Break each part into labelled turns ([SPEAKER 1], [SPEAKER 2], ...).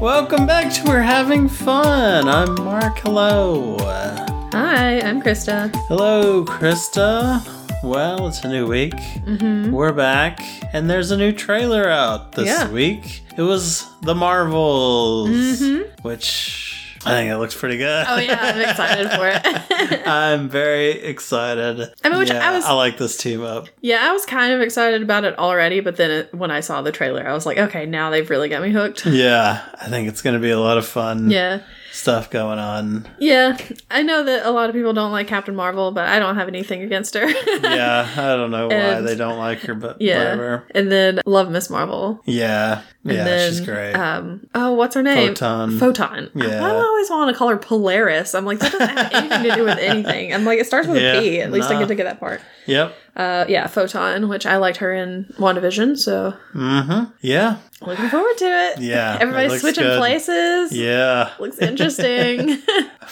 [SPEAKER 1] Welcome back to We're Having Fun. I'm Mark. Hello.
[SPEAKER 2] Hi, I'm Krista.
[SPEAKER 1] Hello, Krista. Well, it's a new week.
[SPEAKER 2] Mm-hmm.
[SPEAKER 1] We're back, and there's a new trailer out this
[SPEAKER 2] Yeah.
[SPEAKER 1] week. It was The Marvels,
[SPEAKER 2] Mhm.
[SPEAKER 1] which I think it looks pretty good.
[SPEAKER 2] Oh yeah, I'm excited for it.
[SPEAKER 1] I'm very excited.
[SPEAKER 2] I mean, which I
[SPEAKER 1] Yeah,
[SPEAKER 2] was-
[SPEAKER 1] I like this team up.
[SPEAKER 2] yeah, I was kind of excited about it already, but then it, when I saw the trailer, I was like, okay, now they've really got me hooked.
[SPEAKER 1] Hmm. Yeah, I think it's going to be a lot of fun
[SPEAKER 2] Yeah.
[SPEAKER 1] stuff going on.
[SPEAKER 2] Yeah. I know that a lot of people don't like Captain Marvel, but I don't have anything against her.
[SPEAKER 1] Yeah, I don't know why
[SPEAKER 2] And-
[SPEAKER 1] they don't like her, but
[SPEAKER 2] Yeah.
[SPEAKER 1] whatever.
[SPEAKER 2] And then love Miss Marvel.
[SPEAKER 1] Yeah,
[SPEAKER 2] And
[SPEAKER 1] yeah,
[SPEAKER 2] then,
[SPEAKER 1] she's great.
[SPEAKER 2] Um, oh, what's her name?
[SPEAKER 1] Photon.
[SPEAKER 2] Photon.
[SPEAKER 1] Yeah.
[SPEAKER 2] I always want to call her Polaris. I'm like, that doesn't have anything to do with anything. I'm like, it starts with
[SPEAKER 1] Yeah,
[SPEAKER 2] a P. At least
[SPEAKER 1] nah.
[SPEAKER 2] I get to get that part.
[SPEAKER 1] Yep.
[SPEAKER 2] Uh, yeah, Photon, which I liked her in WandaVision, so
[SPEAKER 1] Mm-hmm. Yeah.
[SPEAKER 2] looking forward to it.
[SPEAKER 1] Yeah, it
[SPEAKER 2] Everybody's
[SPEAKER 1] looks
[SPEAKER 2] switching
[SPEAKER 1] good.
[SPEAKER 2] places.
[SPEAKER 1] Yeah.
[SPEAKER 2] Looks interesting.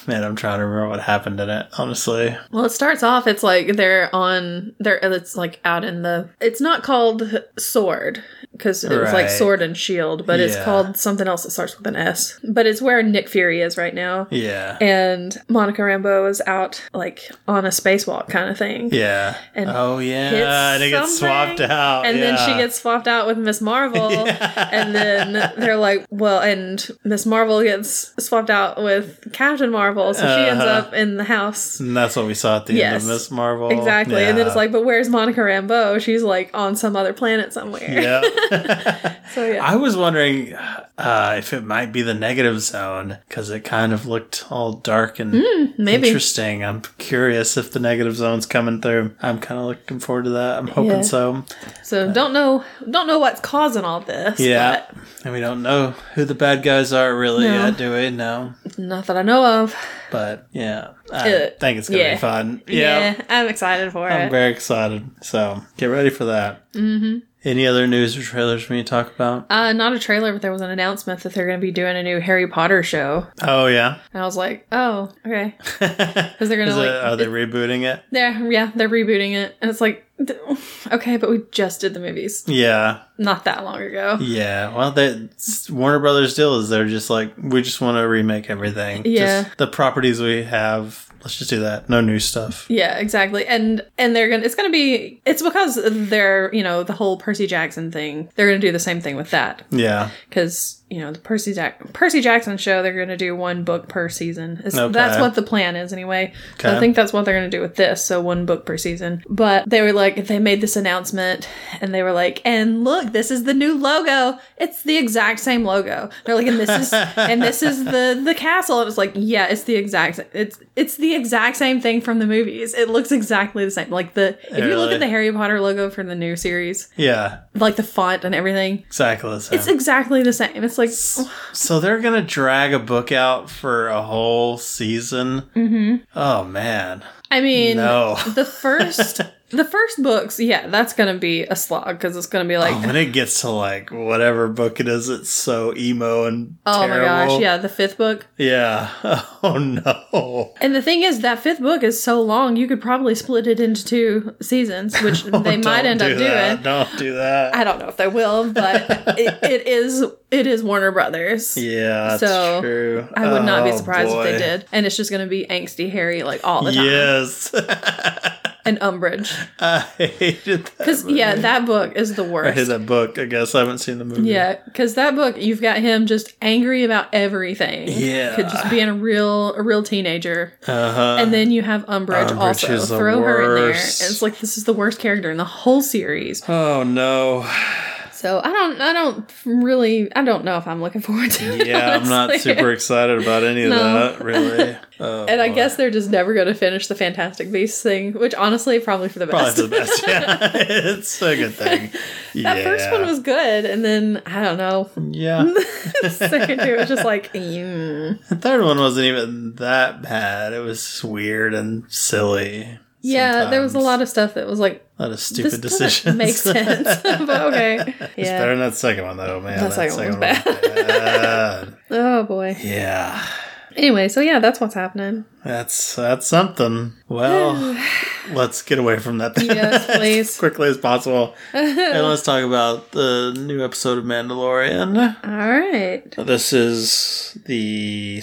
[SPEAKER 1] Man, I'm trying to remember what happened in it, honestly.
[SPEAKER 2] well, it starts off. It's like they're on. They're it's like out in the. It's not called sword because it was
[SPEAKER 1] Right.
[SPEAKER 2] like sword and shield, but it's
[SPEAKER 1] Yeah.
[SPEAKER 2] called something else that starts with an S. But it's where Nick Fury is right now,
[SPEAKER 1] Yeah.
[SPEAKER 2] and Monica Rambeau is out like on a spacewalk kind of thing.
[SPEAKER 1] Yeah.
[SPEAKER 2] And
[SPEAKER 1] oh, yeah.
[SPEAKER 2] hits
[SPEAKER 1] And it gets
[SPEAKER 2] something,
[SPEAKER 1] swapped out.
[SPEAKER 2] And then she
[SPEAKER 1] yeah.
[SPEAKER 2] gets swapped out with Miss Marvel.
[SPEAKER 1] Yeah.
[SPEAKER 2] And then they're like, well, and Miss Marvel gets swapped out with Captain Marvel. So she ends
[SPEAKER 1] Uh-huh.
[SPEAKER 2] up in the house.
[SPEAKER 1] And that's what we saw at the end
[SPEAKER 2] Yes.
[SPEAKER 1] of Miss Marvel.
[SPEAKER 2] Exactly. And then it's
[SPEAKER 1] Yeah.
[SPEAKER 2] like, but where's Monica Rambeau? She's like on some other planet somewhere.
[SPEAKER 1] yeah.
[SPEAKER 2] So yeah.
[SPEAKER 1] I was wondering uh, if it might be the negative zone because it kind of looked all dark and
[SPEAKER 2] Hmm, Maybe.
[SPEAKER 1] interesting. I'm curious if the negative zone's coming through. I'm kind of looking forward to that. I'm hoping
[SPEAKER 2] Yeah.
[SPEAKER 1] so.
[SPEAKER 2] So don't know don't know what's causing all this.
[SPEAKER 1] Yeah. And we don't know who the bad guys are really
[SPEAKER 2] No.
[SPEAKER 1] yet, do we? No.
[SPEAKER 2] but Not that I know of.
[SPEAKER 1] But yeah, I
[SPEAKER 2] Uh,
[SPEAKER 1] think it's going to
[SPEAKER 2] yeah.
[SPEAKER 1] be fun. Yeah.
[SPEAKER 2] I'm excited for
[SPEAKER 1] I'm
[SPEAKER 2] it.
[SPEAKER 1] very excited. So get ready for that. Mm-hmm. Any other news or trailers we need to talk about?
[SPEAKER 2] uh, not a trailer, but there was an announcement that they're going to be doing a new Harry Potter show.
[SPEAKER 1] Oh, yeah.
[SPEAKER 2] And I was like, oh, okay. Because they're going
[SPEAKER 1] Is
[SPEAKER 2] to
[SPEAKER 1] it- oh,
[SPEAKER 2] like.
[SPEAKER 1] are they rebooting it?
[SPEAKER 2] they're, yeah, they're rebooting it. And it's like, th- okay, but we just did the movies
[SPEAKER 1] Yeah.
[SPEAKER 2] not that long ago.
[SPEAKER 1] Yeah. Well, that Warner Brothers deal is they're just like, we just want to remake everything.
[SPEAKER 2] Yeah.
[SPEAKER 1] Just the properties we have, let's just do that. No new stuff.
[SPEAKER 2] Yeah, exactly. And and they're gonna it's gonna be it's because they're you know the whole Percy Jackson thing. They're gonna do the same thing with that
[SPEAKER 1] Yeah.
[SPEAKER 2] because you know the Percy Jack Percy Jackson show. They're gonna do one book per season. It's,
[SPEAKER 1] Okay.
[SPEAKER 2] That's what the plan is anyway. So
[SPEAKER 1] Okay.
[SPEAKER 2] I think that's what they're gonna do with this. So one book per season. But they were like they made this announcement and they were like and look this is the new logo. It's the exact same logo. They're like and this is and this is the the castle. It was like yeah it's the exact sa- it's it's the exact same thing from the movies. It looks exactly the same. Like the if you look
[SPEAKER 1] Really?
[SPEAKER 2] at the Harry Potter logo for the new series,
[SPEAKER 1] Yeah.
[SPEAKER 2] like the font and everything.
[SPEAKER 1] Exactly. the same.
[SPEAKER 2] It's exactly the same. It's like
[SPEAKER 1] So they're gonna drag a book out for a whole season.
[SPEAKER 2] hmm
[SPEAKER 1] Oh man,
[SPEAKER 2] I mean,
[SPEAKER 1] no!
[SPEAKER 2] the first the first books, yeah, that's gonna be a slog because it's gonna be like,
[SPEAKER 1] Oh, when it gets to like whatever book it is, it's so emo and
[SPEAKER 2] oh my gosh,
[SPEAKER 1] terrible.
[SPEAKER 2] yeah, the fifth book.
[SPEAKER 1] yeah. Oh no,
[SPEAKER 2] And the thing is, that fifth book is so long, you could probably split it into two seasons, which they might
[SPEAKER 1] Oh, Don't
[SPEAKER 2] end up
[SPEAKER 1] do that.
[SPEAKER 2] doing.
[SPEAKER 1] Don't do that.
[SPEAKER 2] I don't know if they will, but it, it is it is Warner Brothers.
[SPEAKER 1] yeah, that's
[SPEAKER 2] So,
[SPEAKER 1] true.
[SPEAKER 2] I would not be
[SPEAKER 1] Oh,
[SPEAKER 2] surprised if
[SPEAKER 1] boy.
[SPEAKER 2] they did. And it's just gonna be angsty Harry like all the time.
[SPEAKER 1] Yes,
[SPEAKER 2] And umbrage.
[SPEAKER 1] I hated that.
[SPEAKER 2] Because yeah, that book is the
[SPEAKER 1] I
[SPEAKER 2] worst.
[SPEAKER 1] hated that book. I guess I haven't seen the movie.
[SPEAKER 2] Yeah, because that book, you've got him just angry about everything.
[SPEAKER 1] Yeah.
[SPEAKER 2] could just being a real, a real teenager,
[SPEAKER 1] Uh huh.
[SPEAKER 2] and then you have Umbridge,
[SPEAKER 1] Umbridge
[SPEAKER 2] also
[SPEAKER 1] is the
[SPEAKER 2] throw her in there. And
[SPEAKER 1] worst.
[SPEAKER 2] it's like this is the worst character in the whole series.
[SPEAKER 1] oh no.
[SPEAKER 2] So I don't, I don't really, I don't know if I'm looking forward to it.
[SPEAKER 1] Yeah, I'm not
[SPEAKER 2] honestly.
[SPEAKER 1] super excited about any of
[SPEAKER 2] No.
[SPEAKER 1] that, really. Oh,
[SPEAKER 2] And I
[SPEAKER 1] boy.
[SPEAKER 2] guess they're just never going to finish the Fantastic Beasts thing, which honestly, probably for the
[SPEAKER 1] probably
[SPEAKER 2] best.
[SPEAKER 1] for the best. Yeah, it's a good thing.
[SPEAKER 2] that
[SPEAKER 1] yeah.
[SPEAKER 2] first one was good, and then I don't know.
[SPEAKER 1] Yeah,
[SPEAKER 2] the second two was just like, mm.
[SPEAKER 1] the third one wasn't even that bad. It was just weird and silly.
[SPEAKER 2] yeah, there was a lot of stuff that was like,
[SPEAKER 1] a lot of stupid
[SPEAKER 2] doesn't
[SPEAKER 1] decisions.
[SPEAKER 2] Make sense, but okay.
[SPEAKER 1] It's
[SPEAKER 2] Yeah.
[SPEAKER 1] better than that second one, though, man.
[SPEAKER 2] That second one was
[SPEAKER 1] was bad.
[SPEAKER 2] Oh boy.
[SPEAKER 1] yeah.
[SPEAKER 2] Anyway, so yeah, that's what's happening.
[SPEAKER 1] That's that's something. Well, let's get away from that then
[SPEAKER 2] Yes, please.
[SPEAKER 1] as quickly as possible, and let's talk about the new episode of Mandalorian.
[SPEAKER 2] All right.
[SPEAKER 1] This is the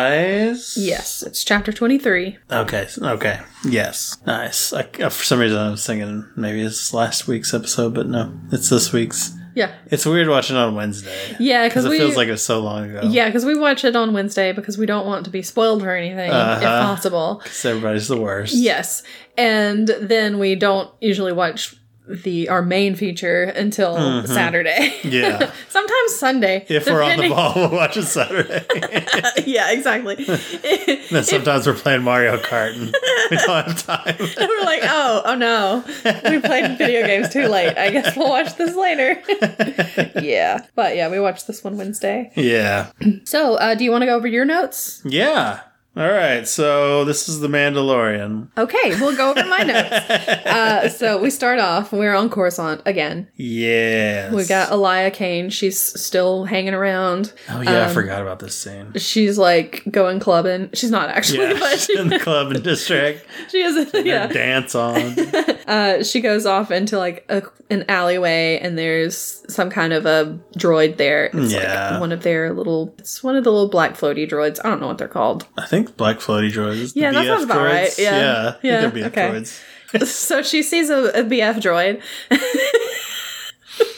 [SPEAKER 1] spies.
[SPEAKER 2] Yes, it's chapter 23.
[SPEAKER 1] Okay. s- Okay. Yes. Nice. I, uh, for some reason, I was thinking maybe it's last week's episode, but no, it's this week's.
[SPEAKER 2] Yeah.
[SPEAKER 1] It's weird watching on Wednesday.
[SPEAKER 2] Yeah,
[SPEAKER 1] Because
[SPEAKER 2] because
[SPEAKER 1] it
[SPEAKER 2] we
[SPEAKER 1] feels like it was so long ago.
[SPEAKER 2] Yeah, because we watch it on Wednesday because we don't want to be spoiled for anything if
[SPEAKER 1] Uh-huh.
[SPEAKER 2] possible.
[SPEAKER 1] 'Cause everybody's the worst.
[SPEAKER 2] Yes. And then we don't usually watch the our main feature until Saturday.
[SPEAKER 1] Mm-hmm. Yeah.
[SPEAKER 2] Sometimes Sunday.
[SPEAKER 1] If we're on the
[SPEAKER 2] depending-
[SPEAKER 1] ball, we'll watch it Saturday.
[SPEAKER 2] yeah, exactly.
[SPEAKER 1] And sometimes we're playing Mario Kart and we don't have time.
[SPEAKER 2] And we're like, oh, oh no, we played video games too late. I guess we'll watch this later. yeah, but yeah, we watched this one Wednesday.
[SPEAKER 1] Yeah.
[SPEAKER 2] So, uh, do you want to go over your notes?
[SPEAKER 1] Yeah. All right. So this is The Mandalorian.
[SPEAKER 2] Okay, we'll go over my notes. Uh, so we start off. We're on Coruscant again.
[SPEAKER 1] Yes.
[SPEAKER 2] We got Elia Kane. She's still hanging around.
[SPEAKER 1] Oh, yeah. I
[SPEAKER 2] um,
[SPEAKER 1] forgot about this scene.
[SPEAKER 2] She's like going clubbing. She's not actually,
[SPEAKER 1] Yeah.
[SPEAKER 2] but
[SPEAKER 1] in the
[SPEAKER 2] she,
[SPEAKER 1] club and district.
[SPEAKER 2] she is. Yeah,
[SPEAKER 1] Their Dance on.
[SPEAKER 2] uh, she goes off into like a, an alleyway and there's some kind of a droid there it's
[SPEAKER 1] Yeah.
[SPEAKER 2] like one of their little it's one of the little black floaty droids i don't know what they're called
[SPEAKER 1] I think Black Floaty droids. the
[SPEAKER 2] Yeah, that
[SPEAKER 1] BF
[SPEAKER 2] sounds about
[SPEAKER 1] droids.
[SPEAKER 2] right. Yeah.
[SPEAKER 1] Yeah. I think
[SPEAKER 2] Yeah,
[SPEAKER 1] they're BF
[SPEAKER 2] okay.
[SPEAKER 1] droids.
[SPEAKER 2] so she sees a, a bf droid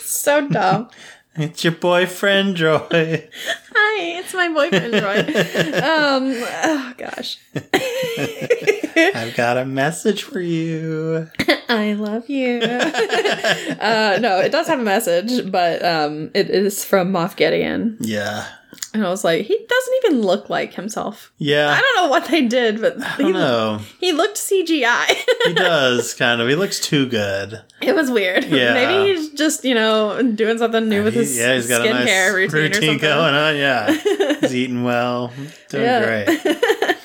[SPEAKER 2] so dumb
[SPEAKER 1] It's your boyfriend droid.
[SPEAKER 2] hi it's my boyfriend droid um oh gosh
[SPEAKER 1] I've got a message for you.
[SPEAKER 2] I love you. uh, no, it does have a message, but um, it is from Moff Gideon.
[SPEAKER 1] Yeah.
[SPEAKER 2] And I was like, he doesn't even look like himself.
[SPEAKER 1] Yeah.
[SPEAKER 2] I don't know what they did, but
[SPEAKER 1] I
[SPEAKER 2] he,
[SPEAKER 1] don't know.
[SPEAKER 2] he looked CGI.
[SPEAKER 1] He does kind of. He looks too good.
[SPEAKER 2] it was weird.
[SPEAKER 1] Yeah.
[SPEAKER 2] Maybe he's just, you know, doing something new with
[SPEAKER 1] He-
[SPEAKER 2] his skincare routine, or something.
[SPEAKER 1] going on. Yeah, he's eating well, doing
[SPEAKER 2] Yeah.
[SPEAKER 1] great.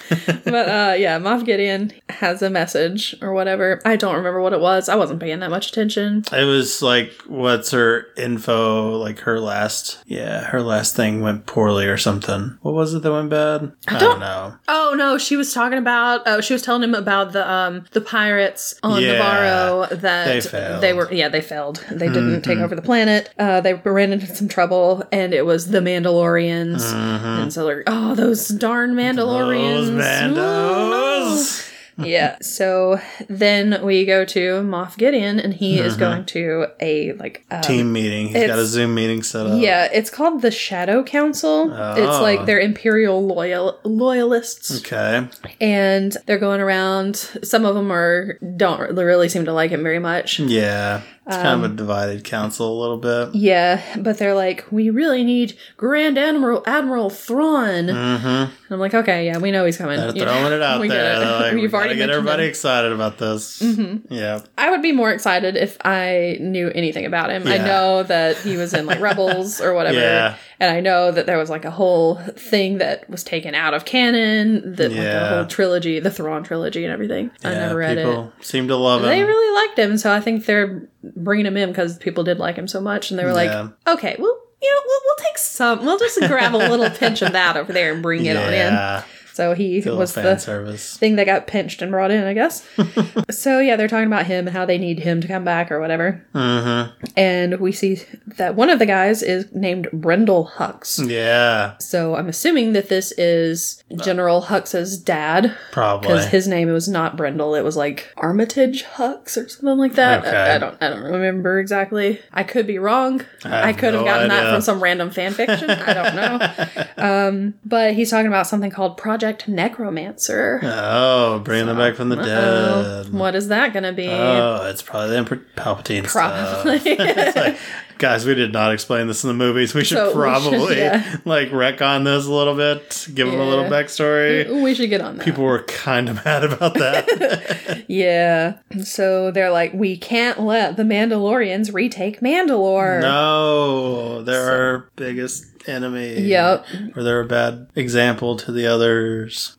[SPEAKER 2] but uh, yeah, Moff Gideon has a message or whatever. I don't remember what it was. I wasn't paying that much attention.
[SPEAKER 1] It was like, what's her info? Like her last, yeah, her last thing went poorly or something. What was it that went bad? I
[SPEAKER 2] don't-
[SPEAKER 1] know.
[SPEAKER 2] Oh no, she was talking about. Oh, she was telling him about the um the pirates on
[SPEAKER 1] Yeah.
[SPEAKER 2] Navarro that
[SPEAKER 1] They failed. Mm-hmm.
[SPEAKER 2] they were yeah they failed. They didn't take over the planet. Uh, they ran into some trouble, and it was the Mandalorians. And so they're oh those darn Mandalorians.
[SPEAKER 1] Those
[SPEAKER 2] Ooh,
[SPEAKER 1] Mandos.
[SPEAKER 2] no. yeah. So then we go to Moff Gideon, and he
[SPEAKER 1] Uh-huh.
[SPEAKER 2] is going to a like uh,
[SPEAKER 1] Team meeting. He's got a
[SPEAKER 2] it's-
[SPEAKER 1] Zoom meeting set up.
[SPEAKER 2] Yeah, it's called the Shadow Council. It's
[SPEAKER 1] Oh.
[SPEAKER 2] like their imperial loyal loyalists
[SPEAKER 1] Okay.
[SPEAKER 2] and they're going around. Some of them are don't really seem to like it very much.
[SPEAKER 1] Hmm. Yeah. It's kind of
[SPEAKER 2] Um,
[SPEAKER 1] a divided council a little bit.
[SPEAKER 2] Yeah, but they're like, we really need Grand Admiral Admiral Thrawn. And
[SPEAKER 1] Mm-hmm.
[SPEAKER 2] I'm like, okay, yeah, we know he's coming.
[SPEAKER 1] They're
[SPEAKER 2] You know,
[SPEAKER 1] throwing it out
[SPEAKER 2] we get
[SPEAKER 1] there.
[SPEAKER 2] it.
[SPEAKER 1] They're like, we
[SPEAKER 2] We've
[SPEAKER 1] gotta
[SPEAKER 2] already Mm-hmm.
[SPEAKER 1] get everybody
[SPEAKER 2] everybody.
[SPEAKER 1] excited about this. Yeah.
[SPEAKER 2] I would be more excited if I knew anything about him. I
[SPEAKER 1] Yeah.
[SPEAKER 2] know that he was in like Rebels or whatever,
[SPEAKER 1] Yeah.
[SPEAKER 2] and I know that there was like a whole thing that was taken out of canon, that like, the
[SPEAKER 1] Yeah.
[SPEAKER 2] whole trilogy, the Thrawn trilogy, and everything. I
[SPEAKER 1] yeah,
[SPEAKER 2] never read it.
[SPEAKER 1] people seem to love
[SPEAKER 2] They
[SPEAKER 1] him.
[SPEAKER 2] really liked him, so I think they're bringing him in because people did like him so much, and they were
[SPEAKER 1] Yeah.
[SPEAKER 2] like, "Okay, well, you know, we'll, we'll take some. We'll just grab a little pinch of that over there and bring it on in."
[SPEAKER 1] yeah,
[SPEAKER 2] So he
[SPEAKER 1] little
[SPEAKER 2] was
[SPEAKER 1] fan
[SPEAKER 2] the
[SPEAKER 1] service.
[SPEAKER 2] thing that got pinched and brought in, I guess. so yeah, they're talking about him and how they need him to come back or whatever.
[SPEAKER 1] Mm-hmm.
[SPEAKER 2] And we see that one of the guys is named Brendel
[SPEAKER 1] Hmm.
[SPEAKER 2] Hux.
[SPEAKER 1] Yeah,
[SPEAKER 2] So I'm assuming that this is General Hux's dad.
[SPEAKER 1] probably.
[SPEAKER 2] Because his name was not Brendel, it was like Armitage Hux or something like that. I-
[SPEAKER 1] Okay.
[SPEAKER 2] I, don't I don't remember exactly. I could be wrong.
[SPEAKER 1] have
[SPEAKER 2] I, could have
[SPEAKER 1] no
[SPEAKER 2] gotten that
[SPEAKER 1] idea.
[SPEAKER 2] from some random fan fiction. I don't know. Um, but he's talking about something called Project Necromancer.
[SPEAKER 1] oh, bringing them back from the
[SPEAKER 2] Uh-oh.
[SPEAKER 1] dead.
[SPEAKER 2] What is that gonna be?
[SPEAKER 1] Oh, it's probably the Emperor Palpatine
[SPEAKER 2] Probably.
[SPEAKER 1] stuff. It's like, guys, we did not explain this in the movies. We should
[SPEAKER 2] So we should,
[SPEAKER 1] probably
[SPEAKER 2] yeah.
[SPEAKER 1] like wreck on this a little bit, give them a little
[SPEAKER 2] Yeah.
[SPEAKER 1] backstory.
[SPEAKER 2] we should get on that.
[SPEAKER 1] People were kind of mad about that.
[SPEAKER 2] yeah. So they're like, we can't let the Mandalorians retake Mandalore.
[SPEAKER 1] no, they're our biggest enemy.
[SPEAKER 2] Yep.
[SPEAKER 1] Or they're a bad example to the others.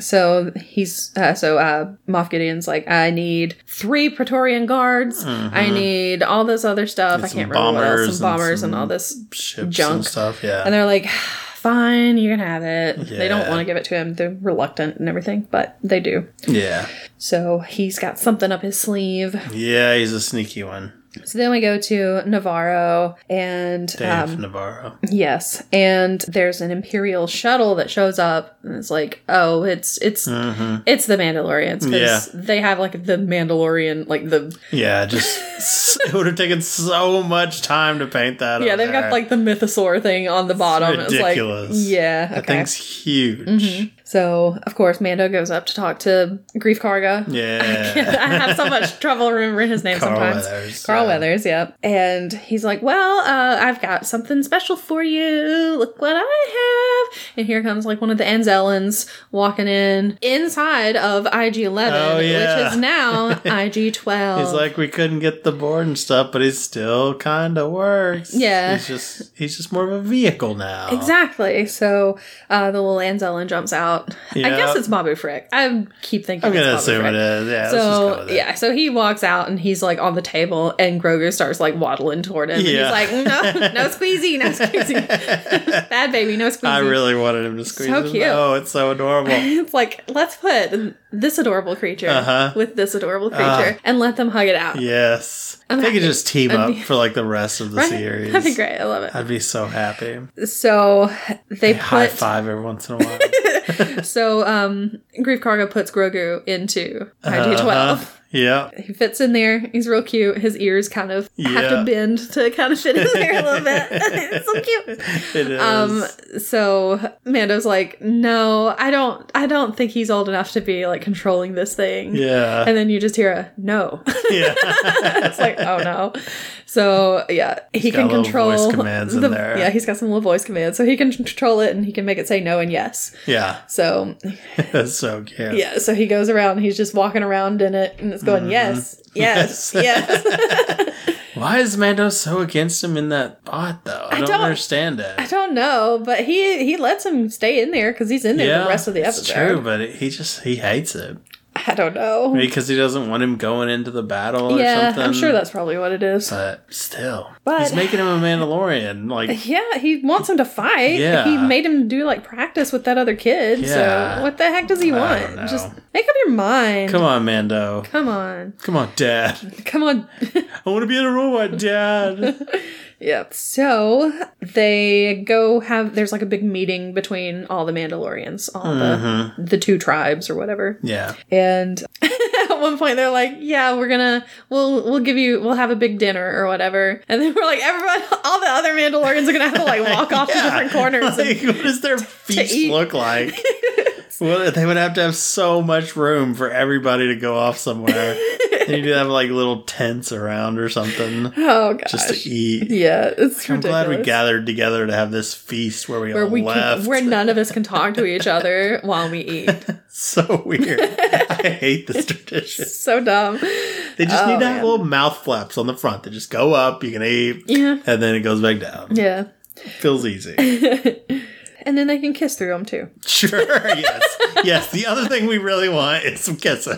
[SPEAKER 2] So he's uh, so uh, Moff Gideon's like, I need three Praetorian guards. I need all this other stuff.
[SPEAKER 1] And
[SPEAKER 2] I can't
[SPEAKER 1] Mm-hmm. some
[SPEAKER 2] remember what else.
[SPEAKER 1] bombers and
[SPEAKER 2] Some bombers and,
[SPEAKER 1] some
[SPEAKER 2] all this.
[SPEAKER 1] ships
[SPEAKER 2] junk.
[SPEAKER 1] and stuff. Yeah,
[SPEAKER 2] And they're like, fine, you can have it. They don't
[SPEAKER 1] Yeah.
[SPEAKER 2] want to give it to him. They're reluctant and everything, but they do.
[SPEAKER 1] Yeah.
[SPEAKER 2] So he's got something up his sleeve.
[SPEAKER 1] Yeah, he's a sneaky one.
[SPEAKER 2] So then we go to Navarro and
[SPEAKER 1] Dave
[SPEAKER 2] um,
[SPEAKER 1] Navarro.
[SPEAKER 2] yes, and there's an imperial shuttle that shows up and it's like, "Oh, it's it's it's the Mandalorians
[SPEAKER 1] Mm-hmm. Yeah.
[SPEAKER 2] because they have like the Mandalorian like the
[SPEAKER 1] Yeah, just s- it would have taken so much time to paint that.
[SPEAKER 2] Yeah,
[SPEAKER 1] on
[SPEAKER 2] they've
[SPEAKER 1] there.
[SPEAKER 2] got like the mythosaur thing on the bottom. It's, like
[SPEAKER 1] ridiculous.
[SPEAKER 2] Yeah, okay. Mm-hmm.
[SPEAKER 1] that thing's huge.
[SPEAKER 2] So, of course, Mando goes up to talk to Grief Karga. I
[SPEAKER 1] Yeah,
[SPEAKER 2] have so much trouble remembering his name
[SPEAKER 1] Carl
[SPEAKER 2] sometimes.
[SPEAKER 1] Weathers,
[SPEAKER 2] Carl
[SPEAKER 1] yeah.
[SPEAKER 2] Weathers, yep. And he's like, Well, uh, I've got something special for you. Look what I have. And here comes like one of the Anzelans walking in inside of IG 11,
[SPEAKER 1] Oh, yeah.
[SPEAKER 2] which is now IG 12.
[SPEAKER 1] he's like we couldn't get the board and stuff, but he still kind of works.
[SPEAKER 2] Yeah.
[SPEAKER 1] he's just he's just more of a vehicle now.
[SPEAKER 2] Exactly. So uh, the little Anzelan jumps out. I
[SPEAKER 1] Yeah.
[SPEAKER 2] guess it's Babu Frick. I keep thinking
[SPEAKER 1] I'm gonna
[SPEAKER 2] it's Babu
[SPEAKER 1] assume
[SPEAKER 2] Frick.
[SPEAKER 1] it is. Yeah, let's just go
[SPEAKER 2] So
[SPEAKER 1] with it.
[SPEAKER 2] yeah, so he walks out and he's like on the table, and Grogu starts like waddling toward him.
[SPEAKER 1] Yeah.
[SPEAKER 2] And he's like, "Mm, no, no squeezy, no squeezy, bad baby, no squeezy.
[SPEAKER 1] I really wanted him to squeeze.
[SPEAKER 2] Mm-hmm. So
[SPEAKER 1] his-
[SPEAKER 2] cute.
[SPEAKER 1] Oh, it's so adorable.
[SPEAKER 2] It's like let's put this adorable creature
[SPEAKER 1] Uh-huh.
[SPEAKER 2] with this adorable creature
[SPEAKER 1] Ah.
[SPEAKER 2] and let them hug it out.
[SPEAKER 1] yes,
[SPEAKER 2] I'm
[SPEAKER 1] they could
[SPEAKER 2] happy.
[SPEAKER 1] just team
[SPEAKER 2] I'd
[SPEAKER 1] up
[SPEAKER 2] be-
[SPEAKER 1] for like the rest of the
[SPEAKER 2] Right?
[SPEAKER 1] series.
[SPEAKER 2] That'd be great. I love it.
[SPEAKER 1] I'd be so happy.
[SPEAKER 2] So they
[SPEAKER 1] High
[SPEAKER 2] put
[SPEAKER 1] five every once in a while.
[SPEAKER 2] so um Grief Karga puts Grogu into IG
[SPEAKER 1] Uh-huh.
[SPEAKER 2] twelve.
[SPEAKER 1] Yeah.
[SPEAKER 2] He fits in there. He's real cute. His ears kind of have to
[SPEAKER 1] Yeah.
[SPEAKER 2] bend to kind of fit in there a little bit. it's so cute.
[SPEAKER 1] It is.
[SPEAKER 2] Um, so Mando's like, no, I don't, I don't think he's old enough to be like controlling this thing.
[SPEAKER 1] yeah.
[SPEAKER 2] And then you just hear a no.
[SPEAKER 1] yeah.
[SPEAKER 2] it's like, oh no. So yeah, he
[SPEAKER 1] got
[SPEAKER 2] can
[SPEAKER 1] little
[SPEAKER 2] control
[SPEAKER 1] voice commands in
[SPEAKER 2] the-
[SPEAKER 1] there.
[SPEAKER 2] Yeah, he's got some little voice commands, so he can control it and he can make it say no and yes.
[SPEAKER 1] yeah.
[SPEAKER 2] So
[SPEAKER 1] That's so cute.
[SPEAKER 2] yeah, so he goes around. He's just walking around in it, and it's
[SPEAKER 1] Mm-hmm.
[SPEAKER 2] going yes, yes, yes.
[SPEAKER 1] Why is Mando so against him in that bot though? I, don't,
[SPEAKER 2] don't-
[SPEAKER 1] understand it.
[SPEAKER 2] I don't know, but he he lets him stay in there because he's in there the rest of the episode.
[SPEAKER 1] It's true, but it, he just he hates it
[SPEAKER 2] I don't know.
[SPEAKER 1] because he doesn't want him going into the battle or
[SPEAKER 2] yeah,
[SPEAKER 1] something.
[SPEAKER 2] I'm sure that's probably what it is.
[SPEAKER 1] But still,
[SPEAKER 2] But-
[SPEAKER 1] he's making him a Mandalorian. Like,
[SPEAKER 2] yeah, he wants him to fight.
[SPEAKER 1] Yeah.
[SPEAKER 2] He made him do like practice with that other kid.
[SPEAKER 1] Yeah.
[SPEAKER 2] So what the heck does he
[SPEAKER 1] I
[SPEAKER 2] want?
[SPEAKER 1] don't know.
[SPEAKER 2] Just make up your mind.
[SPEAKER 1] come on, Mando.
[SPEAKER 2] Come on.
[SPEAKER 1] Come on, Dad.
[SPEAKER 2] Come on.
[SPEAKER 1] I want to be in a robot, Dad.
[SPEAKER 2] yep. So they go have there's like a big meeting between all the Mandalorians, all
[SPEAKER 1] Mm-hmm.
[SPEAKER 2] the the two tribes or whatever.
[SPEAKER 1] yeah.
[SPEAKER 2] And at one point they're like, "Yeah, we're gonna we'll we'll give you we'll have a big dinner or whatever." And then we're like, "Everyone, all the other Mandalorians are gonna have to like walk off to
[SPEAKER 1] Yeah.
[SPEAKER 2] different corners." and-
[SPEAKER 1] Like, what does their feast
[SPEAKER 2] eat.
[SPEAKER 1] look like? well, they would have to have so much room for everybody to go off somewhere. and you do have like little tents around or something
[SPEAKER 2] oh gosh,
[SPEAKER 1] just to eat.
[SPEAKER 2] yeah, it's
[SPEAKER 1] I'm
[SPEAKER 2] ridiculous.
[SPEAKER 1] glad we gathered together to have this feast where we
[SPEAKER 2] where
[SPEAKER 1] all
[SPEAKER 2] we
[SPEAKER 1] left.
[SPEAKER 2] can, where none of us can talk to each other while we eat.
[SPEAKER 1] so weird. I hate this tradition.
[SPEAKER 2] So dumb.
[SPEAKER 1] They just
[SPEAKER 2] Oh,
[SPEAKER 1] need to have
[SPEAKER 2] man.
[SPEAKER 1] little mouth flaps on the front. They just go up, you can eat,
[SPEAKER 2] Yeah.
[SPEAKER 1] and then it goes back down.
[SPEAKER 2] Yeah.
[SPEAKER 1] Feels easy.
[SPEAKER 2] And then they can kiss through them too.
[SPEAKER 1] Sure, yes. Yes, the other thing we really want is some kissing.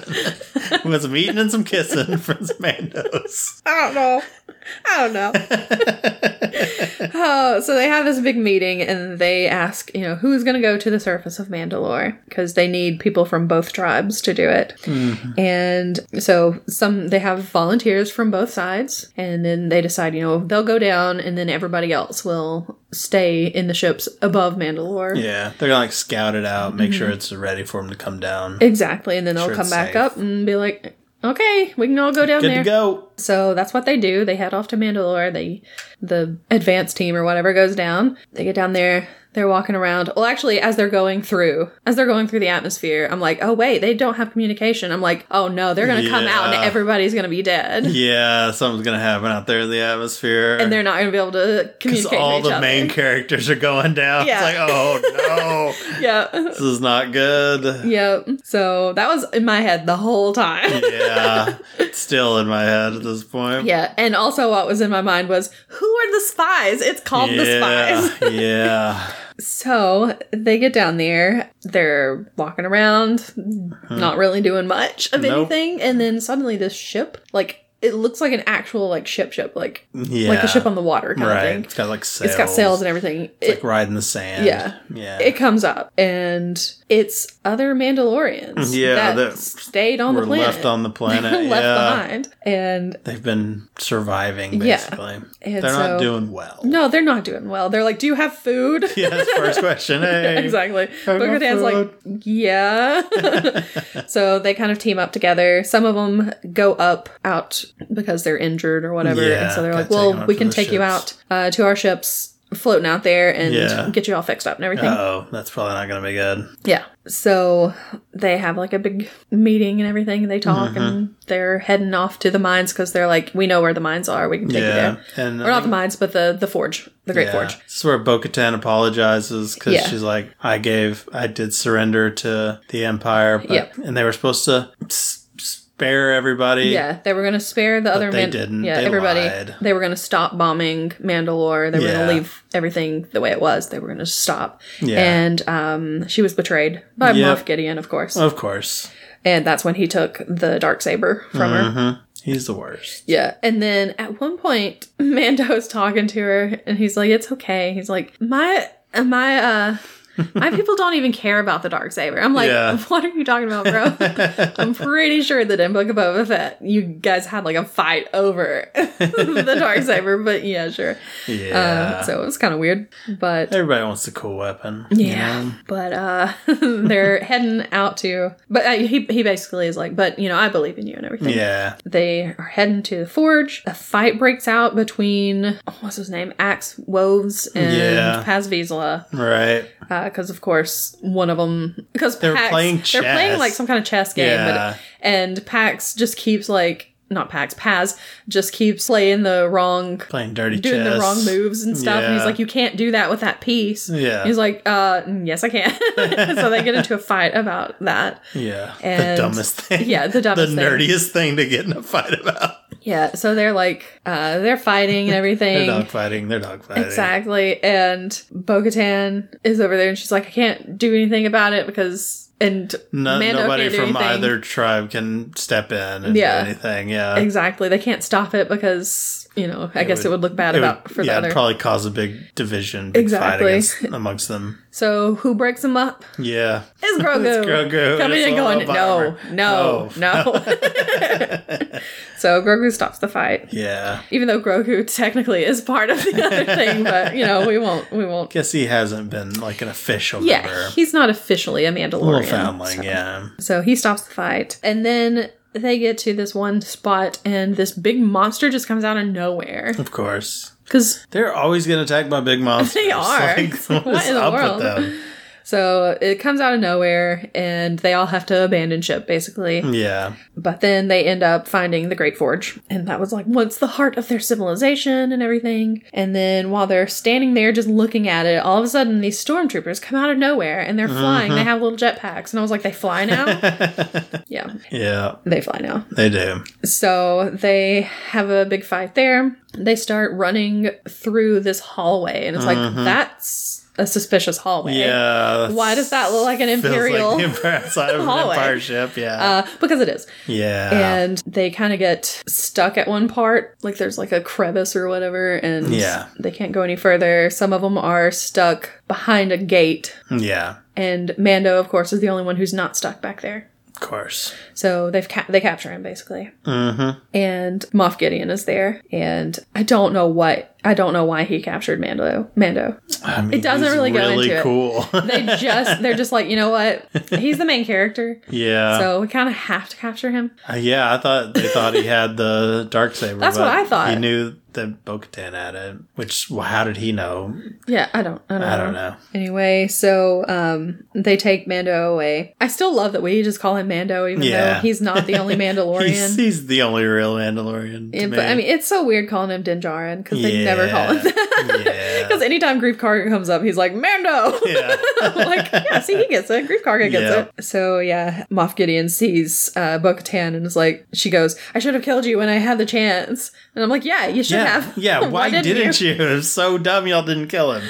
[SPEAKER 1] we want some eating and some kissing from some Mandos.
[SPEAKER 2] I don't know. I don't know. oh, so they have this big meeting and they ask, you know, who's going to go to the surface of Mandalore because they need people from both tribes to do it.
[SPEAKER 1] Mm-hmm.
[SPEAKER 2] And so some they have volunteers from both sides and then they decide, you know, they'll go down and then everybody else will stay in the ships above Mandalore.
[SPEAKER 1] Yeah, they're gonna like scout it out, make
[SPEAKER 2] Mm-hmm.
[SPEAKER 1] sure it's ready for them to come down.
[SPEAKER 2] Exactly. And then they'll
[SPEAKER 1] Sure
[SPEAKER 2] come
[SPEAKER 1] it's
[SPEAKER 2] back
[SPEAKER 1] safe.
[SPEAKER 2] up and be like, okay, we can all go down
[SPEAKER 1] Good
[SPEAKER 2] there.
[SPEAKER 1] to go.
[SPEAKER 2] So that's what they do. They head off to Mandalore. They, the advanced team or whatever goes down. They get down there. They're walking around. Well, actually, as they're going through, as they're going through the atmosphere, I'm like, oh wait, they don't have communication. I'm like, oh no, they're gonna come out and
[SPEAKER 1] Yeah.
[SPEAKER 2] everybody's gonna be dead,
[SPEAKER 1] Yeah, something's gonna happen out there in the atmosphere.
[SPEAKER 2] and they're not gonna be able to
[SPEAKER 1] because
[SPEAKER 2] communicate.
[SPEAKER 1] all
[SPEAKER 2] with each
[SPEAKER 1] the
[SPEAKER 2] other.
[SPEAKER 1] main characters are going down. It's
[SPEAKER 2] Yeah.
[SPEAKER 1] like, oh no,
[SPEAKER 2] yeah,
[SPEAKER 1] this is not good.
[SPEAKER 2] yep. So that was in my head the whole time.
[SPEAKER 1] Yeah, it's still in my head at this point.
[SPEAKER 2] Yeah, and also what was in my mind was, who are the spies? It's called the spies.
[SPEAKER 1] yeah, yeah.
[SPEAKER 2] So they get down there, they're walking around, not really doing much of
[SPEAKER 1] Nope.
[SPEAKER 2] anything, and then suddenly this ship, like it looks like an actual like ship ship like
[SPEAKER 1] Yeah.
[SPEAKER 2] like a ship on the water kind
[SPEAKER 1] Right.
[SPEAKER 2] of thing.
[SPEAKER 1] It's got like sails.
[SPEAKER 2] It's got sails and everything.
[SPEAKER 1] It's
[SPEAKER 2] It,
[SPEAKER 1] like riding the sand.
[SPEAKER 2] Yeah.
[SPEAKER 1] Yeah.
[SPEAKER 2] it comes up and it's other Mandalorians
[SPEAKER 1] Yeah,
[SPEAKER 2] that,
[SPEAKER 1] that
[SPEAKER 2] stayed on
[SPEAKER 1] We're
[SPEAKER 2] the planet.
[SPEAKER 1] left on the planet.
[SPEAKER 2] left
[SPEAKER 1] yeah.
[SPEAKER 2] behind. And
[SPEAKER 1] They've been surviving
[SPEAKER 2] Yeah.
[SPEAKER 1] basically.
[SPEAKER 2] And
[SPEAKER 1] They're not
[SPEAKER 2] so-
[SPEAKER 1] doing well.
[SPEAKER 2] no, they're not doing well. They're like, Do you have food?
[SPEAKER 1] Yeah, that's the first question. Hey.
[SPEAKER 2] exactly.
[SPEAKER 1] Have no
[SPEAKER 2] Booker Dan's like, yeah. so they kind of team up together. Some of them go up out because they're injured or whatever.
[SPEAKER 1] Yeah,
[SPEAKER 2] and so they're
[SPEAKER 1] gotta
[SPEAKER 2] like,
[SPEAKER 1] take them
[SPEAKER 2] well,
[SPEAKER 1] out
[SPEAKER 2] we
[SPEAKER 1] to
[SPEAKER 2] can
[SPEAKER 1] the
[SPEAKER 2] take you out
[SPEAKER 1] ships."
[SPEAKER 2] uh, to our ships floating out there and
[SPEAKER 1] Yeah.
[SPEAKER 2] get you all fixed up and everything.
[SPEAKER 1] Oh, that's probably not going to be good.
[SPEAKER 2] Yeah. So they have like a big meeting and everything. And they talk
[SPEAKER 1] Mm-hmm.
[SPEAKER 2] and they're heading off to the mines because they're like, we know where the mines are. We can take you
[SPEAKER 1] yeah,
[SPEAKER 2] there.
[SPEAKER 1] and
[SPEAKER 2] Or not the mines, but the, the forge, the Great
[SPEAKER 1] yeah.
[SPEAKER 2] Forge.
[SPEAKER 1] This is where Bo-Katan apologizes because
[SPEAKER 2] Yeah.
[SPEAKER 1] she's like, "I gave, I did surrender to the Empire, but,
[SPEAKER 2] Yeah.
[SPEAKER 1] and they were supposed to s- spare everybody."
[SPEAKER 2] Yeah, they were going to spare the other.
[SPEAKER 1] they
[SPEAKER 2] man-
[SPEAKER 1] didn't.
[SPEAKER 2] Yeah,
[SPEAKER 1] They
[SPEAKER 2] everybody.
[SPEAKER 1] lied.
[SPEAKER 2] They were going to stop bombing Mandalore. They were going
[SPEAKER 1] Yeah.
[SPEAKER 2] to leave everything the way it was. They were going to stop.
[SPEAKER 1] Yeah.
[SPEAKER 2] And um, she was betrayed by
[SPEAKER 1] Yep. Uh,
[SPEAKER 2] Moff Gideon, of course.
[SPEAKER 1] of course,
[SPEAKER 2] and that's when he took the dark saber from
[SPEAKER 1] mm-hmm.
[SPEAKER 2] her.
[SPEAKER 1] he's the worst.
[SPEAKER 2] Yeah. And then at one point, Mando's talking to her, and he's like, "It's okay." He's like, "My, my, uh." My people don't even care about the dark saber. I'm like,
[SPEAKER 1] Yeah.
[SPEAKER 2] what are you talking about, bro? I'm pretty sure that in Book of Boba Fett, you guys had like a fight over the dark saber, but yeah, sure.
[SPEAKER 1] yeah,
[SPEAKER 2] Uh, so it was kind of weird, but
[SPEAKER 1] everybody wants the cool weapon. you
[SPEAKER 2] yeah.
[SPEAKER 1] know?
[SPEAKER 2] But uh, they're heading out to. But uh, he he basically is like, but you know, I believe in you and everything.
[SPEAKER 1] yeah,
[SPEAKER 2] They are heading to the forge. A fight breaks out between oh, what's his name, Axe Woves and
[SPEAKER 1] Yeah.
[SPEAKER 2] Paz Vizsla,
[SPEAKER 1] right.
[SPEAKER 2] because of course one of them because
[SPEAKER 1] They were
[SPEAKER 2] Pax,
[SPEAKER 1] playing
[SPEAKER 2] they're
[SPEAKER 1] chess.
[SPEAKER 2] playing like some kind of chess game,
[SPEAKER 1] Yeah.
[SPEAKER 2] but, and Pax just keeps like not Pax Paz just keeps playing the wrong.
[SPEAKER 1] Playing dirty
[SPEAKER 2] Doing
[SPEAKER 1] chess,
[SPEAKER 2] the wrong moves and stuff. And he's
[SPEAKER 1] Yeah.
[SPEAKER 2] like, You can't do that with that piece.
[SPEAKER 1] Yeah.
[SPEAKER 2] He's like, uh, Yes, I can. so they get into a fight about that.
[SPEAKER 1] Yeah,
[SPEAKER 2] And-
[SPEAKER 1] the dumbest thing.
[SPEAKER 2] yeah, the
[SPEAKER 1] the
[SPEAKER 2] dumbest thing.
[SPEAKER 1] nerdiest thing to get in a fight about.
[SPEAKER 2] Yeah. So they're like, uh, they're fighting and
[SPEAKER 1] They're
[SPEAKER 2] everything.
[SPEAKER 1] dog fighting. They're dog fighting.
[SPEAKER 2] Exactly. And Bo Katan is over there and she's like, I can't do anything about it because. And
[SPEAKER 1] No,
[SPEAKER 2] Mando
[SPEAKER 1] nobody
[SPEAKER 2] can't do
[SPEAKER 1] from
[SPEAKER 2] anything.
[SPEAKER 1] either tribe can step in and
[SPEAKER 2] Yeah.
[SPEAKER 1] do anything. Yeah,
[SPEAKER 2] Exactly. They can't stop it because, you know, I guess it would look bad
[SPEAKER 1] It
[SPEAKER 2] about
[SPEAKER 1] would-
[SPEAKER 2] for
[SPEAKER 1] yeah,
[SPEAKER 2] the
[SPEAKER 1] it'd
[SPEAKER 2] other.
[SPEAKER 1] probably cause a big division, big
[SPEAKER 2] Exactly.
[SPEAKER 1] fight against, amongst them.
[SPEAKER 2] so who breaks them up?
[SPEAKER 1] Yeah,
[SPEAKER 2] It's Grogu.
[SPEAKER 1] It's Grogu.
[SPEAKER 2] Coming
[SPEAKER 1] It's
[SPEAKER 2] in
[SPEAKER 1] all
[SPEAKER 2] going,
[SPEAKER 1] about
[SPEAKER 2] no,
[SPEAKER 1] armor.
[SPEAKER 2] no, no. so Grogu stops the fight.
[SPEAKER 1] yeah.
[SPEAKER 2] Even though Grogu technically is part of the other thing, but you know, we won't we won't
[SPEAKER 1] Guess he hasn't been like an official
[SPEAKER 2] Yeah,
[SPEAKER 1] member.
[SPEAKER 2] he's not officially a
[SPEAKER 1] Little
[SPEAKER 2] Mandalorian.
[SPEAKER 1] foundling,
[SPEAKER 2] so.
[SPEAKER 1] yeah.
[SPEAKER 2] So he stops the fight. And then they get to this one spot, and this big monster just comes out of nowhere.
[SPEAKER 1] Of course,
[SPEAKER 2] Because
[SPEAKER 1] they're always getting attacked by big monsters.
[SPEAKER 2] They are.
[SPEAKER 1] Like, what
[SPEAKER 2] What
[SPEAKER 1] is
[SPEAKER 2] in the
[SPEAKER 1] up
[SPEAKER 2] world?
[SPEAKER 1] with them?
[SPEAKER 2] so it comes out of nowhere, and they all have to abandon ship basically.
[SPEAKER 1] Hmm. Yeah,
[SPEAKER 2] But then they end up finding the Great Forge, and that was like once the heart of their civilization and everything. And then while they're standing there just looking at it, all of a sudden these stormtroopers come out of nowhere and they're flying. They have little jetpacks, and I was like, they fly now? yeah,
[SPEAKER 1] yeah,
[SPEAKER 2] they fly now.
[SPEAKER 1] they do.
[SPEAKER 2] So they have a big fight there. They start running through this hallway, and it's like, that's a suspicious hallway.
[SPEAKER 1] Mm-hmm. Yeah. that's-
[SPEAKER 2] Why does that look like an
[SPEAKER 1] feels
[SPEAKER 2] imperial
[SPEAKER 1] like the empire side of an
[SPEAKER 2] hallway?
[SPEAKER 1] empire ship? Yeah.
[SPEAKER 2] Uh, because it is.
[SPEAKER 1] yeah.
[SPEAKER 2] And they kind of get stuck at one part. Like there's like a crevice or whatever, and
[SPEAKER 1] Yeah.
[SPEAKER 2] they can't go any further. Some of them are stuck behind a gate.
[SPEAKER 1] yeah.
[SPEAKER 2] And Mando, of course, is the only one who's not stuck back there.
[SPEAKER 1] Of course.
[SPEAKER 2] So they've ca- they capture him basically.
[SPEAKER 1] Mm-hmm.
[SPEAKER 2] and Moff Gideon is there, and I don't know what I don't know why he captured Mando. Mando.
[SPEAKER 1] I mean,
[SPEAKER 2] It doesn't
[SPEAKER 1] he's
[SPEAKER 2] really go into it.
[SPEAKER 1] cool.
[SPEAKER 2] They just they're just like you know what he's the main character,
[SPEAKER 1] yeah.
[SPEAKER 2] so we kind of have to capture him.
[SPEAKER 1] Uh, yeah, I thought they thought he had the dark saber.
[SPEAKER 2] That's what I thought.
[SPEAKER 1] He knew that Bo-Katan had it. Which, well, how did he know?
[SPEAKER 2] Yeah, I don't I don't,
[SPEAKER 1] I don't know.
[SPEAKER 2] Anyway, so um they take Mando away. I still love that we just call him Mando, even
[SPEAKER 1] Yeah.
[SPEAKER 2] though he's not the only Mandalorian.
[SPEAKER 1] He's, he's the only real Mandalorian. To
[SPEAKER 2] Yeah,
[SPEAKER 1] me.
[SPEAKER 2] but I mean, it's so weird calling him Dinjarin because they never call him that.
[SPEAKER 1] Yeah.
[SPEAKER 2] Because anytime Grief Karga comes up, he's like Mando.
[SPEAKER 1] yeah.
[SPEAKER 2] like, yeah, see, he gets it. Grief Karga gets
[SPEAKER 1] Yeah.
[SPEAKER 2] it. So, yeah, Moff Gideon sees uh, Bo Katan and is like, she goes, I should have killed you when I had the chance. And I'm like, yeah, you should
[SPEAKER 1] Yeah.
[SPEAKER 2] have.
[SPEAKER 1] Yeah. Why, didn't you? It's so dumb y'all didn't kill him.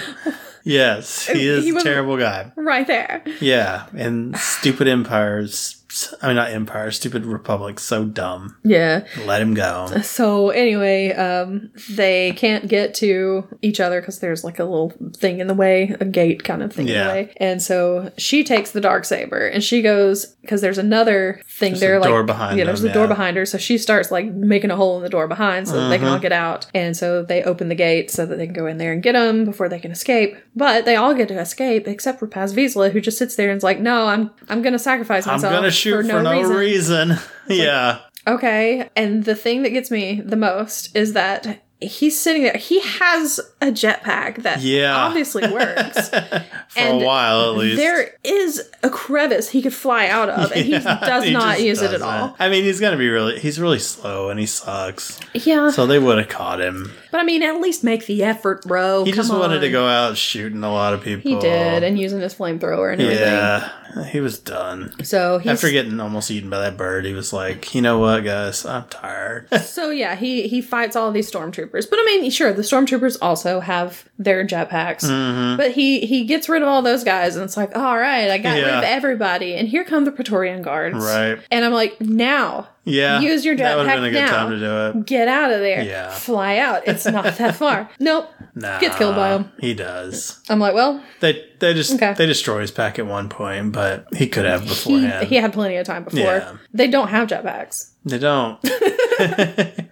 [SPEAKER 1] Yes, he is
[SPEAKER 2] He
[SPEAKER 1] a
[SPEAKER 2] was-
[SPEAKER 1] terrible guy.
[SPEAKER 2] Right there.
[SPEAKER 1] Yeah, and stupid empires I mean, not Empire, stupid Republic, so dumb.
[SPEAKER 2] Yeah.
[SPEAKER 1] Let him go.
[SPEAKER 2] So anyway, um, they can't get to each other because there's like a little thing in the way, a gate kind of thing in
[SPEAKER 1] Yeah.
[SPEAKER 2] the way. And so she takes the dark saber and she goes because there's another thing
[SPEAKER 1] There's a
[SPEAKER 2] there, like
[SPEAKER 1] door behind
[SPEAKER 2] yeah, there's
[SPEAKER 1] them,
[SPEAKER 2] a door
[SPEAKER 1] yeah.
[SPEAKER 2] behind her. So she starts like making a hole in the door behind so that they can
[SPEAKER 1] Uh-huh.
[SPEAKER 2] all get out. And so they open the gate so that they can go in there and get them before they can escape. But they all get to escape except for Paz Vizsla, who just sits there and is like, "No, I'm I'm gonna sacrifice
[SPEAKER 1] I'm
[SPEAKER 2] myself.
[SPEAKER 1] gonna shoot for no, reason. yeah,
[SPEAKER 2] Okay. And the thing that gets me the most is that he's sitting there. He has a jetpack that
[SPEAKER 1] Yeah.
[SPEAKER 2] obviously works.
[SPEAKER 1] for
[SPEAKER 2] And
[SPEAKER 1] a while at least.
[SPEAKER 2] there is a crevice he could fly out of, and he
[SPEAKER 1] Yeah,
[SPEAKER 2] does
[SPEAKER 1] he
[SPEAKER 2] not
[SPEAKER 1] just
[SPEAKER 2] use it at
[SPEAKER 1] doesn't.
[SPEAKER 2] all.
[SPEAKER 1] I mean, he's gonna be really. He's really slow and he sucks.
[SPEAKER 2] Yeah.
[SPEAKER 1] So they would have caught him.
[SPEAKER 2] but I mean, at least make the effort, bro.
[SPEAKER 1] He just
[SPEAKER 2] Come
[SPEAKER 1] wanted
[SPEAKER 2] on.
[SPEAKER 1] to go out shooting a lot of people.
[SPEAKER 2] He did, and using his flamethrower and everything.
[SPEAKER 1] yeah, he was done.
[SPEAKER 2] So he's
[SPEAKER 1] After getting almost eaten by that bird, he was like, "You know what, guys? I'm tired."
[SPEAKER 2] So yeah, he he fights all these stormtroopers. But I mean, sure, the stormtroopers also have their jetpacks.
[SPEAKER 1] Mm-hmm.
[SPEAKER 2] But he he gets rid of all those guys, and it's like, "Oh, all right, I got rid
[SPEAKER 1] Yeah.
[SPEAKER 2] of everybody, and here come the Praetorian guards.
[SPEAKER 1] right?
[SPEAKER 2] And I'm like, now
[SPEAKER 1] Yeah.
[SPEAKER 2] Use your
[SPEAKER 1] That would have
[SPEAKER 2] jetpack
[SPEAKER 1] been a good
[SPEAKER 2] now.
[SPEAKER 1] time to do it.
[SPEAKER 2] get out of there,
[SPEAKER 1] Yeah.
[SPEAKER 2] fly out. It's not that far. Nope.
[SPEAKER 1] Nah,
[SPEAKER 2] Gets killed by him.
[SPEAKER 1] He does.
[SPEAKER 2] I'm like, well,
[SPEAKER 1] They they just
[SPEAKER 2] Okay.
[SPEAKER 1] they destroy his pack at one point, but he could have
[SPEAKER 2] he
[SPEAKER 1] beforehand.
[SPEAKER 2] he had plenty of time before.
[SPEAKER 1] Yeah.
[SPEAKER 2] They don't have jetpacks
[SPEAKER 1] They don't.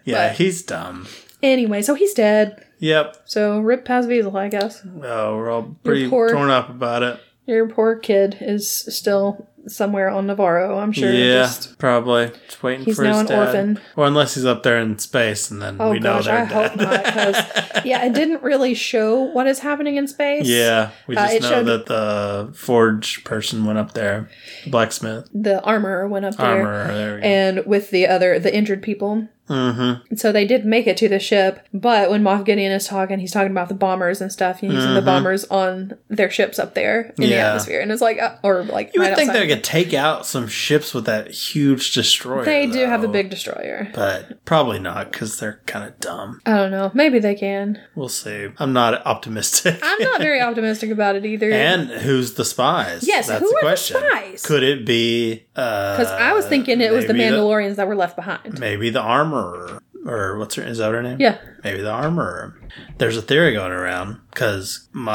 [SPEAKER 1] yeah,
[SPEAKER 2] But-
[SPEAKER 1] he's dumb.
[SPEAKER 2] anyway. So he's dead.
[SPEAKER 1] Yep.
[SPEAKER 2] So rip Paz Vizsla, I guess.
[SPEAKER 1] Oh, we're all pretty
[SPEAKER 2] poor-
[SPEAKER 1] torn up about it.
[SPEAKER 2] Your poor kid is still somewhere on Navarro. I'm sure.
[SPEAKER 1] yeah,
[SPEAKER 2] just-
[SPEAKER 1] probably. Just waiting
[SPEAKER 2] He's
[SPEAKER 1] for his
[SPEAKER 2] now an
[SPEAKER 1] dad.
[SPEAKER 2] orphan.
[SPEAKER 1] Or unless he's up there in space, and then
[SPEAKER 2] Oh
[SPEAKER 1] we know
[SPEAKER 2] gosh,
[SPEAKER 1] they're
[SPEAKER 2] I
[SPEAKER 1] dead.
[SPEAKER 2] hope not. Because yeah, it didn't really show what is happening in space.
[SPEAKER 1] Yeah, we
[SPEAKER 2] Uh,
[SPEAKER 1] just
[SPEAKER 2] it
[SPEAKER 1] know
[SPEAKER 2] showed-
[SPEAKER 1] that the forge person went up there, the blacksmith,
[SPEAKER 2] the armor went up there,
[SPEAKER 1] armor. There we go.
[SPEAKER 2] and with the other the injured people.
[SPEAKER 1] mm-hmm.
[SPEAKER 2] And So they did make it to the ship, but when Moff Gideon is talking, he's talking about the bombers and stuff, and using the bombers on their ships up there in the
[SPEAKER 1] Mm-hmm. Yeah.
[SPEAKER 2] atmosphere, and it's like, uh, or like
[SPEAKER 1] You would
[SPEAKER 2] right
[SPEAKER 1] think
[SPEAKER 2] outside.
[SPEAKER 1] they could take out some ships with that huge destroyer.
[SPEAKER 2] They do have a
[SPEAKER 1] though,
[SPEAKER 2] big destroyer.
[SPEAKER 1] but probably not because they're kind of dumb.
[SPEAKER 2] I don't know. Maybe they can.
[SPEAKER 1] We'll see. I'm not optimistic.
[SPEAKER 2] I'm not very optimistic about it either.
[SPEAKER 1] and who's the spies?
[SPEAKER 2] Yes,
[SPEAKER 1] that's
[SPEAKER 2] who
[SPEAKER 1] the
[SPEAKER 2] are the
[SPEAKER 1] question.
[SPEAKER 2] spies?
[SPEAKER 1] Could it be? Because
[SPEAKER 2] because I was thinking it
[SPEAKER 1] uh,
[SPEAKER 2] was the Mandalorians that were left behind.
[SPEAKER 1] maybe the armorer, or what's her? Is that her name?
[SPEAKER 2] Yeah.
[SPEAKER 1] Maybe the armorer. There's a theory going around because Moff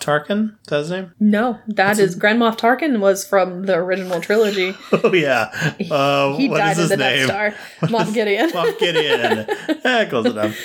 [SPEAKER 1] Tarkin. Is that his name?
[SPEAKER 2] No, that is Grand Moff Tarkin was from the original trilogy.
[SPEAKER 1] Oh yeah. Uh,
[SPEAKER 2] He
[SPEAKER 1] what is
[SPEAKER 2] died in
[SPEAKER 1] his
[SPEAKER 2] the
[SPEAKER 1] name?
[SPEAKER 2] Death Star. Moff Gideon.
[SPEAKER 1] Moff Gideon. Eh, close enough.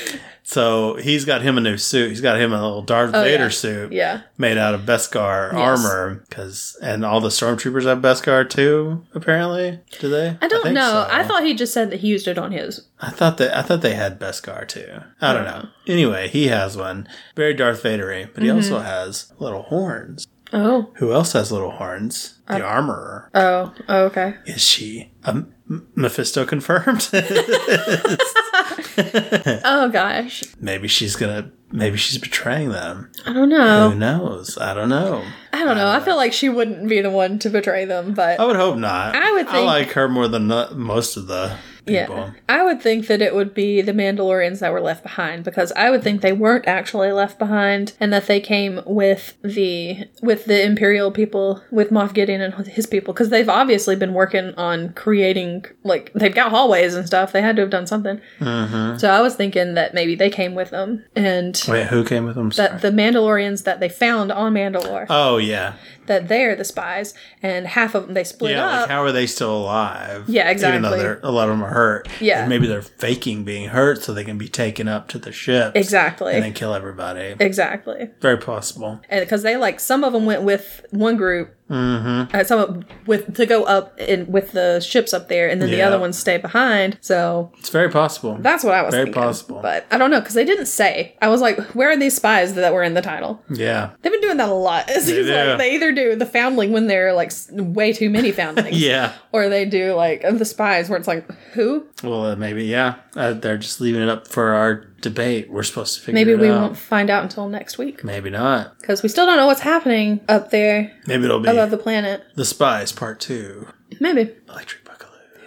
[SPEAKER 1] So he's got him a new suit. He's got him a little Darth
[SPEAKER 2] Oh, yeah.
[SPEAKER 1] Vader suit
[SPEAKER 2] yeah.
[SPEAKER 1] made out of Beskar armor. Because and all the stormtroopers have Beskar too. Apparently, do they?
[SPEAKER 2] I don't
[SPEAKER 1] think
[SPEAKER 2] know.
[SPEAKER 1] so.
[SPEAKER 2] I thought he just said that he used it on his.
[SPEAKER 1] I thought that I thought they had Beskar too. I don't know. Anyway, he has one very Darth Vadery, but he also
[SPEAKER 2] Mm-hmm.
[SPEAKER 1] has little horns.
[SPEAKER 2] Oh.
[SPEAKER 1] Who else has little horns? The
[SPEAKER 2] Uh,
[SPEAKER 1] armorer.
[SPEAKER 2] Oh. oh okay.
[SPEAKER 1] Is she um, M- Mephisto confirmed?
[SPEAKER 2] Oh gosh.
[SPEAKER 1] maybe she's gonna. Maybe she's betraying them.
[SPEAKER 2] I don't know.
[SPEAKER 1] Who knows? I don't know. Oh,
[SPEAKER 2] I don't know. I feel like she wouldn't be the one to betray them, but
[SPEAKER 1] I would hope not.
[SPEAKER 2] I would
[SPEAKER 1] I
[SPEAKER 2] think-
[SPEAKER 1] like her more than the, most of the
[SPEAKER 2] yeah.
[SPEAKER 1] people.
[SPEAKER 2] I would think that it would be the Mandalorians that were left behind because I would think they weren't actually left behind and that they came with the with the Imperial people, with Moff Gideon and his people because they've obviously been working on creating like they've got hallways and stuff. They had to have done something.
[SPEAKER 1] Mm-hmm.
[SPEAKER 2] So I was thinking that maybe they came with them and
[SPEAKER 1] Wait, who came with them? Sorry.
[SPEAKER 2] that the Mandalorians that they found on Mandalore
[SPEAKER 1] oh yeah,
[SPEAKER 2] that they're the spies and half of them they split
[SPEAKER 1] yeah.
[SPEAKER 2] up.
[SPEAKER 1] Like, how are they still alive?
[SPEAKER 2] Yeah,
[SPEAKER 1] Even though
[SPEAKER 2] exactly.
[SPEAKER 1] they're, a lot of them are hurt.
[SPEAKER 2] Yeah.
[SPEAKER 1] And maybe they're faking being hurt so they can be taken up to the ship
[SPEAKER 2] exactly.
[SPEAKER 1] and then kill everybody.
[SPEAKER 2] exactly.
[SPEAKER 1] Very possible.
[SPEAKER 2] and because they like some of them went with one group, mm-hmm. some of, with to go up in with the ships up there, and then the
[SPEAKER 1] Yeah.
[SPEAKER 2] other ones stay behind. So
[SPEAKER 1] It's very possible.
[SPEAKER 2] that's what I was
[SPEAKER 1] Very
[SPEAKER 2] thinking.
[SPEAKER 1] possible.
[SPEAKER 2] but I don't know because they didn't say. I was like, where are these spies that were in the title?
[SPEAKER 1] yeah.
[SPEAKER 2] They've been doing that a lot. It seems
[SPEAKER 1] do.
[SPEAKER 2] like they either do the foundling when they're like s- way too many foundlings,
[SPEAKER 1] Yeah.
[SPEAKER 2] or they do like of the spies where it's like who?
[SPEAKER 1] Well, uh, maybe yeah. Uh, they're just leaving it up for our debate. We're supposed to figure
[SPEAKER 2] Maybe
[SPEAKER 1] it
[SPEAKER 2] we
[SPEAKER 1] out.
[SPEAKER 2] won't find out until next week
[SPEAKER 1] Maybe not.
[SPEAKER 2] because we still don't know what's happening up there
[SPEAKER 1] Maybe it'll be
[SPEAKER 2] above the planet.
[SPEAKER 1] the spies part two.
[SPEAKER 2] Maybe.
[SPEAKER 1] Electric Boogaloo.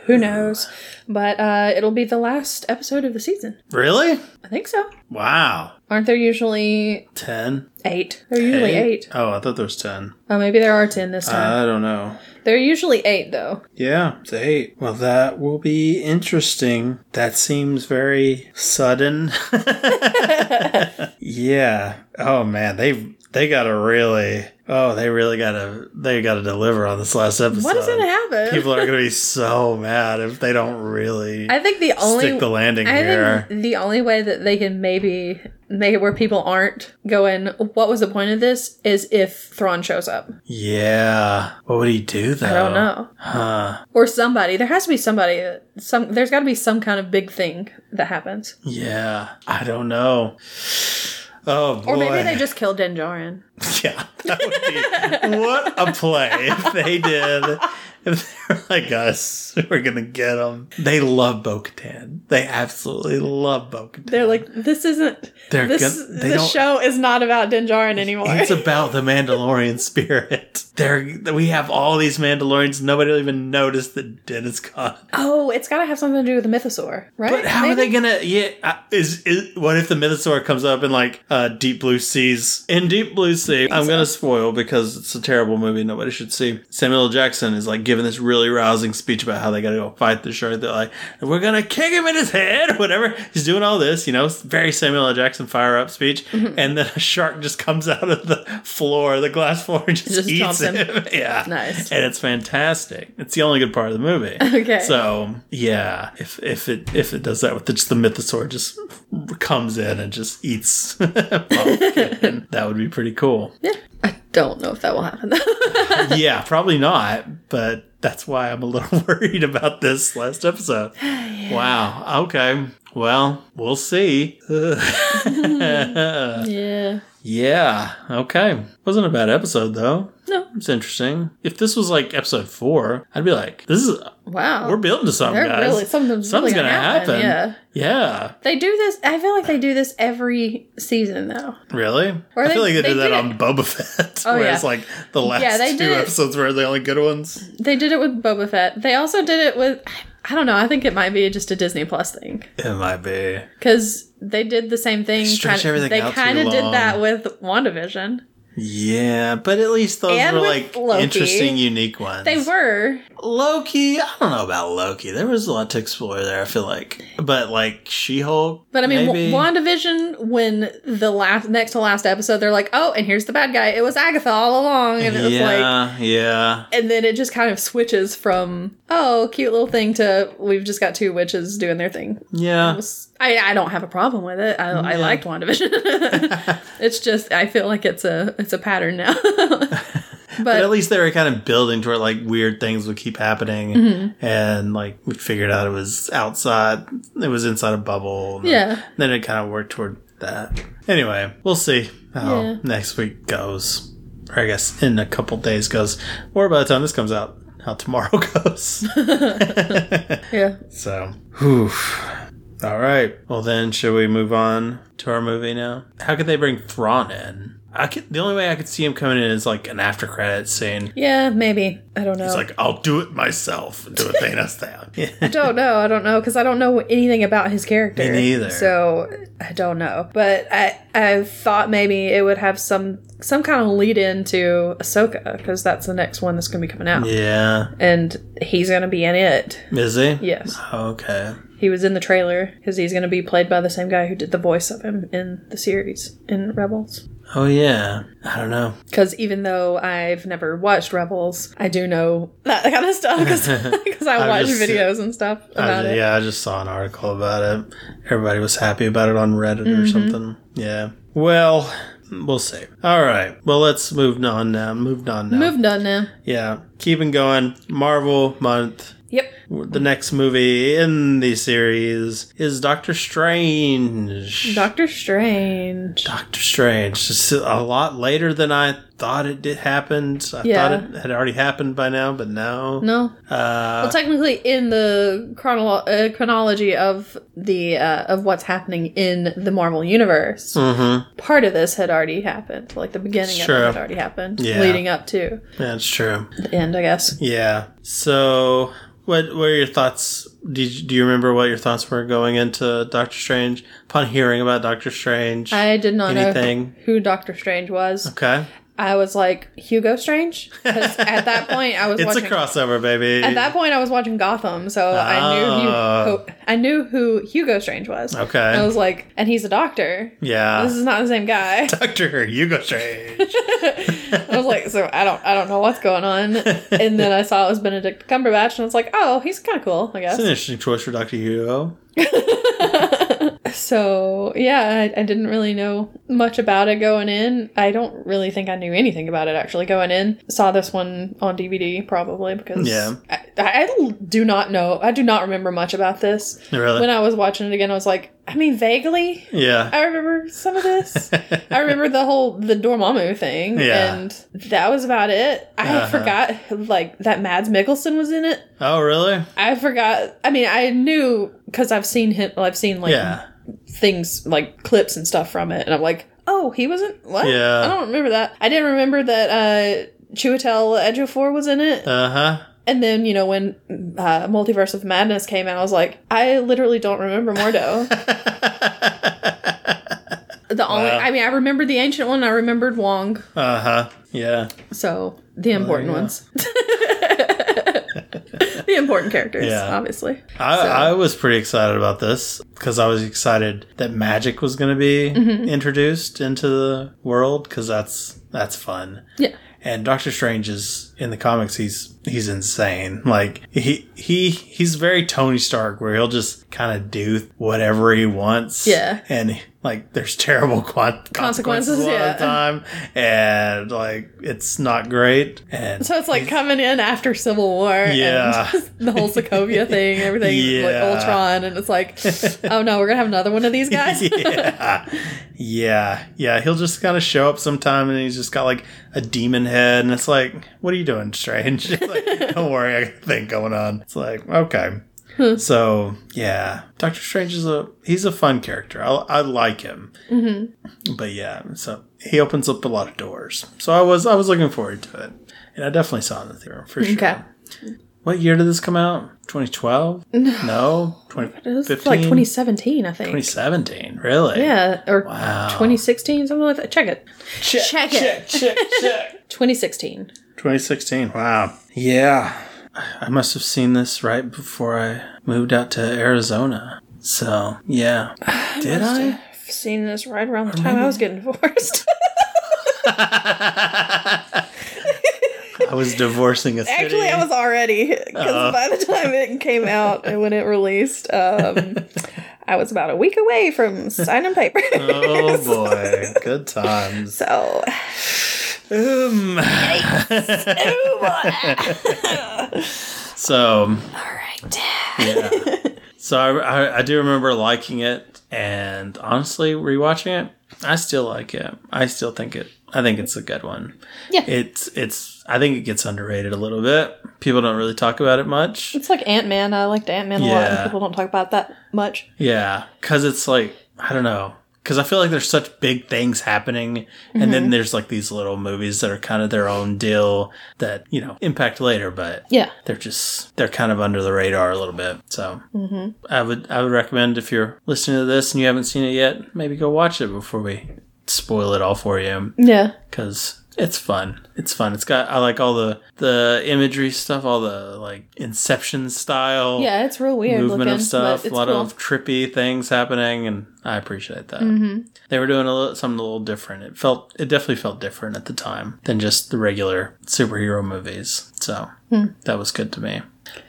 [SPEAKER 2] Who knows? But uh, it'll be the last episode of the season.
[SPEAKER 1] Really?
[SPEAKER 2] I think so.
[SPEAKER 1] Wow.
[SPEAKER 2] Aren't there usually
[SPEAKER 1] Ten?
[SPEAKER 2] eight? There are usually eight.
[SPEAKER 1] Oh, I thought there was ten.
[SPEAKER 2] Oh, maybe there are ten this time.
[SPEAKER 1] I don't know.
[SPEAKER 2] there are usually eight, though.
[SPEAKER 1] Yeah, it's eight. Well, that will be interesting. That seems very sudden. yeah. Oh man, they they gotta really. Oh, they really gotta they gotta deliver on this last episode.
[SPEAKER 2] What is going to happen?
[SPEAKER 1] People are gonna be so mad if they don't really
[SPEAKER 2] I think the only
[SPEAKER 1] stick the landing
[SPEAKER 2] I
[SPEAKER 1] here.
[SPEAKER 2] think the only way that they can maybe make it where people aren't going, what was the point of this, is if Thrawn shows up.
[SPEAKER 1] yeah. What would he do though?
[SPEAKER 2] I don't know.
[SPEAKER 1] Oh, Huh.
[SPEAKER 2] Or somebody. There has to be somebody. that- Some There's got to be some kind of big thing that happens.
[SPEAKER 1] Yeah. I don't know. Oh boy.
[SPEAKER 2] Or maybe they just killed Din Djarin.
[SPEAKER 1] Yeah, that would be what a play if they did. If they're like us, we're gonna get them. They love Bo-Katan. They absolutely love Bo-Katan.
[SPEAKER 2] They're like, this isn't.
[SPEAKER 1] They're
[SPEAKER 2] this
[SPEAKER 1] gonna- they
[SPEAKER 2] this
[SPEAKER 1] don't-
[SPEAKER 2] show is not about Din Djarin anymore.
[SPEAKER 1] it's about the Mandalorian spirit. There, we have all these Mandalorians. Nobody will even notice that Din is gone.
[SPEAKER 2] oh, it's got to have something to do with the mythosaur, right?
[SPEAKER 1] But how are they
[SPEAKER 2] Maybe?
[SPEAKER 1] gonna? Yeah, uh, is is what if the mythosaur comes up in like uh, Deep Blue Seas? In Deep Blue Sea, I'm gonna spoil because it's a terrible movie. Nobody should see. Samuel L. Jackson is like giving this really rousing speech about how they gotta go fight the shark. They're like, we're gonna kick him in his head, or whatever. He's doing all this, you know, very Samuel L. Jackson fire up speech,
[SPEAKER 2] Mm-hmm.
[SPEAKER 1] and then a shark just comes out of the floor, the glass floor, and just,
[SPEAKER 2] Just
[SPEAKER 1] eats
[SPEAKER 2] chomps
[SPEAKER 1] him.
[SPEAKER 2] him.
[SPEAKER 1] yeah,
[SPEAKER 2] Nice.
[SPEAKER 1] and it's fantastic. It's the only good part of the movie.
[SPEAKER 2] Okay.
[SPEAKER 1] So yeah, if if it if it does that with just the mythosaur just comes in and just eats, Bobcat, that would be pretty cool.
[SPEAKER 2] Yeah. I don't know if that will happen.
[SPEAKER 1] Yeah, probably not, but that's why I'm a little worried about this last episode. Wow. Okay. Well, we'll see.
[SPEAKER 2] yeah.
[SPEAKER 1] yeah. Okay. Wasn't a bad episode though.
[SPEAKER 2] No.
[SPEAKER 1] It's interesting. If this was like episode four, I'd be like, "This is
[SPEAKER 2] Wow.
[SPEAKER 1] we're building to something,
[SPEAKER 2] They're
[SPEAKER 1] guys.
[SPEAKER 2] really- something's really gonna happen,
[SPEAKER 1] Yeah.
[SPEAKER 2] They do this. I feel like they do this every season, though.
[SPEAKER 1] Really?
[SPEAKER 2] Or
[SPEAKER 1] I
[SPEAKER 2] they-
[SPEAKER 1] feel like they,
[SPEAKER 2] they
[SPEAKER 1] did that
[SPEAKER 2] did it-
[SPEAKER 1] on Boba Fett,
[SPEAKER 2] Oh,
[SPEAKER 1] where
[SPEAKER 2] yeah.
[SPEAKER 1] it's like the last
[SPEAKER 2] Yeah, they did
[SPEAKER 1] two
[SPEAKER 2] it-
[SPEAKER 1] episodes were the only good ones.
[SPEAKER 2] They did it with Boba Fett. They also did it with. I don't know. I think it might be just a Disney Plus thing
[SPEAKER 1] It might be.
[SPEAKER 2] because they did the same thing.
[SPEAKER 1] stretch
[SPEAKER 2] kinda-
[SPEAKER 1] everything
[SPEAKER 2] they
[SPEAKER 1] out too
[SPEAKER 2] kind of did
[SPEAKER 1] long.
[SPEAKER 2] that with WandaVision.
[SPEAKER 1] Yeah, but at least those
[SPEAKER 2] And
[SPEAKER 1] were
[SPEAKER 2] with
[SPEAKER 1] like
[SPEAKER 2] Loki.
[SPEAKER 1] interesting, unique ones.
[SPEAKER 2] They were.
[SPEAKER 1] Loki. I don't know about Loki. There was a lot to explore there. I feel like, but like She Hulk.
[SPEAKER 2] But I mean,
[SPEAKER 1] maybe?
[SPEAKER 2] w WandaVision, when the last next to last episode, they're like, "Oh, and here's the bad guy. It was Agatha all along," and it was like,
[SPEAKER 1] yeah, yeah,
[SPEAKER 2] and then it just kind of switches from "Oh, cute little thing" to "We've just got two witches doing their thing."
[SPEAKER 1] yeah.
[SPEAKER 2] was- I, I don't have a problem with it. I, I
[SPEAKER 1] Yeah.
[SPEAKER 2] liked WandaVision. it's just I feel like it's a it's a pattern now.
[SPEAKER 1] But at
[SPEAKER 2] but
[SPEAKER 1] least they were kind of building toward like weird things would keep happening,
[SPEAKER 2] Mm-hmm.
[SPEAKER 1] and like we figured out it was outside, it was inside a bubble. and
[SPEAKER 2] Yeah.
[SPEAKER 1] then it kind of worked toward that. Anyway, we'll see how
[SPEAKER 2] Yeah.
[SPEAKER 1] next week goes, or I guess in a couple days goes, or by the time this comes out, how tomorrow goes.
[SPEAKER 2] yeah,
[SPEAKER 1] so, whew. all right. Well, then, should we move on to our movie now? How could they bring Thrawn in? I could, the only way I could see him coming in is like an after credit scene.
[SPEAKER 2] yeah, maybe I don't know.
[SPEAKER 1] It's like, I'll do it myself. Do a Thanos down.
[SPEAKER 2] I don't know. I don't know because I don't know anything about his character.
[SPEAKER 1] Me neither.
[SPEAKER 2] So I don't know. But I I thought maybe it would have some some kind of lead in to Ahsoka because that's the next one that's going to be coming out,
[SPEAKER 1] Yeah.
[SPEAKER 2] and he's going to be in it.
[SPEAKER 1] Is he?
[SPEAKER 2] Yes,
[SPEAKER 1] Okay.
[SPEAKER 2] he was in the trailer because he's going to be played by the same guy who did the voice of him in the series in Rebels.
[SPEAKER 1] Oh, yeah. I don't know.
[SPEAKER 2] Because even though I've never watched Rebels, I do know that kind of stuff because I
[SPEAKER 1] I
[SPEAKER 2] watch
[SPEAKER 1] just-
[SPEAKER 2] videos and stuff
[SPEAKER 1] I
[SPEAKER 2] about
[SPEAKER 1] ju-
[SPEAKER 2] it.
[SPEAKER 1] yeah, I just saw an article about it. Everybody was happy about it on Reddit
[SPEAKER 2] Mm-hmm.
[SPEAKER 1] or something. Yeah. Well, we'll see. All right. Well, let's move on now. Moved on now.
[SPEAKER 2] Moved on now.
[SPEAKER 1] yeah. Keeping going. Marvel month.
[SPEAKER 2] Yep.
[SPEAKER 1] The next movie in the series is Doctor Strange.
[SPEAKER 2] Doctor Strange.
[SPEAKER 1] Doctor Strange. Just a lot later than I thought it did happened. I
[SPEAKER 2] Yeah.
[SPEAKER 1] thought it had already happened by now, but no.
[SPEAKER 2] No.
[SPEAKER 1] Uh,
[SPEAKER 2] well, technically, in the chronolo- uh, chronology of the uh, of what's happening in the Marvel universe,
[SPEAKER 1] mhm.
[SPEAKER 2] part of this had already happened. Like the beginning of
[SPEAKER 1] Sure.
[SPEAKER 2] it had already happened,
[SPEAKER 1] Yeah.
[SPEAKER 2] leading up to
[SPEAKER 1] That's true.
[SPEAKER 2] the end, I guess.
[SPEAKER 1] Yeah. So What were your thoughts? Did you, do you remember what your thoughts were going into Doctor Strange upon hearing about Doctor Strange?
[SPEAKER 2] I did not
[SPEAKER 1] Anything?
[SPEAKER 2] know who Doctor Strange was.
[SPEAKER 1] okay,
[SPEAKER 2] I was like Hugo Strange 'Cause at that point I was
[SPEAKER 1] it's a
[SPEAKER 2] watching.
[SPEAKER 1] crossover, baby.
[SPEAKER 2] at that point, I was watching Gotham, so I knew
[SPEAKER 1] Ah.
[SPEAKER 2] who, I knew who Hugo Strange was.
[SPEAKER 1] Okay.
[SPEAKER 2] I was like, and he's a doctor. This
[SPEAKER 1] yeah,
[SPEAKER 2] is not the same guy.
[SPEAKER 1] Doctor Hugo Strange.
[SPEAKER 2] I was like, so I don't, I don't know what's going on. And then I saw it was Benedict Cumberbatch, and I was like, oh, he's kind of cool, I
[SPEAKER 1] It's an
[SPEAKER 2] guess.
[SPEAKER 1] interesting choice for Doctor Hugo.
[SPEAKER 2] So yeah, I, I didn't really know much about it going in. I don't really think I knew anything about it actually going in. Saw this one on DVD probably because
[SPEAKER 1] Yeah.
[SPEAKER 2] I, I do not know. I do not remember much about this.
[SPEAKER 1] Really?
[SPEAKER 2] When I was watching it again, I was like, I mean, vaguely,
[SPEAKER 1] yeah.
[SPEAKER 2] I remember some of this. I remember the whole the Dormammu thing,
[SPEAKER 1] Yeah.
[SPEAKER 2] and that was about it. I had
[SPEAKER 1] Uh-huh.
[SPEAKER 2] forgot like that Mads Mikkelsen was in it.
[SPEAKER 1] oh, really?
[SPEAKER 2] I forgot. I mean, I knew because I've seen him. I've seen like
[SPEAKER 1] Yeah.
[SPEAKER 2] things like clips and stuff from it, and I'm like, oh, he wasn't. What?
[SPEAKER 1] Yeah.
[SPEAKER 2] I don't remember that. I didn't remember that. uh Chiwetel Ejiofor was in it,
[SPEAKER 1] Uh huh.
[SPEAKER 2] and then you know when uh, Multiverse of Madness came out, I was like, I literally don't remember Mordo. the only,
[SPEAKER 1] Wow.
[SPEAKER 2] I mean, I remembered the ancient one. I remembered Wong.
[SPEAKER 1] Uh huh. Yeah.
[SPEAKER 2] So the important
[SPEAKER 1] yeah.
[SPEAKER 2] ones. the important characters,
[SPEAKER 1] Yeah.
[SPEAKER 2] obviously.
[SPEAKER 1] I,
[SPEAKER 2] So-
[SPEAKER 1] I was pretty excited about this because I was excited that magic was going to be
[SPEAKER 2] Mm-hmm.
[SPEAKER 1] introduced into the world because that's that's fun.
[SPEAKER 2] Yeah.
[SPEAKER 1] And Doctor Strange is in the comics. He's he's insane. Like he he he's very Tony Stark, where he'll just kind of do whatever he wants.
[SPEAKER 2] Yeah.
[SPEAKER 1] And like there's terrible quan- consequences,
[SPEAKER 2] Consequences,
[SPEAKER 1] all
[SPEAKER 2] yeah.
[SPEAKER 1] the time, and like it's not great. And
[SPEAKER 2] So it's like coming in after Civil War
[SPEAKER 1] Yeah.
[SPEAKER 2] and just the whole Sokovia thing, everything like
[SPEAKER 1] Yeah.
[SPEAKER 2] Ultron, and it's like, oh no, we're gonna have another one of these guys.
[SPEAKER 1] yeah. yeah, yeah. He'll just kind of show up sometime, and he's just got like a demon head, and it's like, "What are you doing, Strange?" It's like, Don't worry, I got a thing going on. It's like, okay.
[SPEAKER 2] Hmm.
[SPEAKER 1] so yeah, Doctor Strange is a he's a fun character. I, I like him, mm-hmm. but yeah, so he opens up a lot of doors. So I was I was looking forward to it, and I definitely saw it in the theater for sure.
[SPEAKER 2] Okay.
[SPEAKER 1] What year did this come out? 2012? No,
[SPEAKER 2] It
[SPEAKER 1] 2015.
[SPEAKER 2] was like 2017, I think.
[SPEAKER 1] 2017, really?
[SPEAKER 2] Yeah, or
[SPEAKER 1] Wow.
[SPEAKER 2] 2016, something like that. Check it.
[SPEAKER 1] check,
[SPEAKER 2] Check it.
[SPEAKER 1] Check, check, check.
[SPEAKER 2] 2016.
[SPEAKER 1] 2016. Wow. Yeah. I must have seen this right before I moved out to Arizona. So, yeah. Did I?
[SPEAKER 2] I've seen this right around the time I was getting divorced.
[SPEAKER 1] I was divorcing a city.
[SPEAKER 2] Actually, I was already because
[SPEAKER 1] Uh.
[SPEAKER 2] by the time it came out and when it released, um, I was about a week away from signing papers.
[SPEAKER 1] Oh boy, good times.
[SPEAKER 2] so,
[SPEAKER 1] Um,
[SPEAKER 2] oh boy.
[SPEAKER 1] so, um,
[SPEAKER 2] all right.
[SPEAKER 1] yeah. So I, I, I do remember liking it, and honestly, rewatching it, I still like it. I still think it. I think it's a good one.
[SPEAKER 2] Yeah.
[SPEAKER 1] It's it's. I think it gets underrated a little bit. People don't really talk about it much.
[SPEAKER 2] It's like Ant Man. I liked Ant Man a lot, and
[SPEAKER 1] Yeah.
[SPEAKER 2] people don't talk about that much.
[SPEAKER 1] Yeah, because it's like I don't know. Because I feel like there's such big things happening, and then there's like these little movies that are kind of their own deal that you know impact later, but
[SPEAKER 2] Yeah.
[SPEAKER 1] they're just they're kind of under the radar a little bit. So I would I would recommend if you're listening to this and you haven't seen it yet, maybe go watch it before we spoil it all for you
[SPEAKER 2] Yeah.
[SPEAKER 1] because it's fun. It's fun. It's got I like all the the imagery stuff, all the like Inception style
[SPEAKER 2] Yeah, it's real weird
[SPEAKER 1] movement
[SPEAKER 2] looking.
[SPEAKER 1] of stuff,
[SPEAKER 2] but
[SPEAKER 1] a
[SPEAKER 2] it's
[SPEAKER 1] lot
[SPEAKER 2] cool. Mm-hmm.
[SPEAKER 1] of trippy things happening, and I appreciate that. They were doing a little, something a little different. It felt, it definitely felt different at the time than just the regular superhero movies. So
[SPEAKER 2] Hmm.
[SPEAKER 1] that was good to me.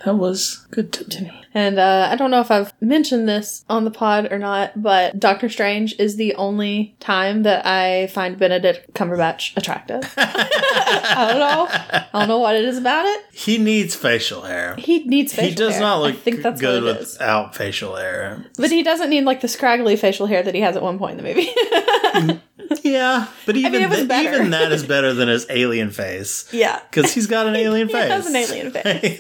[SPEAKER 1] That was good to, me.
[SPEAKER 2] And uh, I don't know if I've mentioned this on the pod or not, but Doctor Strange is the only time that I find Benedict Cumberbatch attractive. I don't know. I don't know what it is about it.
[SPEAKER 1] He needs facial hair.
[SPEAKER 2] He needs facial
[SPEAKER 1] He does
[SPEAKER 2] hair.
[SPEAKER 1] not
[SPEAKER 2] I
[SPEAKER 1] look
[SPEAKER 2] think that's
[SPEAKER 1] good
[SPEAKER 2] what it is.
[SPEAKER 1] without facial hair.
[SPEAKER 2] But he doesn't need like the scraggly facial hair that he has at one point in the movie.
[SPEAKER 1] Yeah, but even
[SPEAKER 2] mean, it was
[SPEAKER 1] th-
[SPEAKER 2] better.
[SPEAKER 1] even that is better than his alien face
[SPEAKER 2] Yeah.
[SPEAKER 1] because he's got an alien
[SPEAKER 2] He
[SPEAKER 1] face.
[SPEAKER 2] has an alien face.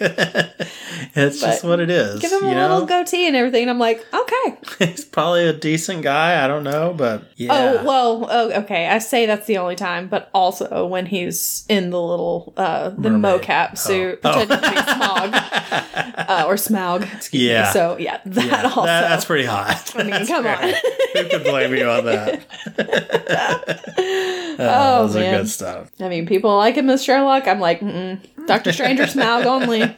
[SPEAKER 1] it's just
[SPEAKER 2] But
[SPEAKER 1] what it is.
[SPEAKER 2] Give him a
[SPEAKER 1] you
[SPEAKER 2] little
[SPEAKER 1] know?
[SPEAKER 2] goatee and everything. And I'm like, okay.
[SPEAKER 1] he's probably a decent guy. I don't know, but yeah.
[SPEAKER 2] Oh, well, oh, okay. I say that's the only time, but also when he's in the little, uh, the
[SPEAKER 1] Mermaid.
[SPEAKER 2] mocap suit,
[SPEAKER 1] Oh.
[SPEAKER 2] pretending to be Smog, uh, or Smaug. excuse me.
[SPEAKER 1] Yeah.
[SPEAKER 2] So, yeah, that
[SPEAKER 1] Yeah,
[SPEAKER 2] also.
[SPEAKER 1] that- that's pretty hot.
[SPEAKER 2] I mean,
[SPEAKER 1] That's
[SPEAKER 2] come
[SPEAKER 1] very-
[SPEAKER 2] on.
[SPEAKER 1] Who could blame you on that?
[SPEAKER 2] Oh,
[SPEAKER 1] those
[SPEAKER 2] man.
[SPEAKER 1] are good stuff.
[SPEAKER 2] I mean, people like him as Sherlock. I'm like, mm Doctor Strange or Smaug only.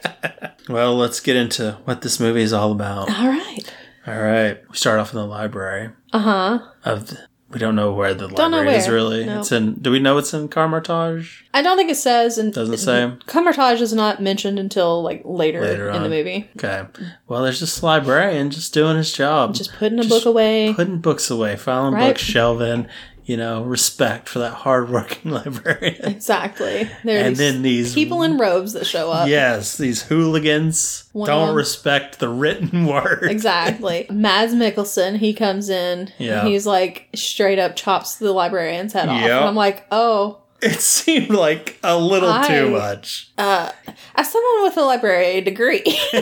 [SPEAKER 1] Well, let's get into what this movie is all about.
[SPEAKER 2] All right.
[SPEAKER 1] All right, we start off in the library
[SPEAKER 2] Uh huh.
[SPEAKER 1] of. The, we don't know where the
[SPEAKER 2] Don't know
[SPEAKER 1] library is
[SPEAKER 2] where.
[SPEAKER 1] really.
[SPEAKER 2] No.
[SPEAKER 1] It's in. Do we know it's in Carmartage?
[SPEAKER 2] I don't think it says, and
[SPEAKER 1] Doesn't say.
[SPEAKER 2] Camartage is not mentioned until like later,
[SPEAKER 1] Later
[SPEAKER 2] in the
[SPEAKER 1] on.
[SPEAKER 2] movie.
[SPEAKER 1] Okay. Well, there's this librarian just doing his job,
[SPEAKER 2] Just putting a
[SPEAKER 1] Just
[SPEAKER 2] book away.
[SPEAKER 1] putting books away, filing
[SPEAKER 2] Right.
[SPEAKER 1] books, shelving. You know, respect for that hardworking librarian.
[SPEAKER 2] exactly. There are
[SPEAKER 1] and
[SPEAKER 2] these
[SPEAKER 1] then these
[SPEAKER 2] people in robes that show up.
[SPEAKER 1] Yes, these hooligans
[SPEAKER 2] Uh, One of
[SPEAKER 1] don't
[SPEAKER 2] them-
[SPEAKER 1] respect the written word.
[SPEAKER 2] Exactly. Mads Mikkelsen, he comes in.
[SPEAKER 1] Yeah.
[SPEAKER 2] And he's like straight up chops the librarian's head off.
[SPEAKER 1] Yep.
[SPEAKER 2] And I'm like, oh.
[SPEAKER 1] It seemed like a little
[SPEAKER 2] I-
[SPEAKER 1] too much.
[SPEAKER 2] Uh, as someone with a library degree,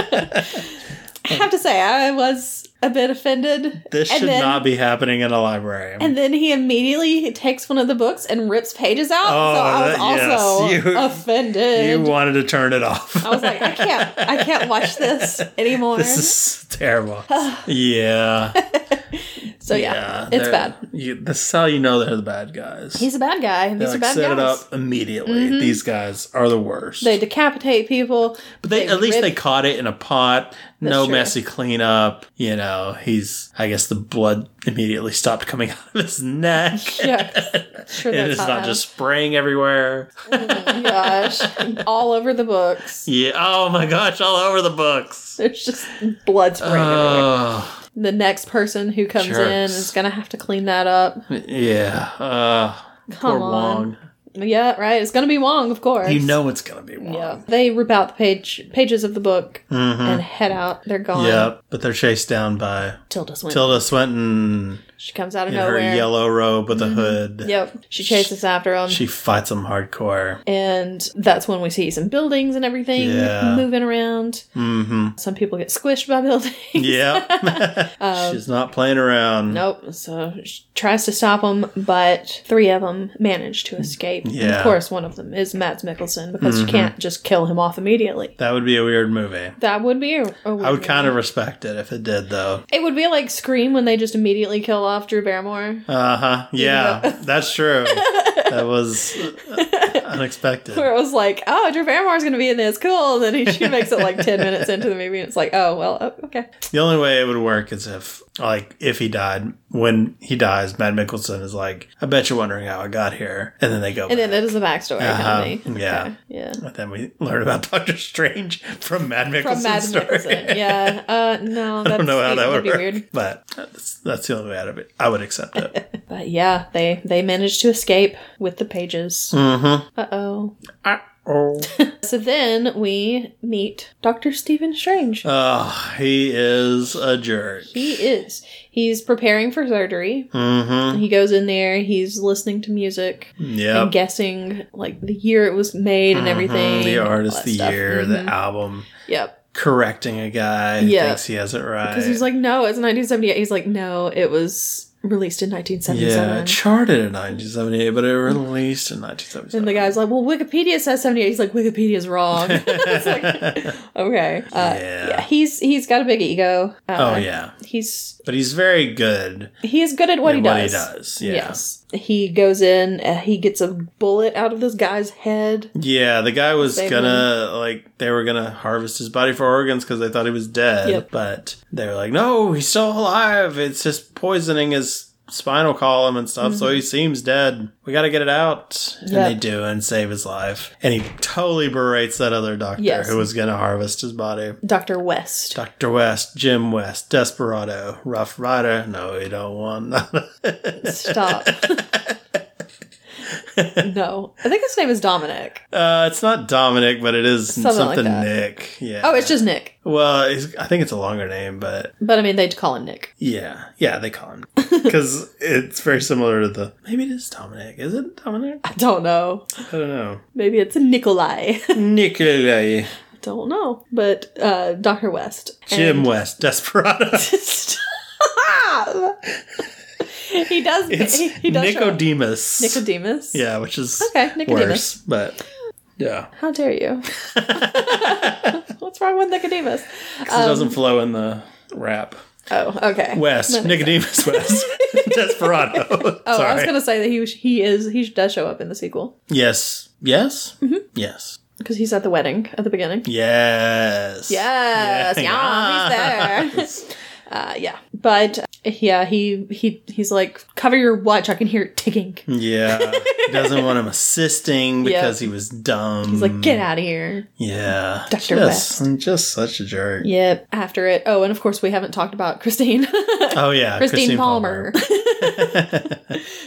[SPEAKER 2] I have to say I was a bit offended.
[SPEAKER 1] This
[SPEAKER 2] And
[SPEAKER 1] should
[SPEAKER 2] then-
[SPEAKER 1] not be happening in a library.
[SPEAKER 2] And then he immediately takes one of the books and rips pages out.
[SPEAKER 1] Oh,
[SPEAKER 2] so I was
[SPEAKER 1] that- yes.
[SPEAKER 2] also
[SPEAKER 1] You-
[SPEAKER 2] offended.
[SPEAKER 1] you wanted to turn it off.
[SPEAKER 2] I was like, I can't, I can't watch this anymore.
[SPEAKER 1] this is terrible. yeah.
[SPEAKER 2] so yeah, it's
[SPEAKER 1] they're-
[SPEAKER 2] bad.
[SPEAKER 1] You, this is how you know they're the bad guys.
[SPEAKER 2] He's a bad guy. and
[SPEAKER 1] they
[SPEAKER 2] These are
[SPEAKER 1] like,
[SPEAKER 2] bad
[SPEAKER 1] set
[SPEAKER 2] guys.
[SPEAKER 1] it up immediately. These guys are the worst.
[SPEAKER 2] They decapitate people.
[SPEAKER 1] but they,
[SPEAKER 2] they
[SPEAKER 1] at least
[SPEAKER 2] rip-
[SPEAKER 1] they caught it in a pot. No
[SPEAKER 2] true.
[SPEAKER 1] messy cleanup. You know, he's. I guess the blood immediately stopped coming out of his neck.
[SPEAKER 2] Yeah, sure.
[SPEAKER 1] and
[SPEAKER 2] that's
[SPEAKER 1] it's
[SPEAKER 2] how
[SPEAKER 1] not
[SPEAKER 2] it
[SPEAKER 1] just spraying everywhere.
[SPEAKER 2] happens. gosh, all over the books.
[SPEAKER 1] Yeah. Oh my gosh, all over the books.
[SPEAKER 2] There's just blood spraying. everywhere.
[SPEAKER 1] Oh,
[SPEAKER 2] The next person who comes in
[SPEAKER 1] Jerks.
[SPEAKER 2] is gonna have to clean that up.
[SPEAKER 1] yeah. Uh, poor
[SPEAKER 2] Come on.
[SPEAKER 1] Wong.
[SPEAKER 2] Yeah, right. It's gonna be Wong, of course.
[SPEAKER 1] You know it's gonna be Wong.
[SPEAKER 2] Yeah, they rip out the page pages of the book
[SPEAKER 1] Mhm.
[SPEAKER 2] and head out. They're gone.
[SPEAKER 1] Yeah, but they're chased down by
[SPEAKER 2] Tilda Swinton.
[SPEAKER 1] Tilda Swinton
[SPEAKER 2] she comes out of
[SPEAKER 1] in her
[SPEAKER 2] nowhere. Mm-hmm.
[SPEAKER 1] yellow robe with a hood.
[SPEAKER 2] Yep. She chases after him.
[SPEAKER 1] She fights them hardcore.
[SPEAKER 2] and that's when we see some buildings and everything
[SPEAKER 1] Yeah.
[SPEAKER 2] moving around.
[SPEAKER 1] Mm-hmm.
[SPEAKER 2] Some people get squished by buildings.
[SPEAKER 1] Yeah.
[SPEAKER 2] Um,
[SPEAKER 1] She's not playing around.
[SPEAKER 2] Nope. So she tries to stop them, but three of them manage to escape. And of
[SPEAKER 1] Yeah. Mm-hmm.
[SPEAKER 2] course, one of them is Mads Mikkelsen because you can't just kill him off immediately.
[SPEAKER 1] That would be a weird movie.
[SPEAKER 2] That would be. A, a
[SPEAKER 1] I would kind of respect it if it did, though.
[SPEAKER 2] It would be like Scream when they just immediately kill off Drew Barrymore.
[SPEAKER 1] Uh huh. Yeah, that's true. That was uh, unexpected.
[SPEAKER 2] Where it was like, oh, Drew Barrymore's going to be in this. Cool. And then he, she makes it like 10 minutes into the movie. And it's like, oh, well, oh, okay.
[SPEAKER 1] The only way it would work is if, like, if he died, when he dies, Matt Mickelson is like, I bet you're wondering how I got here. And then they go,
[SPEAKER 2] And then
[SPEAKER 1] back.
[SPEAKER 2] it is the backstory.
[SPEAKER 1] Uh-huh.
[SPEAKER 2] Kind of thing.
[SPEAKER 1] Yeah.
[SPEAKER 2] Okay. Yeah.
[SPEAKER 1] And then we learn about Doctor Strange from Matt
[SPEAKER 2] From Mads
[SPEAKER 1] Mickelson's story.
[SPEAKER 2] Mikkelsen. Yeah. Uh, no, that's,
[SPEAKER 1] I don't know how that would
[SPEAKER 2] be
[SPEAKER 1] work,
[SPEAKER 2] weird.
[SPEAKER 1] but that's, that's the only way out of it. I would accept it.
[SPEAKER 2] But yeah, they they managed to escape with the pages.
[SPEAKER 1] mm-hmm.
[SPEAKER 2] Uh oh.
[SPEAKER 1] Oh,
[SPEAKER 2] So then we meet Doctor Stephen Strange.
[SPEAKER 1] Ah, he is a jerk.
[SPEAKER 2] He is. He's preparing for surgery.
[SPEAKER 1] Mm-hmm.
[SPEAKER 2] He goes in there. He's listening to music
[SPEAKER 1] Yep.
[SPEAKER 2] and guessing like the year it was made and everything.
[SPEAKER 1] Mhm. The
[SPEAKER 2] and all
[SPEAKER 1] artist,
[SPEAKER 2] that
[SPEAKER 1] the
[SPEAKER 2] stuff.
[SPEAKER 1] year,
[SPEAKER 2] Mhm.
[SPEAKER 1] the album,
[SPEAKER 2] Yep.
[SPEAKER 1] correcting a guy who
[SPEAKER 2] Yeah.
[SPEAKER 1] thinks he has it right.
[SPEAKER 2] Because he's like, no, it's 1978. He's like, no, it was released in 1977.
[SPEAKER 1] Yeah, it charted in 1978, but it released in 1977.
[SPEAKER 2] And the guy's like, well, Wikipedia says 78. He's like, Wikipedia's wrong. It's like, okay. Uh, yeah.
[SPEAKER 1] Yeah.
[SPEAKER 2] He's he's got a big ego. Uh,
[SPEAKER 1] oh yeah,
[SPEAKER 2] He's
[SPEAKER 1] but he's very good
[SPEAKER 2] he is good at
[SPEAKER 1] at
[SPEAKER 2] what, he,
[SPEAKER 1] what
[SPEAKER 2] does.
[SPEAKER 1] he does. Yeah.
[SPEAKER 2] Yes. He goes in. Uh, he gets a bullet out of this guy's head.
[SPEAKER 1] Yeah, the guy was
[SPEAKER 2] They
[SPEAKER 1] gonna like they were gonna harvest his body for organs because they thought he was dead.
[SPEAKER 2] Yep.
[SPEAKER 1] But they were like, no, he's still alive. It's just poisoning his spinal column and stuff, so he seems dead. We got to get it out,
[SPEAKER 2] Mm-hmm. Yep.
[SPEAKER 1] and they do and save his life. And he totally berates that other doctor
[SPEAKER 2] Yes.
[SPEAKER 1] who was gonna harvest his body.
[SPEAKER 2] Doctor West.
[SPEAKER 1] Dr. West, Jim West, Desperado, Rough Rider. No, we don't want none.
[SPEAKER 2] Stop. No, I think his name is Dominic.
[SPEAKER 1] Uh, it's not Dominic, but it is
[SPEAKER 2] Something
[SPEAKER 1] something,
[SPEAKER 2] like that.
[SPEAKER 1] Nick. Yeah.
[SPEAKER 2] Oh, it's just Nick.
[SPEAKER 1] well, it's, I think it's a longer name, but
[SPEAKER 2] But I mean, they'd call him Nick.
[SPEAKER 1] yeah, yeah, they call him because it's very similar to the. Maybe it is Dominic. Is it Dominic?
[SPEAKER 2] I don't know.
[SPEAKER 1] I don't know.
[SPEAKER 2] Maybe it's Nikolai.
[SPEAKER 1] Nikolai,
[SPEAKER 2] don't know. But uh, Dr. West.
[SPEAKER 1] Jim
[SPEAKER 2] And-
[SPEAKER 1] West, Desperado.
[SPEAKER 2] Stop! he does.
[SPEAKER 1] It's
[SPEAKER 2] he, he does. show up.
[SPEAKER 1] Nicodemus.
[SPEAKER 2] Nicodemus.
[SPEAKER 1] Yeah, which is
[SPEAKER 2] Okay, Nicodemus.
[SPEAKER 1] worse, but yeah,
[SPEAKER 2] How dare you? What's wrong with Nicodemus?
[SPEAKER 1] 'Cause it
[SPEAKER 2] Um,
[SPEAKER 1] doesn't flow in the rap.
[SPEAKER 2] Oh, okay.
[SPEAKER 1] West, Nicodemus West, Desperado.
[SPEAKER 2] Oh,
[SPEAKER 1] Sorry.
[SPEAKER 2] I was gonna say that he was- he is he does show up in the sequel
[SPEAKER 1] Yes. Yes.
[SPEAKER 2] Mm-hmm.
[SPEAKER 1] Yes.
[SPEAKER 2] because he's at the wedding at the beginning.
[SPEAKER 1] Yes.
[SPEAKER 2] Yes, yeah, he's
[SPEAKER 1] Yes.
[SPEAKER 2] Uh, yeah, but uh, yeah, he he he's like cover your watch. I can hear it ticking.
[SPEAKER 1] yeah. He doesn't want him assisting
[SPEAKER 2] Yeah.
[SPEAKER 1] because he was dumb.
[SPEAKER 2] He's like get out of here.
[SPEAKER 1] Yeah.
[SPEAKER 2] Dr.
[SPEAKER 1] Just, just such a jerk.
[SPEAKER 2] Yep. After it. Oh, and of course we haven't talked about Christine.
[SPEAKER 1] Oh yeah.
[SPEAKER 2] Christine, Palmer.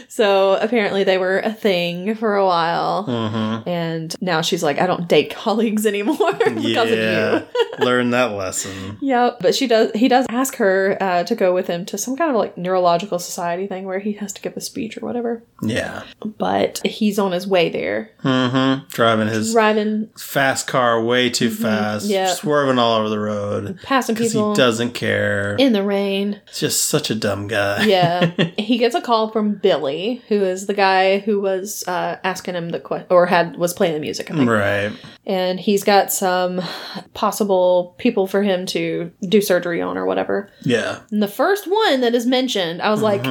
[SPEAKER 2] so apparently they were a thing for a while.
[SPEAKER 1] mm-hmm.
[SPEAKER 2] And now she's like, I don't date colleagues anymore because of
[SPEAKER 1] yeah.
[SPEAKER 2] you.
[SPEAKER 1] Learn that lesson.
[SPEAKER 2] Yep, but she does. He does ask her uh, to go with him to some kind of like neurological society thing where he has to give a speech or whatever.
[SPEAKER 1] Yeah.
[SPEAKER 2] But he's on his way there,
[SPEAKER 1] Mm-hmm. Driving his
[SPEAKER 2] driving,
[SPEAKER 1] fast car way too fast.
[SPEAKER 2] Mm-hmm. Yeah.
[SPEAKER 1] Swerving all over the road.
[SPEAKER 2] passing
[SPEAKER 1] Because he
[SPEAKER 2] people
[SPEAKER 1] doesn't care.
[SPEAKER 2] in the rain.
[SPEAKER 1] It's just such a dumb guy.
[SPEAKER 2] Yeah, he gets a call from Billy, who is the guy who was uh, asking him the question or had was playing the music. I think.
[SPEAKER 1] Right.
[SPEAKER 2] and he's got some possible people for him to do surgery on or whatever.
[SPEAKER 1] Yeah.
[SPEAKER 2] And the first one that is mentioned, I was like,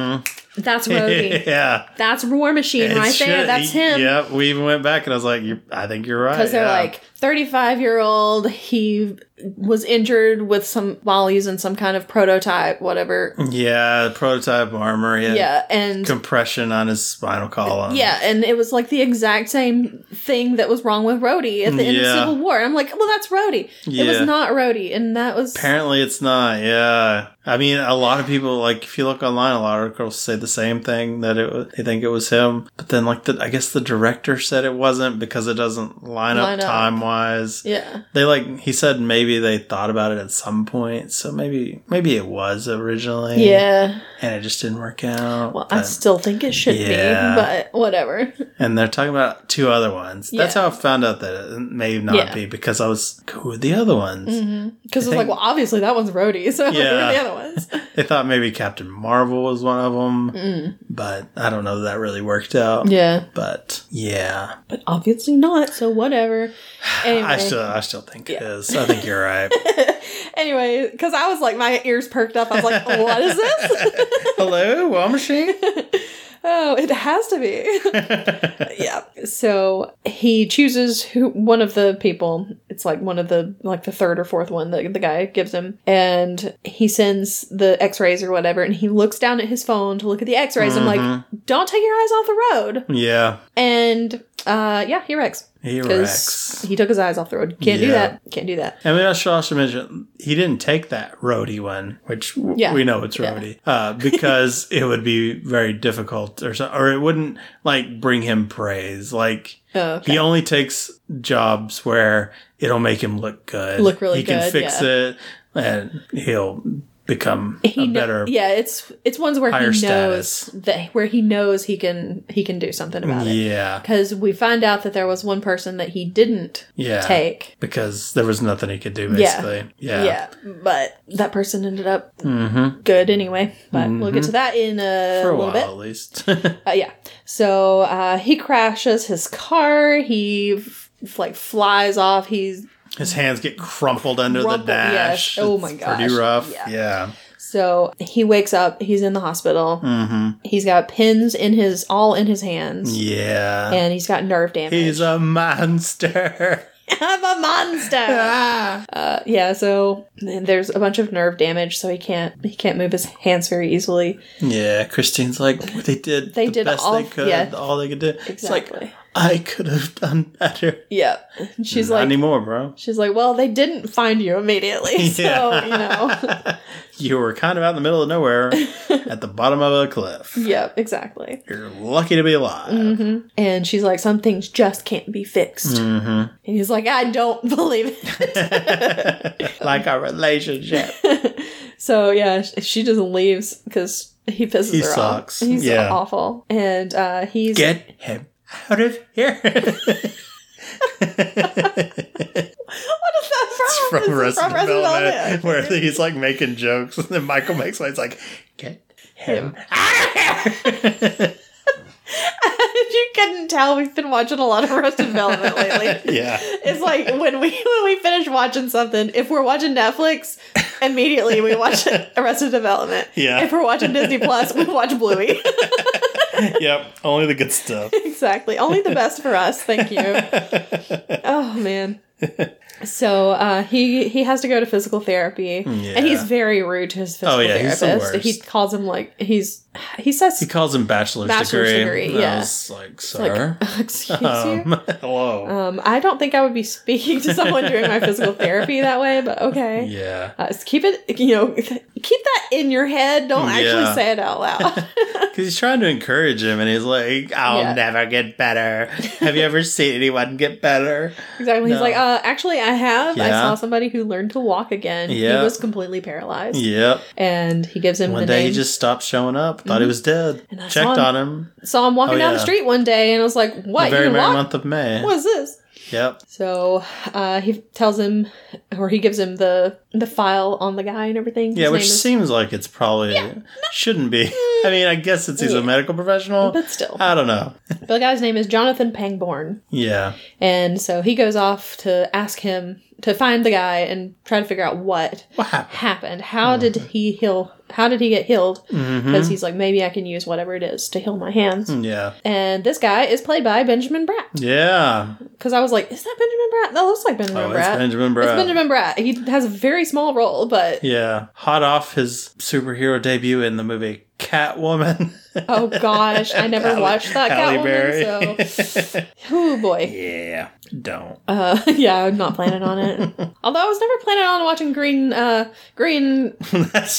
[SPEAKER 2] "That's Rogie.
[SPEAKER 1] yeah.
[SPEAKER 2] That's War Machine
[SPEAKER 1] Mm-hmm. It
[SPEAKER 2] right there.
[SPEAKER 1] should-
[SPEAKER 2] That's him."
[SPEAKER 1] Yep. We even went back and I was like, you, I think you're right.
[SPEAKER 2] Because they're
[SPEAKER 1] Uh, yeah.
[SPEAKER 2] like 35 year old, he was injured with some while using some kind of prototype, whatever.
[SPEAKER 1] yeah, prototype armor. Yeah.
[SPEAKER 2] Yeah, and
[SPEAKER 1] Compression on his spinal column.
[SPEAKER 2] yeah, and it was like the exact same thing that was wrong with Rhodey at the end of
[SPEAKER 1] Yeah.
[SPEAKER 2] Civil War. And I'm like, well, that's Rhodey. It was
[SPEAKER 1] Yeah.
[SPEAKER 2] not Rhodey, and that was
[SPEAKER 1] Apparently it's not. Yeah. I mean, a lot of people, like, if you look online, a lot of girls say the same thing that it was, they think it was him. But then, like, the, I guess the director said it wasn't because it doesn't line,
[SPEAKER 2] Line
[SPEAKER 1] up
[SPEAKER 2] up.
[SPEAKER 1] time wise.
[SPEAKER 2] yeah.
[SPEAKER 1] They like he said maybe they thought about it at some point, so maybe maybe it was originally.
[SPEAKER 2] Yeah.
[SPEAKER 1] And it just didn't work out.
[SPEAKER 2] Well, I
[SPEAKER 1] but-
[SPEAKER 2] still think it should
[SPEAKER 1] Uh, Yeah.
[SPEAKER 2] be, but whatever.
[SPEAKER 1] and they're talking about two other ones. That's
[SPEAKER 2] Yeah.
[SPEAKER 1] how I found out that it may not
[SPEAKER 2] Yeah. Mm-hmm.
[SPEAKER 1] be because I was like, who are the other ones?
[SPEAKER 2] Because it's like, well, obviously that one's Rhodey, so who
[SPEAKER 1] Yeah.
[SPEAKER 2] are the other ones?
[SPEAKER 1] They thought maybe Captain Marvel was one of them, but I don't know that, that really worked out.
[SPEAKER 2] Mm. Yeah,
[SPEAKER 1] But yeah,
[SPEAKER 2] but obviously not. So whatever. Anyway.
[SPEAKER 1] I still I still think it is. I think you're right.
[SPEAKER 2] anyway, because I was like, my ears perked up. I was like, what is this?
[SPEAKER 1] Hello, War Machine.
[SPEAKER 2] oh, it has to be. yeah. So he chooses who one of the people. It's like one of the like the third or fourth one that the guy gives him, and he sends the X-rays or whatever, and he looks down at his phone to look at the X-rays. I'm
[SPEAKER 1] Mm-hmm.
[SPEAKER 2] like, don't take your eyes off the road.
[SPEAKER 1] yeah,
[SPEAKER 2] And uh, yeah, he wrecks.
[SPEAKER 1] he
[SPEAKER 2] 'Cause
[SPEAKER 1] wrecks.
[SPEAKER 2] He took his eyes off the road. Can't do
[SPEAKER 1] Yeah.
[SPEAKER 2] that. Can't do that.
[SPEAKER 1] And we should also mention he didn't take that roadie one, which w-
[SPEAKER 2] Yeah.
[SPEAKER 1] we know it's
[SPEAKER 2] Yeah.
[SPEAKER 1] roadie, uh, because it would be very difficult or so, or it wouldn't like bring him praise. Like
[SPEAKER 2] Oh, okay.
[SPEAKER 1] he only takes jobs where it'll make him look good,
[SPEAKER 2] Look really
[SPEAKER 1] he can
[SPEAKER 2] good,
[SPEAKER 1] fix
[SPEAKER 2] yeah.
[SPEAKER 1] it, and he'll become
[SPEAKER 2] he
[SPEAKER 1] a
[SPEAKER 2] kno-
[SPEAKER 1] better.
[SPEAKER 2] yeah it's it's ones where he
[SPEAKER 1] higher
[SPEAKER 2] knows
[SPEAKER 1] status.
[SPEAKER 2] that where he knows he can he can do something about it
[SPEAKER 1] Yeah,
[SPEAKER 2] because we find out that there was one person that he didn't
[SPEAKER 1] yeah.
[SPEAKER 2] take
[SPEAKER 1] Because there was nothing he could do,
[SPEAKER 2] Yeah.
[SPEAKER 1] basically. Yeah.
[SPEAKER 2] yeah but that person ended up
[SPEAKER 1] Mm-hmm.
[SPEAKER 2] good anyway but we'll get to that in a,
[SPEAKER 1] For a
[SPEAKER 2] little
[SPEAKER 1] while,
[SPEAKER 2] bit
[SPEAKER 1] at least.
[SPEAKER 2] Uh, yeah. So uh, he crashes his car. He f- like flies off. He's
[SPEAKER 1] His hands get crumpled under
[SPEAKER 2] Crumpled,
[SPEAKER 1] the dash.
[SPEAKER 2] yes. Oh
[SPEAKER 1] It's
[SPEAKER 2] my gosh.
[SPEAKER 1] Pretty rough.
[SPEAKER 2] Yeah.
[SPEAKER 1] Yeah.
[SPEAKER 2] so he wakes up. He's in the hospital.
[SPEAKER 1] Mm-hmm.
[SPEAKER 2] He's got pins in his all in his hands,
[SPEAKER 1] Yeah.
[SPEAKER 2] and he's got nerve damage.
[SPEAKER 1] He's a monster.
[SPEAKER 2] I'm a monster.
[SPEAKER 1] Ah.
[SPEAKER 2] uh, yeah. So and there's a bunch of nerve damage, so he can't he can't move his hands very easily.
[SPEAKER 1] Yeah, Christine's like they did.
[SPEAKER 2] They
[SPEAKER 1] the
[SPEAKER 2] did
[SPEAKER 1] best
[SPEAKER 2] all-
[SPEAKER 1] they could.
[SPEAKER 2] yeah.
[SPEAKER 1] All they could do. It's like
[SPEAKER 2] Exactly.
[SPEAKER 1] I could have done better.
[SPEAKER 2] Yeah. And she's like,
[SPEAKER 1] Not anymore, bro.
[SPEAKER 2] she's like, well, they didn't find you immediately, so
[SPEAKER 1] Yeah.
[SPEAKER 2] you know.
[SPEAKER 1] You were kind of out in the middle of nowhere at the bottom of a cliff.
[SPEAKER 2] yeah, exactly.
[SPEAKER 1] You're lucky to be alive.
[SPEAKER 2] hmm And she's like, some things just can't be fixed.
[SPEAKER 1] Mhm.
[SPEAKER 2] And he's like, I don't believe it.
[SPEAKER 1] like our relationship.
[SPEAKER 2] so yeah, sh- she just leaves because he pisses
[SPEAKER 1] He
[SPEAKER 2] her
[SPEAKER 1] sucks.
[SPEAKER 2] off. He's
[SPEAKER 1] Yeah.
[SPEAKER 2] awful, and uh, he's
[SPEAKER 1] Get him out of here.
[SPEAKER 2] what is that
[SPEAKER 1] from
[SPEAKER 2] from? It's
[SPEAKER 1] Resident Development,
[SPEAKER 2] Development.
[SPEAKER 1] where he's like making jokes, and then Michael makes one. It's like, get him out of here.
[SPEAKER 2] you couldn't tell we've been watching a lot of Arrested Development lately.
[SPEAKER 1] yeah.
[SPEAKER 2] It's like when we when we finish watching something, if we're watching Netflix, immediately we watch Arrested Development.
[SPEAKER 1] Yeah.
[SPEAKER 2] If we're watching Disney Plus, we watch Bluey.
[SPEAKER 1] Yep. Only the good stuff.
[SPEAKER 2] exactly. Only the best for us. Thank you. Oh man. So uh, he he has to go to physical therapy, and he's very rude to his physical
[SPEAKER 1] Oh, yeah, he's
[SPEAKER 2] therapist.
[SPEAKER 1] the
[SPEAKER 2] He
[SPEAKER 1] worst.
[SPEAKER 2] calls him like he's he says
[SPEAKER 1] he calls him bachelor's,
[SPEAKER 2] Bachelor's
[SPEAKER 1] degree.
[SPEAKER 2] degree, yeah.
[SPEAKER 1] I was like, sir.
[SPEAKER 2] like "Oh, excuse you.
[SPEAKER 1] um, hello.
[SPEAKER 2] Um, I don't think I would be speaking to someone during my physical therapy that way, but okay.
[SPEAKER 1] yeah.
[SPEAKER 2] Uh, so keep it, you know, keep that in your head. Don't actually
[SPEAKER 1] Yeah.
[SPEAKER 2] say it out loud.
[SPEAKER 1] Because he's trying to encourage him, and he's like, I'll
[SPEAKER 2] Yeah.
[SPEAKER 1] never get better. Have you ever seen anyone get better?
[SPEAKER 2] exactly. He's
[SPEAKER 1] No.
[SPEAKER 2] like, uh, actually, I have. I
[SPEAKER 1] Yeah.
[SPEAKER 2] saw somebody who learned to walk again.
[SPEAKER 1] Yeah.
[SPEAKER 2] He was completely paralyzed,
[SPEAKER 1] Yep.
[SPEAKER 2] and he gives him
[SPEAKER 1] One
[SPEAKER 2] the
[SPEAKER 1] day
[SPEAKER 2] name.
[SPEAKER 1] he just stopped showing up, thought he was dead,
[SPEAKER 2] And I saw
[SPEAKER 1] checked
[SPEAKER 2] him.
[SPEAKER 1] on him
[SPEAKER 2] saw him walking
[SPEAKER 1] Oh,
[SPEAKER 2] down the
[SPEAKER 1] yeah.
[SPEAKER 2] street one day and I was like,
[SPEAKER 1] the
[SPEAKER 2] What?
[SPEAKER 1] very
[SPEAKER 2] you
[SPEAKER 1] merry
[SPEAKER 2] walk?
[SPEAKER 1] month of May.
[SPEAKER 2] What is this?
[SPEAKER 1] Yep.
[SPEAKER 2] So uh, he tells him or he gives him the the file on the guy and everything.
[SPEAKER 1] Yeah,
[SPEAKER 2] His
[SPEAKER 1] which
[SPEAKER 2] name is- Mm.
[SPEAKER 1] seems like it's probably shouldn't be. I mean, I guess since he's
[SPEAKER 2] Yeah.
[SPEAKER 1] a medical professional,
[SPEAKER 2] but still.
[SPEAKER 1] I don't know.
[SPEAKER 2] the guy's name is Jonathan Pangborn.
[SPEAKER 1] Yeah,
[SPEAKER 2] And so he goes off to ask him to find the guy and try to figure out what
[SPEAKER 1] what happened?
[SPEAKER 2] happened. How did he heal how did he get healed?
[SPEAKER 1] hmm
[SPEAKER 2] Because he's like, Maybe I can use whatever it is to heal my hands.
[SPEAKER 1] Mm-hmm. Yeah,
[SPEAKER 2] And this guy is played by Benjamin Bratt.
[SPEAKER 1] yeah.
[SPEAKER 2] Because I was like, Is that Benjamin Bratt? That looks like Benjamin
[SPEAKER 1] Oh,
[SPEAKER 2] Bratt.
[SPEAKER 1] it's Benjamin Bratt.
[SPEAKER 2] It's Benjamin Bratt. He has a very small role, but
[SPEAKER 1] Yeah, hot off his superhero debut in the movie Catwoman.
[SPEAKER 2] oh gosh, I never
[SPEAKER 1] Halle-
[SPEAKER 2] watched that
[SPEAKER 1] Halle
[SPEAKER 2] Catwoman.
[SPEAKER 1] Berry.
[SPEAKER 2] So, oh boy.
[SPEAKER 1] yeah, don't.
[SPEAKER 2] Uh, yeah, I'm not planning on it. Although I was never planning on watching Green uh, Green
[SPEAKER 1] That's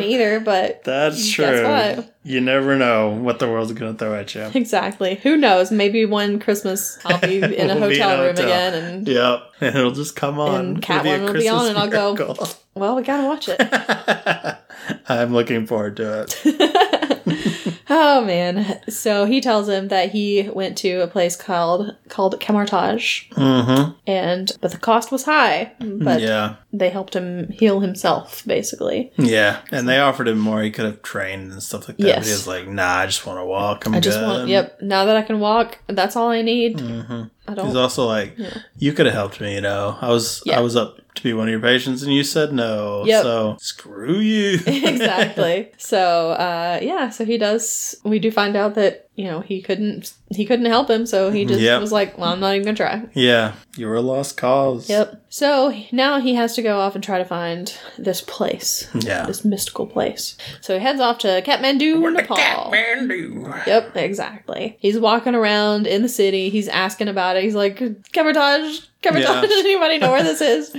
[SPEAKER 1] true.
[SPEAKER 2] either, but
[SPEAKER 1] That's true.
[SPEAKER 2] Guess what?
[SPEAKER 1] You never know what the world's gonna throw at you.
[SPEAKER 2] exactly. Who knows? Maybe one Christmas I'll be in a
[SPEAKER 1] We'll be in a
[SPEAKER 2] hotel room
[SPEAKER 1] hotel.
[SPEAKER 2] again, and
[SPEAKER 1] Yep, and it'll just come on.
[SPEAKER 2] And
[SPEAKER 1] It'll
[SPEAKER 2] Catwoman will be on and I'll go,
[SPEAKER 1] miracle.
[SPEAKER 2] well, we gotta watch it.
[SPEAKER 1] I'm looking forward to it.
[SPEAKER 2] oh man! So he tells him that he went to a place called called Camartage,
[SPEAKER 1] hmm
[SPEAKER 2] and but the cost was high, but
[SPEAKER 1] Yeah,
[SPEAKER 2] they helped him heal himself, basically.
[SPEAKER 1] yeah. And they offered him more. He could have trained and stuff like that. But
[SPEAKER 2] Yes.
[SPEAKER 1] he was like, "Nah, I just want to walk. I'm
[SPEAKER 2] I just
[SPEAKER 1] good."
[SPEAKER 2] want, yep, now that I can walk, that's all I need.
[SPEAKER 1] Mhm.
[SPEAKER 2] I
[SPEAKER 1] He's
[SPEAKER 2] don't.
[SPEAKER 1] also like, "You could have helped me. You know, I was
[SPEAKER 2] Yeah.
[SPEAKER 1] I was up to be one of your patients, and you said no.
[SPEAKER 2] Yep.
[SPEAKER 1] So screw you."
[SPEAKER 2] exactly. So, uh, yeah, so he does, we do find out that, you know, he couldn't, he couldn't help him, so he just
[SPEAKER 1] Mm-hmm. Yep.
[SPEAKER 2] was like, well, I'm not even gonna try.
[SPEAKER 1] yeah, you were a lost cause.
[SPEAKER 2] Yep. So now he has to go off and try to find this place,
[SPEAKER 1] Yeah.
[SPEAKER 2] this mystical place. So he heads off to Kathmandu, Nepal.
[SPEAKER 1] Kathmandu.
[SPEAKER 2] Yep, exactly. He's walking around in the city. He's asking about it. He's like, Camertage, Camertage,
[SPEAKER 1] Yeah.
[SPEAKER 2] does anybody know where this is?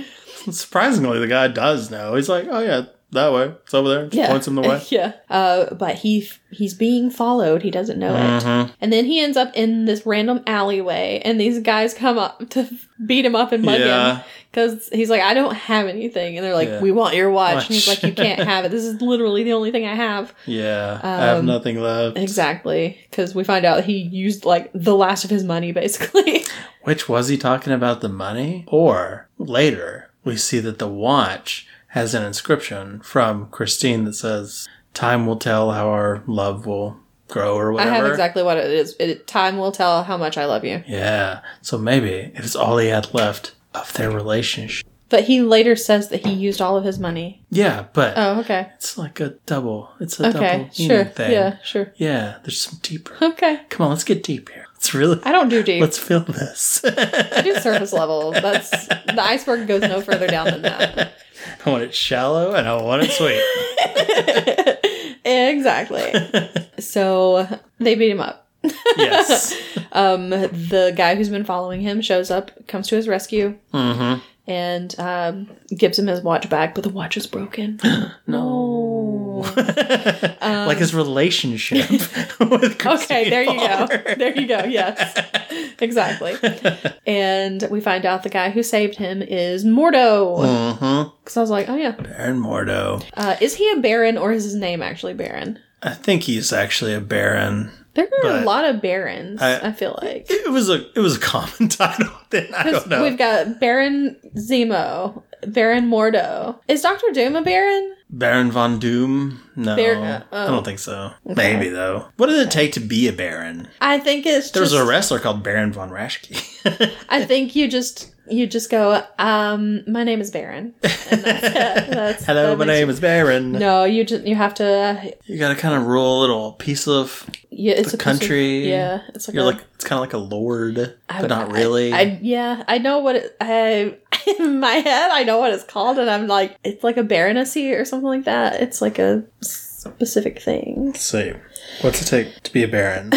[SPEAKER 1] Surprisingly, the guy does know. He's like, "Oh yeah, that way. It's over there." Just points him the way.
[SPEAKER 2] yeah. Uh, but he he's being followed. He doesn't know
[SPEAKER 1] Mm-hmm.
[SPEAKER 2] it. And then he ends up in this random alleyway, and these guys come up to beat him up and mug
[SPEAKER 1] Yeah.
[SPEAKER 2] him because he's like, "I don't have anything," and they're like,
[SPEAKER 1] Yeah.
[SPEAKER 2] "We want your watch."
[SPEAKER 1] Watch.
[SPEAKER 2] And he's like, "You can't have it. This is literally the only thing I have."
[SPEAKER 1] Yeah, I have
[SPEAKER 2] Um,
[SPEAKER 1] nothing left.
[SPEAKER 2] Exactly, because we find out he used like the last of his money, basically.
[SPEAKER 1] Which was he talking about the money? Or later, we see that the watch has an inscription from Christine that says, Time will tell how our love will grow or
[SPEAKER 2] I
[SPEAKER 1] whatever.
[SPEAKER 2] have exactly what it is. It, time will tell how much I love you.
[SPEAKER 1] Yeah. So maybe it's all he had left of their relationship.
[SPEAKER 2] But he later says that he used all of his money.
[SPEAKER 1] Yeah, but
[SPEAKER 2] Oh, okay,
[SPEAKER 1] it's like a double. It's a
[SPEAKER 2] okay,
[SPEAKER 1] double meaning
[SPEAKER 2] sure,
[SPEAKER 1] thing.
[SPEAKER 2] yeah, sure,
[SPEAKER 1] Yeah, there's some deeper.
[SPEAKER 2] okay.
[SPEAKER 1] Come on, let's get deep here. Let's really
[SPEAKER 2] I don't do deep.
[SPEAKER 1] let's feel this.
[SPEAKER 2] I do surface level. That's the iceberg goes no further down than that.
[SPEAKER 1] I want it shallow and I want it sweet.
[SPEAKER 2] exactly. So they beat him up.
[SPEAKER 1] Yes.
[SPEAKER 2] um, the guy who's been following him shows up, comes to his rescue,
[SPEAKER 1] mm-hmm.
[SPEAKER 2] and um, gives him his watch back, but the watch is broken. no. Um,
[SPEAKER 1] like his relationship with
[SPEAKER 2] Okay, there you go.
[SPEAKER 1] Christina
[SPEAKER 2] There you go. Yes, exactly. And we find out the guy who saved him is Mordo.
[SPEAKER 1] Mm. Barr.
[SPEAKER 2] Because I was like, oh yeah,
[SPEAKER 1] Mhm. Baron Mordo.
[SPEAKER 2] uh, is he a Baron or is his name actually Baron?
[SPEAKER 1] I think he's actually a baron.
[SPEAKER 2] There are a
[SPEAKER 1] But-
[SPEAKER 2] lot of Barons. I,
[SPEAKER 1] I-
[SPEAKER 2] feel like
[SPEAKER 1] It was a it was a common title then. I don't know.
[SPEAKER 2] we've got Baron Zemo, Baron Mordo. Is Doctor Doom a Baron?
[SPEAKER 1] Baron von Doom? No.
[SPEAKER 2] Bar- uh, oh.
[SPEAKER 1] I don't think so.
[SPEAKER 2] Okay.
[SPEAKER 1] Maybe though. What did it take to be a baron?
[SPEAKER 2] I think it's
[SPEAKER 1] There was
[SPEAKER 2] just.
[SPEAKER 1] a wrestler called Baron von Raschke.
[SPEAKER 2] I think you just you just go. Um, my name is Baron. And that's it. That's-
[SPEAKER 1] Hello,
[SPEAKER 2] that
[SPEAKER 1] my
[SPEAKER 2] makes
[SPEAKER 1] name
[SPEAKER 2] you-
[SPEAKER 1] is Baron.
[SPEAKER 2] No, you just you have to.
[SPEAKER 1] You gotta kind of rule a little piece of
[SPEAKER 2] Yeah, it's
[SPEAKER 1] the
[SPEAKER 2] a piece of-
[SPEAKER 1] country.
[SPEAKER 2] yeah, it's like
[SPEAKER 1] You're
[SPEAKER 2] a-
[SPEAKER 1] like it's kind of like a lord,
[SPEAKER 2] I-
[SPEAKER 1] but not
[SPEAKER 2] I-
[SPEAKER 1] really.
[SPEAKER 2] I, yeah, I know what it, I in my head I know what it's called, and I'm like, it's like a baronessy or something like that. It's like a specific thing.
[SPEAKER 1] Let's see, what's it take to be a baron?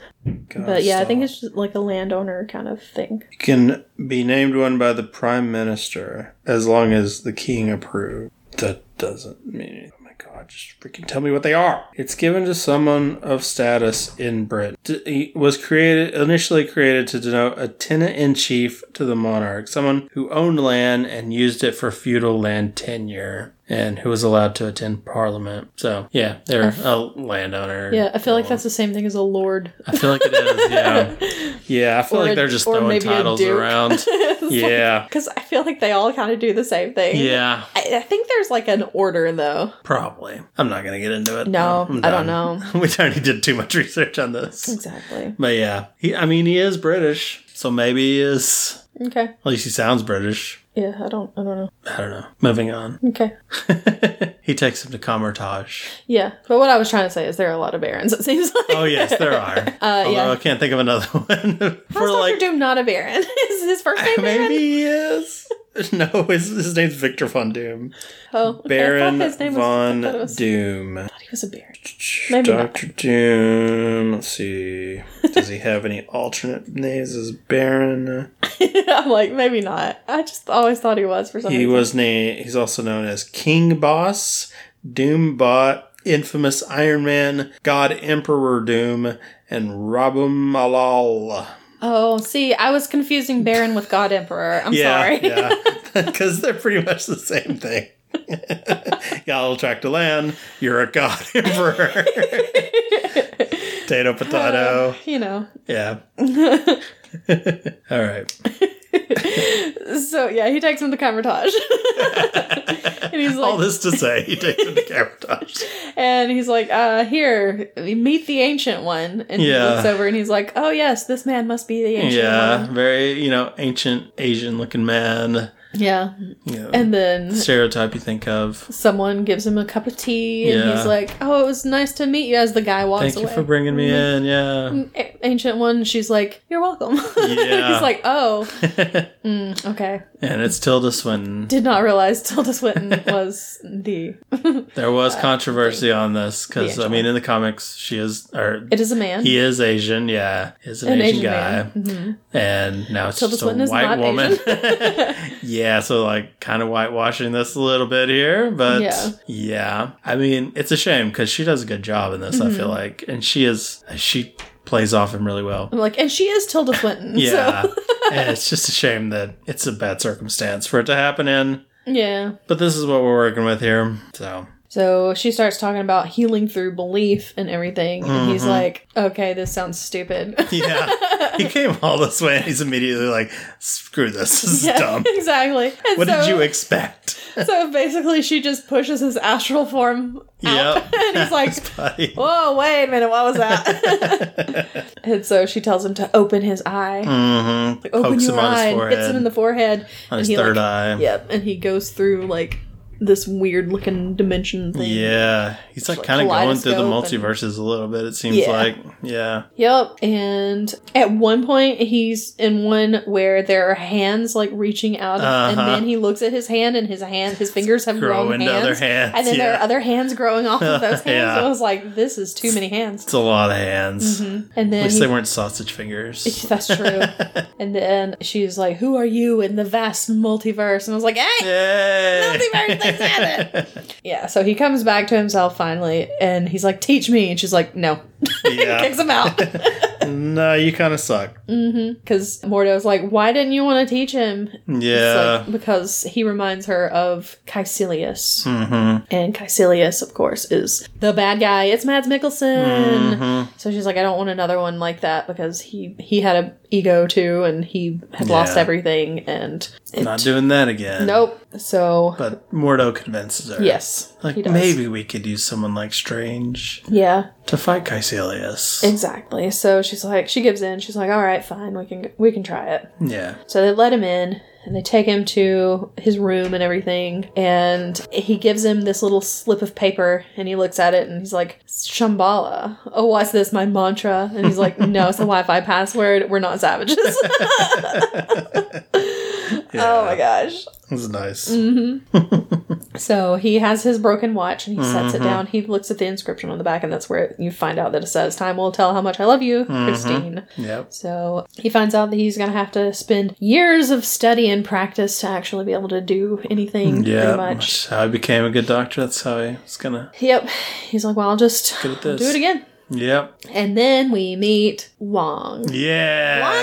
[SPEAKER 1] Oh,
[SPEAKER 2] But yeah, I think it's just like a landowner kind of thing.
[SPEAKER 1] you can be named one by the prime minister as long as the king approves. That doesn't mean. anything. Oh my god, just freaking tell me what they are. It's given to someone of status in Britain. D- it was created initially created to denote a tenant in chief to the monarch, someone who owned land and used it for feudal land tenure. And who was allowed to attend parliament. So, yeah, they're a landowner.
[SPEAKER 2] Uh, Yeah, I feel like that's the same thing as a lord.
[SPEAKER 1] I feel like it is. Yeah, yeah. I feel
[SPEAKER 2] Or a-
[SPEAKER 1] like they're just
[SPEAKER 2] or
[SPEAKER 1] throwing
[SPEAKER 2] maybe a
[SPEAKER 1] titles
[SPEAKER 2] duke.
[SPEAKER 1] around. Yeah,
[SPEAKER 2] Because I feel like they all kind of do the same thing.
[SPEAKER 1] yeah.
[SPEAKER 2] I, I think there's like an order though.
[SPEAKER 1] Probably. I'm not gonna get into it.
[SPEAKER 2] No,
[SPEAKER 1] I'm
[SPEAKER 2] I don't
[SPEAKER 1] done. we already did too much research on this.
[SPEAKER 2] Exactly.
[SPEAKER 1] But yeah, he. I mean, he is British, so maybe he is.
[SPEAKER 2] Okay.
[SPEAKER 1] At least he sounds British.
[SPEAKER 2] Yeah, I don't. I don't know.
[SPEAKER 1] I don't know. Moving on.
[SPEAKER 2] Okay.
[SPEAKER 1] he takes him to Comertage.
[SPEAKER 2] Yeah, but what I was trying to say is there are a lot of barons. It seems like.
[SPEAKER 1] Oh yes, there are.
[SPEAKER 2] Uh,
[SPEAKER 1] Although
[SPEAKER 2] yeah.
[SPEAKER 1] I can't think of another one.
[SPEAKER 2] How's Doctor Doom not a baron? is his first name Baron?
[SPEAKER 1] maybe he is. No, his, his name's Victor Von Doom.
[SPEAKER 2] Oh, okay.
[SPEAKER 1] Baron
[SPEAKER 2] I thought his name
[SPEAKER 1] Von
[SPEAKER 2] was, I thought it was,
[SPEAKER 1] Doom.
[SPEAKER 2] he was a baron. Maybe not.
[SPEAKER 1] Doctor Doom. Let's see. Does he have any alternate names? Is Baron?
[SPEAKER 2] I'm like, maybe not. I just always thought he was for some
[SPEAKER 1] He
[SPEAKER 2] reason.
[SPEAKER 1] was named. He's also known as King Boss, Doombot, Infamous Iron Man, God Emperor Doom, and Rabum Malal.
[SPEAKER 2] Oh, see, I was confusing Baron with God Emperor. I'm
[SPEAKER 1] yeah,
[SPEAKER 2] sorry.
[SPEAKER 1] yeah, because they're pretty much the same thing. Got a little tract of land. You're a god emperor. potato, potato.
[SPEAKER 2] uh, you know.
[SPEAKER 1] Yeah. All right.
[SPEAKER 2] So yeah, he takes him to Camertage. and he's
[SPEAKER 1] All
[SPEAKER 2] like
[SPEAKER 1] this to say, he takes him to Cavendish.
[SPEAKER 2] and he's like, uh, here, meet the ancient one. And he
[SPEAKER 1] Yeah.
[SPEAKER 2] looks over and he's like, Oh yes, this man must be the ancient
[SPEAKER 1] yeah,
[SPEAKER 2] one.
[SPEAKER 1] very you know ancient Asian looking man.
[SPEAKER 2] Yeah.
[SPEAKER 1] You know,
[SPEAKER 2] And then
[SPEAKER 1] stereotype you think of.
[SPEAKER 2] someone gives him a cup of tea and
[SPEAKER 1] Yeah.
[SPEAKER 2] he's like, Oh, it was nice to meet you as the guy walks
[SPEAKER 1] Thank
[SPEAKER 2] away. Mm-hmm.
[SPEAKER 1] you for bringing me in. Yeah.
[SPEAKER 2] A- ancient one, she's like, "You're welcome."
[SPEAKER 1] Yeah.
[SPEAKER 2] He's like, "Oh, Mm, okay."
[SPEAKER 1] and it's Tilda Swinton.
[SPEAKER 2] Did not realize Tilda Swinton was the.
[SPEAKER 1] There was controversy on this because
[SPEAKER 2] the
[SPEAKER 1] I mean, in the comics, she is or
[SPEAKER 2] It is a man.
[SPEAKER 1] he is Asian. Yeah, is an, Asian, guy,
[SPEAKER 2] man. Mm-hmm.
[SPEAKER 1] and now it's
[SPEAKER 2] Tilda
[SPEAKER 1] just
[SPEAKER 2] Swinton
[SPEAKER 1] a
[SPEAKER 2] is
[SPEAKER 1] white
[SPEAKER 2] not
[SPEAKER 1] woman. yeah, so like kind of whitewashing this a little bit here, but
[SPEAKER 2] Yeah.
[SPEAKER 1] yeah, I mean, it's a shame because she does a good job in this. I
[SPEAKER 2] Mm-hmm.
[SPEAKER 1] feel like, and she is she plays off him really well.
[SPEAKER 2] I'm like, and she is Tilda Swinton.
[SPEAKER 1] Yeah.
[SPEAKER 2] so.
[SPEAKER 1] and it's just a shame that it's a bad circumstance for it to happen in.
[SPEAKER 2] yeah.
[SPEAKER 1] But this is what we're working with here. So
[SPEAKER 2] So she starts talking about healing through belief and everything, and he's
[SPEAKER 1] Mhm.
[SPEAKER 2] like, "Okay, this sounds stupid."
[SPEAKER 1] yeah. He came all this way and he's immediately like, screw this, this is
[SPEAKER 2] Yeah,
[SPEAKER 1] dumb.
[SPEAKER 2] exactly. And
[SPEAKER 1] What
[SPEAKER 2] so,
[SPEAKER 1] did you expect?
[SPEAKER 2] so basically, she just pushes his astral form out,
[SPEAKER 1] Yep.
[SPEAKER 2] and he's like,
[SPEAKER 1] Buddy.
[SPEAKER 2] Whoa, wait a minute, what was that? and so she tells him to open his eye.
[SPEAKER 1] Mm-hmm.
[SPEAKER 2] Open your eye, and hits him in the forehead.
[SPEAKER 1] on his
[SPEAKER 2] and he,
[SPEAKER 1] third
[SPEAKER 2] like,
[SPEAKER 1] eye.
[SPEAKER 2] Yep, and he goes through like this weird looking dimension thing.
[SPEAKER 1] Yeah, he's like
[SPEAKER 2] like
[SPEAKER 1] kind of going through the
[SPEAKER 2] kaleidoscope and-
[SPEAKER 1] multiverses a little bit. It seems
[SPEAKER 2] Yeah.
[SPEAKER 1] like, yeah,
[SPEAKER 2] Yep. And at one point, he's in one where there are hands like reaching out, of, and
[SPEAKER 1] Uh-huh.
[SPEAKER 2] then he looks at his hand, and his hand, his fingers have
[SPEAKER 1] grow
[SPEAKER 2] grown
[SPEAKER 1] into
[SPEAKER 2] hands,
[SPEAKER 1] other hands.
[SPEAKER 2] and then
[SPEAKER 1] yeah.
[SPEAKER 2] there are other hands growing off of those hands.
[SPEAKER 1] Yeah.
[SPEAKER 2] I was like, this is too many hands.
[SPEAKER 1] it's a lot of hands.
[SPEAKER 2] Mm-hmm. And
[SPEAKER 1] At
[SPEAKER 2] then
[SPEAKER 1] least
[SPEAKER 2] he-
[SPEAKER 1] they weren't sausage fingers.
[SPEAKER 2] that's true. and then she's like, "Who are you in the vast multiverse?" And I was like, "Hey,
[SPEAKER 1] Yay!
[SPEAKER 2] Multiverse, they said Yeah, so he comes back to himself finally and he's like, teach me. And she's like, no.
[SPEAKER 1] yeah.
[SPEAKER 2] Kicks him out.
[SPEAKER 1] No, you kind of suck.
[SPEAKER 2] Because Mordo's like, why didn't you want to teach him? It's
[SPEAKER 1] Mm, Yeah.
[SPEAKER 2] like, because he reminds her of Caecilius.
[SPEAKER 1] mm-hmm.
[SPEAKER 2] And Caecilius, of course, is the bad guy. It's Mads Mikkelsen.
[SPEAKER 1] Mm-hmm.
[SPEAKER 2] So she's like, I don't want another one like that because he he had a ego too, and he had lost
[SPEAKER 1] Yeah.
[SPEAKER 2] everything. And it,
[SPEAKER 1] Not doing that again.
[SPEAKER 2] nope. So
[SPEAKER 1] But Mordo convinces her.
[SPEAKER 2] yes,
[SPEAKER 1] Like
[SPEAKER 2] he does.
[SPEAKER 1] maybe we could use someone like Strange
[SPEAKER 2] yeah.
[SPEAKER 1] to fight Caecilius.
[SPEAKER 2] Eh. Exactly. So she's like, she gives in. She's like, all right, fine, we can we can try it.
[SPEAKER 1] yeah.
[SPEAKER 2] So they let him in and they take him to his room and everything. And he gives him this little slip of paper and he looks at it and he's like, Shambhala. Oh, what's this? My mantra. And he's like, no, it's the Wi Fi password. We're not savages. Oh my gosh.
[SPEAKER 1] That's nice.
[SPEAKER 2] Mm-hmm. So he has his broken watch and he sets it down. He looks at the inscription on the back and that's where you find out that it says, Time will tell how much I love you, Christine.
[SPEAKER 1] Yep.
[SPEAKER 2] So he finds out that he's going to have to spend years of study and practice to actually be able to do anything,
[SPEAKER 1] Mm, Yeah.
[SPEAKER 2] pretty much.
[SPEAKER 1] That's how I became a good doctor. That's how I was gonna.
[SPEAKER 2] Yep. He's like, well, I'll just
[SPEAKER 1] Good at this.
[SPEAKER 2] do it again.
[SPEAKER 1] Yep.
[SPEAKER 2] And then we meet Wong.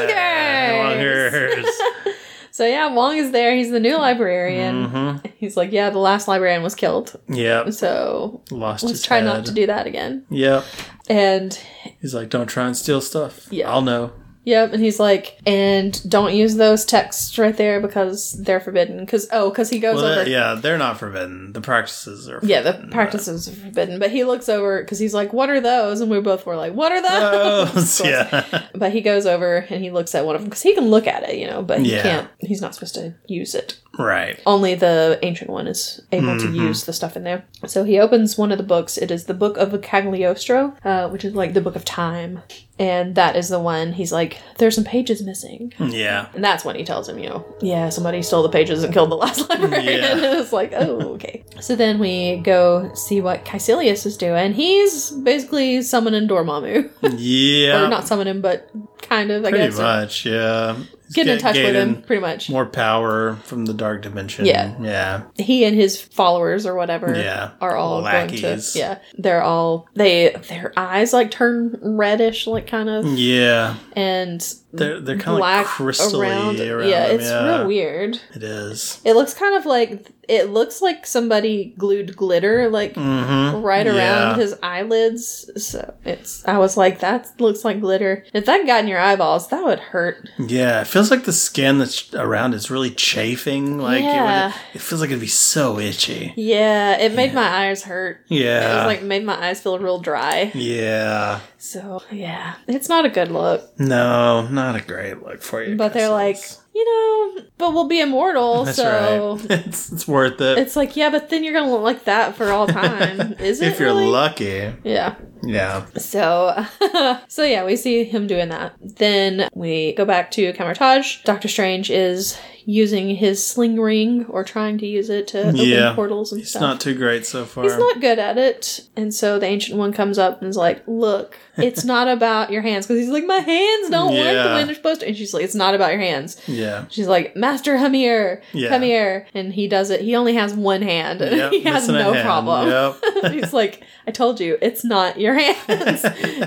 [SPEAKER 1] Yeah.
[SPEAKER 2] Wongers.
[SPEAKER 1] Wongers.
[SPEAKER 2] So yeah, Wong is there. He's the new librarian.
[SPEAKER 1] mm-hmm.
[SPEAKER 2] He's like, yeah, the last librarian was killed.
[SPEAKER 1] Yep.
[SPEAKER 2] So
[SPEAKER 1] Lost
[SPEAKER 2] let's
[SPEAKER 1] his
[SPEAKER 2] try
[SPEAKER 1] head.
[SPEAKER 2] not to do that again.
[SPEAKER 1] Yep.
[SPEAKER 2] And
[SPEAKER 1] He's like, don't try and steal stuff.
[SPEAKER 2] Yeah.
[SPEAKER 1] I'll know.
[SPEAKER 2] Yep, and he's like, and don't use those texts right there because they're forbidden. Because oh, because he goes
[SPEAKER 1] Well,
[SPEAKER 2] over.
[SPEAKER 1] that- yeah, they're not forbidden. The practices are.
[SPEAKER 2] Yeah, the
[SPEAKER 1] forbidden,
[SPEAKER 2] practices are forbidden. But he looks over because he's like, "What are those?" And we both were like, "What are
[SPEAKER 1] but-
[SPEAKER 2] those?"
[SPEAKER 1] Oh,
[SPEAKER 2] Of course.
[SPEAKER 1] yeah.
[SPEAKER 2] But he goes over and he looks at one of them because he can look at it, you know, but he
[SPEAKER 1] Yeah.
[SPEAKER 2] can't. He's not supposed to use it.
[SPEAKER 1] right.
[SPEAKER 2] Only the ancient one is able
[SPEAKER 1] Mm-hmm.
[SPEAKER 2] to use the stuff in there. So he opens one of the books. It is the Book of Cagliostro, uh, which is like the Book of Time, and that is the one he's like, "There's some pages missing."
[SPEAKER 1] Yeah.
[SPEAKER 2] And that's when he tells him, you know, yeah, somebody stole the pages and killed the last librarian.
[SPEAKER 1] Yeah.
[SPEAKER 2] And it's like, oh, okay. so then we go see what Caecilius is doing. He's basically summoning Dormammu.
[SPEAKER 1] Yeah.
[SPEAKER 2] or not summoning, but kind of, I
[SPEAKER 1] pretty
[SPEAKER 2] guess.
[SPEAKER 1] much. Yeah. He's
[SPEAKER 2] Getting in
[SPEAKER 1] get-
[SPEAKER 2] touch with him,
[SPEAKER 1] getting
[SPEAKER 2] pretty much.
[SPEAKER 1] More power from the dark dimension.
[SPEAKER 2] Yeah.
[SPEAKER 1] Yeah.
[SPEAKER 2] He and his followers or whatever
[SPEAKER 1] Yeah.
[SPEAKER 2] are all going
[SPEAKER 1] Lackeys.
[SPEAKER 2] to. Yeah. They're all, they, their eyes like turn reddish, like kind of.
[SPEAKER 1] Yeah.
[SPEAKER 2] And
[SPEAKER 1] They're they're kind of Hmm. like
[SPEAKER 2] black
[SPEAKER 1] crystally
[SPEAKER 2] around.
[SPEAKER 1] around.
[SPEAKER 2] yeah,
[SPEAKER 1] them,
[SPEAKER 2] it's real weird.
[SPEAKER 1] It is.
[SPEAKER 2] It looks kind of like it looks like somebody glued glitter like
[SPEAKER 1] Mm-hmm.
[SPEAKER 2] right
[SPEAKER 1] Yeah.
[SPEAKER 2] around his eyelids. So it's I was like, that looks like glitter. If that got in your eyeballs, that would hurt.
[SPEAKER 1] Yeah, it feels like the skin that's around is really chafing. Like it,
[SPEAKER 2] Yeah.
[SPEAKER 1] would, it feels like it'd be so itchy.
[SPEAKER 2] Yeah, it made my eyes hurt. It
[SPEAKER 1] Yeah.
[SPEAKER 2] was like made my eyes feel real dry.
[SPEAKER 1] yeah.
[SPEAKER 2] So yeah, it's not a good look.
[SPEAKER 1] No, not a great look for you.
[SPEAKER 2] But they're like,
[SPEAKER 1] Cassius.
[SPEAKER 2] you know, but we'll be immortal.
[SPEAKER 1] that's
[SPEAKER 2] so.
[SPEAKER 1] right. It's, it's worth it.
[SPEAKER 2] It's like, yeah, but then you're gonna look like that for all time. Is it
[SPEAKER 1] if you're
[SPEAKER 2] really?
[SPEAKER 1] lucky.
[SPEAKER 2] Yeah.
[SPEAKER 1] Yeah.
[SPEAKER 2] So, so yeah, we see him doing that. Then we go back to Camertage. Doctor Strange is using his sling ring or trying to use it to open
[SPEAKER 1] Yeah.
[SPEAKER 2] portals and
[SPEAKER 1] It's
[SPEAKER 2] stuff.
[SPEAKER 1] not too great so far.
[SPEAKER 2] He's not good at it, and so the ancient one comes up and is like, "Look, it's not about your hands," because he's like, "My hands don't work the
[SPEAKER 1] Yeah.
[SPEAKER 2] way they're supposed to." And she's like, "It's not about your hands."
[SPEAKER 1] yeah.
[SPEAKER 2] She's like, "Master, come here,
[SPEAKER 1] Yeah.
[SPEAKER 2] come here," and he does it. He only has one hand, and
[SPEAKER 1] Yep,
[SPEAKER 2] he has
[SPEAKER 1] missing a
[SPEAKER 2] no
[SPEAKER 1] hand.
[SPEAKER 2] problem.
[SPEAKER 1] Yep.
[SPEAKER 2] He's like, I told you, it's not your hands.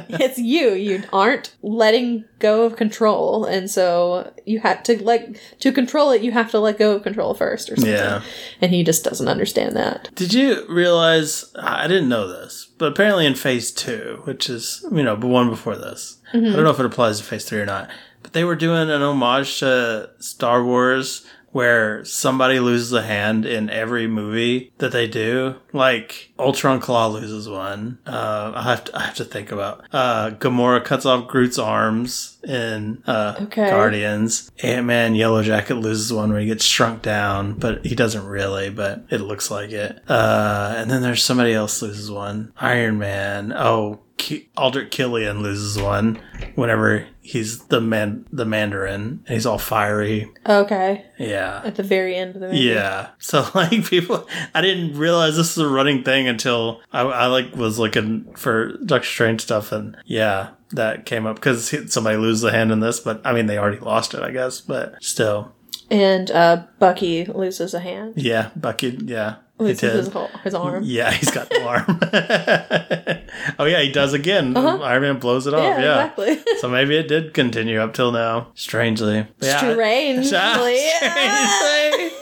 [SPEAKER 2] it's you. You aren't letting go of control. And so you have to let to control it, you have to let go of control first or something.
[SPEAKER 1] Yeah.
[SPEAKER 2] And he just doesn't understand that.
[SPEAKER 1] Did you realize? I didn't know this, but apparently in phase two, which is, you know, the one before this, I don't know if it applies to phase three or not, but they were doing an homage to Star Wars where somebody loses a hand in every movie that they do. Like Ultron Claw loses one. Uh, I have to, I have to think about. Uh, Gamora cuts off Groot's arms in uh,
[SPEAKER 2] Okay.
[SPEAKER 1] Guardians. Ant Man Yellow Jacket loses one where he gets shrunk down, but he doesn't really. But it looks like it. Uh, and then there's somebody else loses one. Iron Man. Oh. Ki- Aldrich Killian loses one whenever he's the man, the Mandarin, and he's all fiery.
[SPEAKER 2] Okay.
[SPEAKER 1] Yeah.
[SPEAKER 2] At the very end of the movie.
[SPEAKER 1] Yeah. So like people, I didn't realize this was a running thing until I, I like was looking for Doctor Strange stuff, and yeah, that came up because somebody loses a hand in this, but I mean they already lost it, I guess, but still,
[SPEAKER 2] And uh, Bucky loses a hand.
[SPEAKER 1] yeah, Bucky, yeah, he
[SPEAKER 2] Loses
[SPEAKER 1] did. Mm-hmm.
[SPEAKER 2] his, whole, his arm.
[SPEAKER 1] Yeah, he's got the arm. oh yeah, he does again. Iron Man blows it off. Oh, Yeah,
[SPEAKER 2] Uh-huh. exactly.
[SPEAKER 1] so maybe it did continue up till now. Strangely, But yeah, I-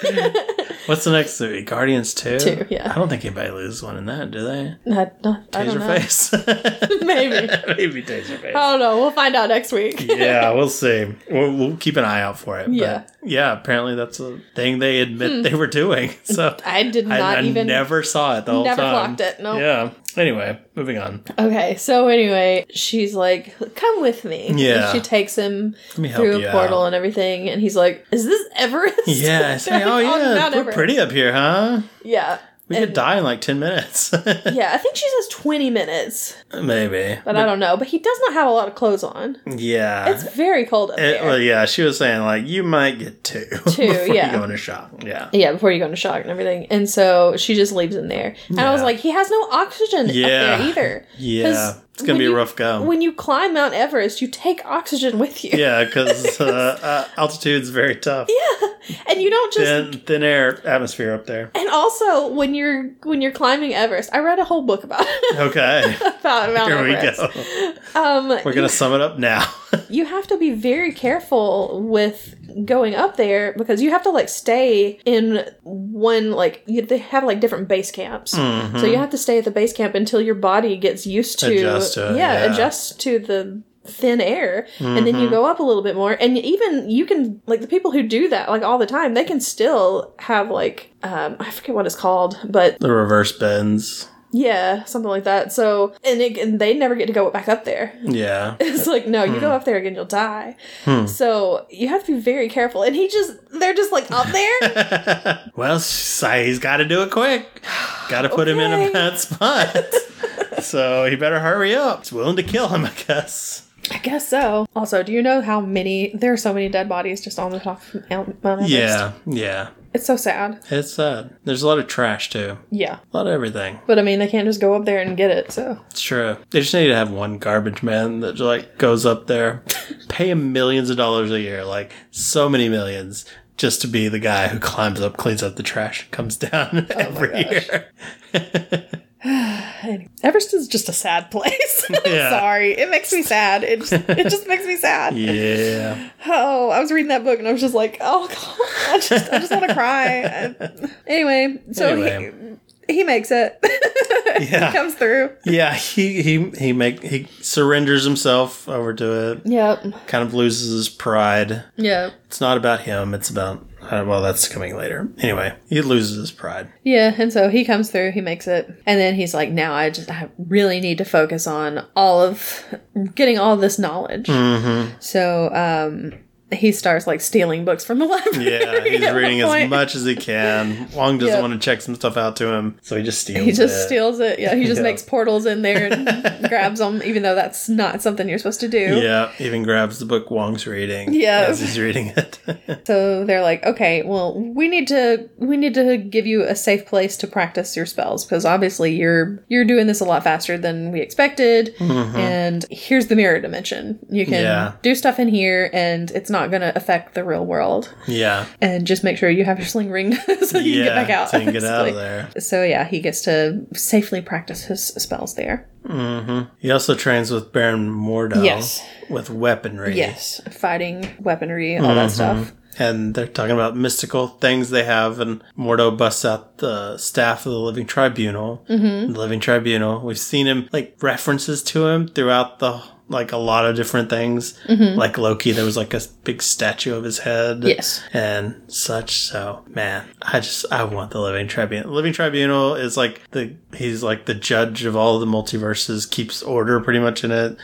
[SPEAKER 2] Strangely.
[SPEAKER 1] Strangely. What's the next movie? Guardians Two.
[SPEAKER 2] Two, yeah.
[SPEAKER 1] I don't think anybody loses one in that, do they?
[SPEAKER 2] I, no, I don't Oh. know.
[SPEAKER 1] Taserface.
[SPEAKER 2] Maybe.
[SPEAKER 1] Maybe Taserface.
[SPEAKER 2] I don't know. We'll find out next week.
[SPEAKER 1] yeah, we'll see. We'll, we'll keep an eye out for it. but
[SPEAKER 2] Yeah.
[SPEAKER 1] yeah. Apparently, that's a thing they admit they were doing. So
[SPEAKER 2] I did
[SPEAKER 1] I,
[SPEAKER 2] not
[SPEAKER 1] I
[SPEAKER 2] even.
[SPEAKER 1] never saw it the whole
[SPEAKER 2] never
[SPEAKER 1] time.
[SPEAKER 2] clocked it, nope.
[SPEAKER 1] Yeah. Anyway, moving on.
[SPEAKER 2] Okay, so anyway, she's like, "Come with me."
[SPEAKER 1] Yeah.
[SPEAKER 2] And she takes him
[SPEAKER 1] Let me help
[SPEAKER 2] through
[SPEAKER 1] you
[SPEAKER 2] a portal
[SPEAKER 1] out.
[SPEAKER 2] and everything, and he's like, "Is this Everest?"
[SPEAKER 1] Yeah. I say,
[SPEAKER 2] They're
[SPEAKER 1] oh
[SPEAKER 2] like,
[SPEAKER 1] yeah,
[SPEAKER 2] Mount
[SPEAKER 1] we're
[SPEAKER 2] Everest."
[SPEAKER 1] pretty up here, huh?
[SPEAKER 2] Yeah.
[SPEAKER 1] We
[SPEAKER 2] And-
[SPEAKER 1] could die in like ten minutes,
[SPEAKER 2] yeah, I think she says twenty minutes,
[SPEAKER 1] maybe.
[SPEAKER 2] but I don't know. But he does not have a lot of clothes on.
[SPEAKER 1] Yeah.
[SPEAKER 2] It's very cold up
[SPEAKER 1] It,
[SPEAKER 2] there.
[SPEAKER 1] Eh, well, yeah, she was saying like you might get two,
[SPEAKER 2] Two,
[SPEAKER 1] before
[SPEAKER 2] yeah.
[SPEAKER 1] you go into shop. Yeah,
[SPEAKER 2] yeah, before you go into shock and everything, and so she just leaves him there. And I was
[SPEAKER 1] Yeah.
[SPEAKER 2] like, he has no oxygen
[SPEAKER 1] Yeah.
[SPEAKER 2] up there either.
[SPEAKER 1] yeah,
[SPEAKER 2] 'Cause
[SPEAKER 1] it's gonna
[SPEAKER 2] when
[SPEAKER 1] be a
[SPEAKER 2] you-
[SPEAKER 1] rough go.
[SPEAKER 2] When you climb Mount Everest, you take oxygen with you,
[SPEAKER 1] yeah, because uh, uh, altitude's very tough.
[SPEAKER 2] and you don't just
[SPEAKER 1] Thin, thin air atmosphere up there.
[SPEAKER 2] And also, when you're when you're climbing Everest, I read a whole book about
[SPEAKER 1] Okay,
[SPEAKER 2] about Mount
[SPEAKER 1] here we
[SPEAKER 2] Everest.
[SPEAKER 1] go.
[SPEAKER 2] Um,
[SPEAKER 1] We're gonna sum it up now.
[SPEAKER 2] you have to be very careful with going up there because you have to like stay in one like you they have like different base camps.
[SPEAKER 1] Mm-hmm.
[SPEAKER 2] So you have to stay at the base camp until your body gets used to
[SPEAKER 1] Adjust to it,
[SPEAKER 2] yeah,
[SPEAKER 1] yeah. Mm-hmm.
[SPEAKER 2] adjusts to the thin air and then you go up a little bit more and even you can like the people who do that like all the time they can still have like um i forget what it's called but
[SPEAKER 1] the reverse bends.
[SPEAKER 2] yeah, something like that. So, and, it, and they never get to go back up there.
[SPEAKER 1] Yeah,
[SPEAKER 2] It's like, no, you
[SPEAKER 1] Hmm.
[SPEAKER 2] go up there again, you'll die. So you have to be very careful. And he just, they're just like up there.
[SPEAKER 1] well, si- he's got to do it quick. Got to put him in a
[SPEAKER 2] Okay.
[SPEAKER 1] bad spot. so he better hurry up. It's willing to kill him, I guess.
[SPEAKER 2] I guess so. Also, do you know how many? There are so many dead bodies just on the top of Mount Mount Everest.
[SPEAKER 1] Yeah, yeah.
[SPEAKER 2] it's so sad.
[SPEAKER 1] It's sad. There's a lot of trash too.
[SPEAKER 2] Yeah,
[SPEAKER 1] A lot of everything.
[SPEAKER 2] but I mean, they can't just go up there and get it. So
[SPEAKER 1] It's true. They just need to have one garbage man that like goes up there, pay him millions of dollars a year, like so many millions, just to be the guy who climbs up, cleans up the trash, and comes down every
[SPEAKER 2] Oh gosh.
[SPEAKER 1] year.
[SPEAKER 2] anyway, Everest is just a sad place. I'm
[SPEAKER 1] Yeah.
[SPEAKER 2] Sorry, it makes me sad. It just, it just makes me sad.
[SPEAKER 1] Yeah.
[SPEAKER 2] Oh, I was reading that book and I was just like, oh god, I just, I just want to cry. I- anyway, so
[SPEAKER 1] Anyway.
[SPEAKER 2] he he makes it.
[SPEAKER 1] Yeah.
[SPEAKER 2] he comes through.
[SPEAKER 1] Yeah, he he he make he surrenders himself over to it.
[SPEAKER 2] Yep.
[SPEAKER 1] Kind of loses his pride.
[SPEAKER 2] Yep.
[SPEAKER 1] It's not about him, it's about uh, well, that's coming later. Anyway, he loses his pride.
[SPEAKER 2] Yeah, and so he comes through, he makes it, and then he's like, "Now I just I really need to focus on all of getting all this knowledge."
[SPEAKER 1] Mm-hmm.
[SPEAKER 2] So, um, he starts like stealing books from the library.
[SPEAKER 1] Yeah, he's
[SPEAKER 2] at one
[SPEAKER 1] reading as
[SPEAKER 2] point.
[SPEAKER 1] much as he can. Wong doesn't
[SPEAKER 2] Yep.
[SPEAKER 1] want to check some stuff out to him, so he just steals.
[SPEAKER 2] He just
[SPEAKER 1] it.
[SPEAKER 2] steals it. Yeah, he just
[SPEAKER 1] Yeah.
[SPEAKER 2] makes portals in there and grabs them, even though that's not something you're supposed to do.
[SPEAKER 1] Yeah, even grabs the book Wong's reading.
[SPEAKER 2] Yeah.
[SPEAKER 1] as he's reading it.
[SPEAKER 2] So they're like, okay, well, we need to we need to give you a safe place to practice your spells because obviously you're you're doing this a lot faster than we expected. And here's the mirror dimension. You can
[SPEAKER 1] Mm-hmm. Yeah.
[SPEAKER 2] do stuff in here, and it's not going to affect the real world.
[SPEAKER 1] yeah,
[SPEAKER 2] And just make sure you have your sling ring so
[SPEAKER 1] yeah.
[SPEAKER 2] you can get back out.
[SPEAKER 1] So you can get out
[SPEAKER 2] basically.
[SPEAKER 1] of there.
[SPEAKER 2] So yeah, he gets to safely practice his spells there.
[SPEAKER 1] He also trains with Baron Mordo.
[SPEAKER 2] Yes.
[SPEAKER 1] with weaponry.
[SPEAKER 2] Yes, fighting, weaponry, all
[SPEAKER 1] Mm-hmm.
[SPEAKER 2] that stuff.
[SPEAKER 1] And they're talking about mystical things they have, and Mordo busts out the staff of the Living Tribunal. Mm-hmm. The Living Tribunal. We've seen him like references to him throughout the like a lot of different things. Like Loki, there was like a big statue of his head.
[SPEAKER 2] Yes.
[SPEAKER 1] And such. So man, I just I want the Living Tribunal. Living Tribunal is like the he's like the judge of all the multiverses, keeps order pretty much in it.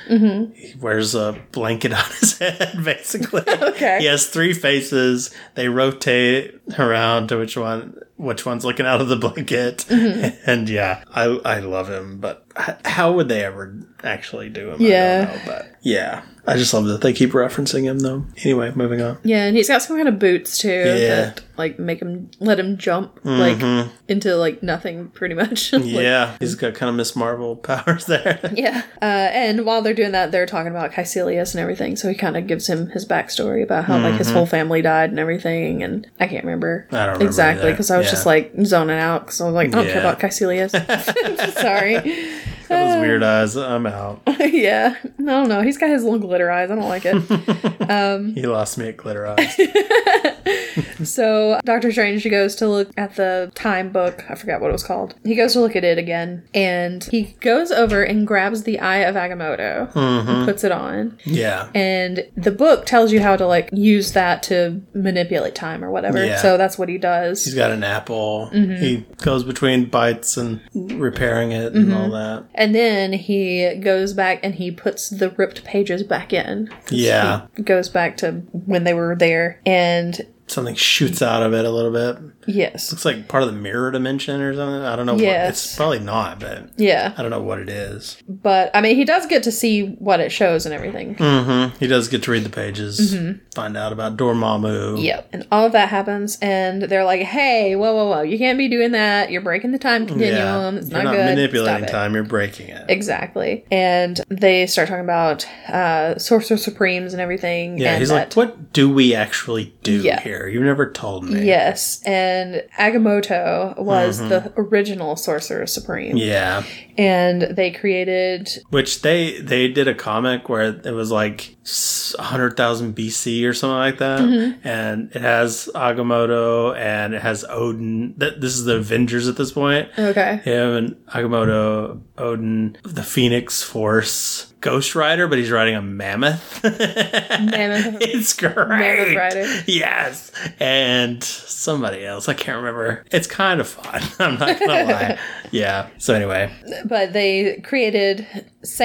[SPEAKER 1] He wears a blanket on his head, basically.
[SPEAKER 2] Okay.
[SPEAKER 1] He has three faces. They rotate around to which one which one's looking out of the blanket.
[SPEAKER 2] Mm-hmm.
[SPEAKER 1] And yeah, I I love him, but h- how would they ever actually do him? I
[SPEAKER 2] Yeah.
[SPEAKER 1] don't know, but yeah. I just love that they keep referencing him though. Anyway, moving on.
[SPEAKER 2] Yeah, and he's got some kind of boots too that like make him let him jump like into like nothing pretty much. Like,
[SPEAKER 1] Mm-hmm. yeah, he's got kind of Miss Marvel powers there.
[SPEAKER 2] Yeah. Uh, and while they're doing that, they're talking about Caecilius and everything. So he kind of gives him his backstory about how like his whole family died and everything. And I can't remember
[SPEAKER 1] Mm-hmm. I don't remember
[SPEAKER 2] exactly
[SPEAKER 1] either.
[SPEAKER 2] because I was
[SPEAKER 1] Yeah.
[SPEAKER 2] just like zoning out because I was like, I don't
[SPEAKER 1] Yeah.
[SPEAKER 2] care about Caecilius. Sorry.
[SPEAKER 1] Got those weird eyes. I'm out.
[SPEAKER 2] yeah. I don't know. He's got his little glitter eyes. I don't like it.
[SPEAKER 1] He lost me at glitter eyes.
[SPEAKER 2] So Doctor Strange goes to look at the time book. I forgot what it was called. He goes to look at it again, and he goes over and grabs the Eye of Agamotto
[SPEAKER 1] Mm-hmm.
[SPEAKER 2] and puts it on.
[SPEAKER 1] Yeah.
[SPEAKER 2] And the book tells you how to like use that to manipulate time or whatever.
[SPEAKER 1] Yeah.
[SPEAKER 2] So that's what he does.
[SPEAKER 1] He's got an apple.
[SPEAKER 2] Mm-hmm.
[SPEAKER 1] He goes between bites and repairing it and
[SPEAKER 2] Mm-hmm.
[SPEAKER 1] all that.
[SPEAKER 2] and then he goes back and he puts the ripped pages back in.
[SPEAKER 1] Yeah.
[SPEAKER 2] Goes back to when they were there, and
[SPEAKER 1] something shoots out of it a little bit.
[SPEAKER 2] yes,
[SPEAKER 1] It's like part of the mirror dimension or something. I don't know. What,
[SPEAKER 2] Yes.
[SPEAKER 1] it's probably not, but
[SPEAKER 2] yeah.
[SPEAKER 1] I don't know what it is.
[SPEAKER 2] But I mean, he does get to see what it shows and everything.
[SPEAKER 1] Mm-hmm. He does get to read the pages,
[SPEAKER 2] Mm-hmm.
[SPEAKER 1] find out about Dormammu.
[SPEAKER 2] Yep. And all of that happens, and they're like, hey, whoa, whoa, whoa, you can't be doing that. You're breaking the time continuum. It's
[SPEAKER 1] You're
[SPEAKER 2] not,
[SPEAKER 1] not
[SPEAKER 2] good.
[SPEAKER 1] manipulating
[SPEAKER 2] Stop it."
[SPEAKER 1] time. You're breaking it.
[SPEAKER 2] Exactly. And they start talking about uh, Sorcerer Supremes and everything.
[SPEAKER 1] yeah.
[SPEAKER 2] and
[SPEAKER 1] He's like,
[SPEAKER 2] that-
[SPEAKER 1] what do we actually do
[SPEAKER 2] Yeah.
[SPEAKER 1] here? You never told me.
[SPEAKER 2] Yes, and Agamotto was the original Sorcerer Supreme.
[SPEAKER 1] Mm-hmm. Yeah.
[SPEAKER 2] And they created.
[SPEAKER 1] Which they they did a comic where it was like s- 100,000 BC or something like that.
[SPEAKER 2] Mm-hmm.
[SPEAKER 1] And it has Agamotto and it has Odin. Th- This is the Avengers at this point.
[SPEAKER 2] Okay.
[SPEAKER 1] Him and Agamotto, Odin, the Phoenix Force, Ghost Rider, but he's riding a mammoth.
[SPEAKER 2] Mammoth-
[SPEAKER 1] it's great.
[SPEAKER 2] Mammoth Rider.
[SPEAKER 1] Yes. And somebody else. I can't remember. It's kind of fun. I'm not going to lie. Yeah. So, anyway.
[SPEAKER 2] But they created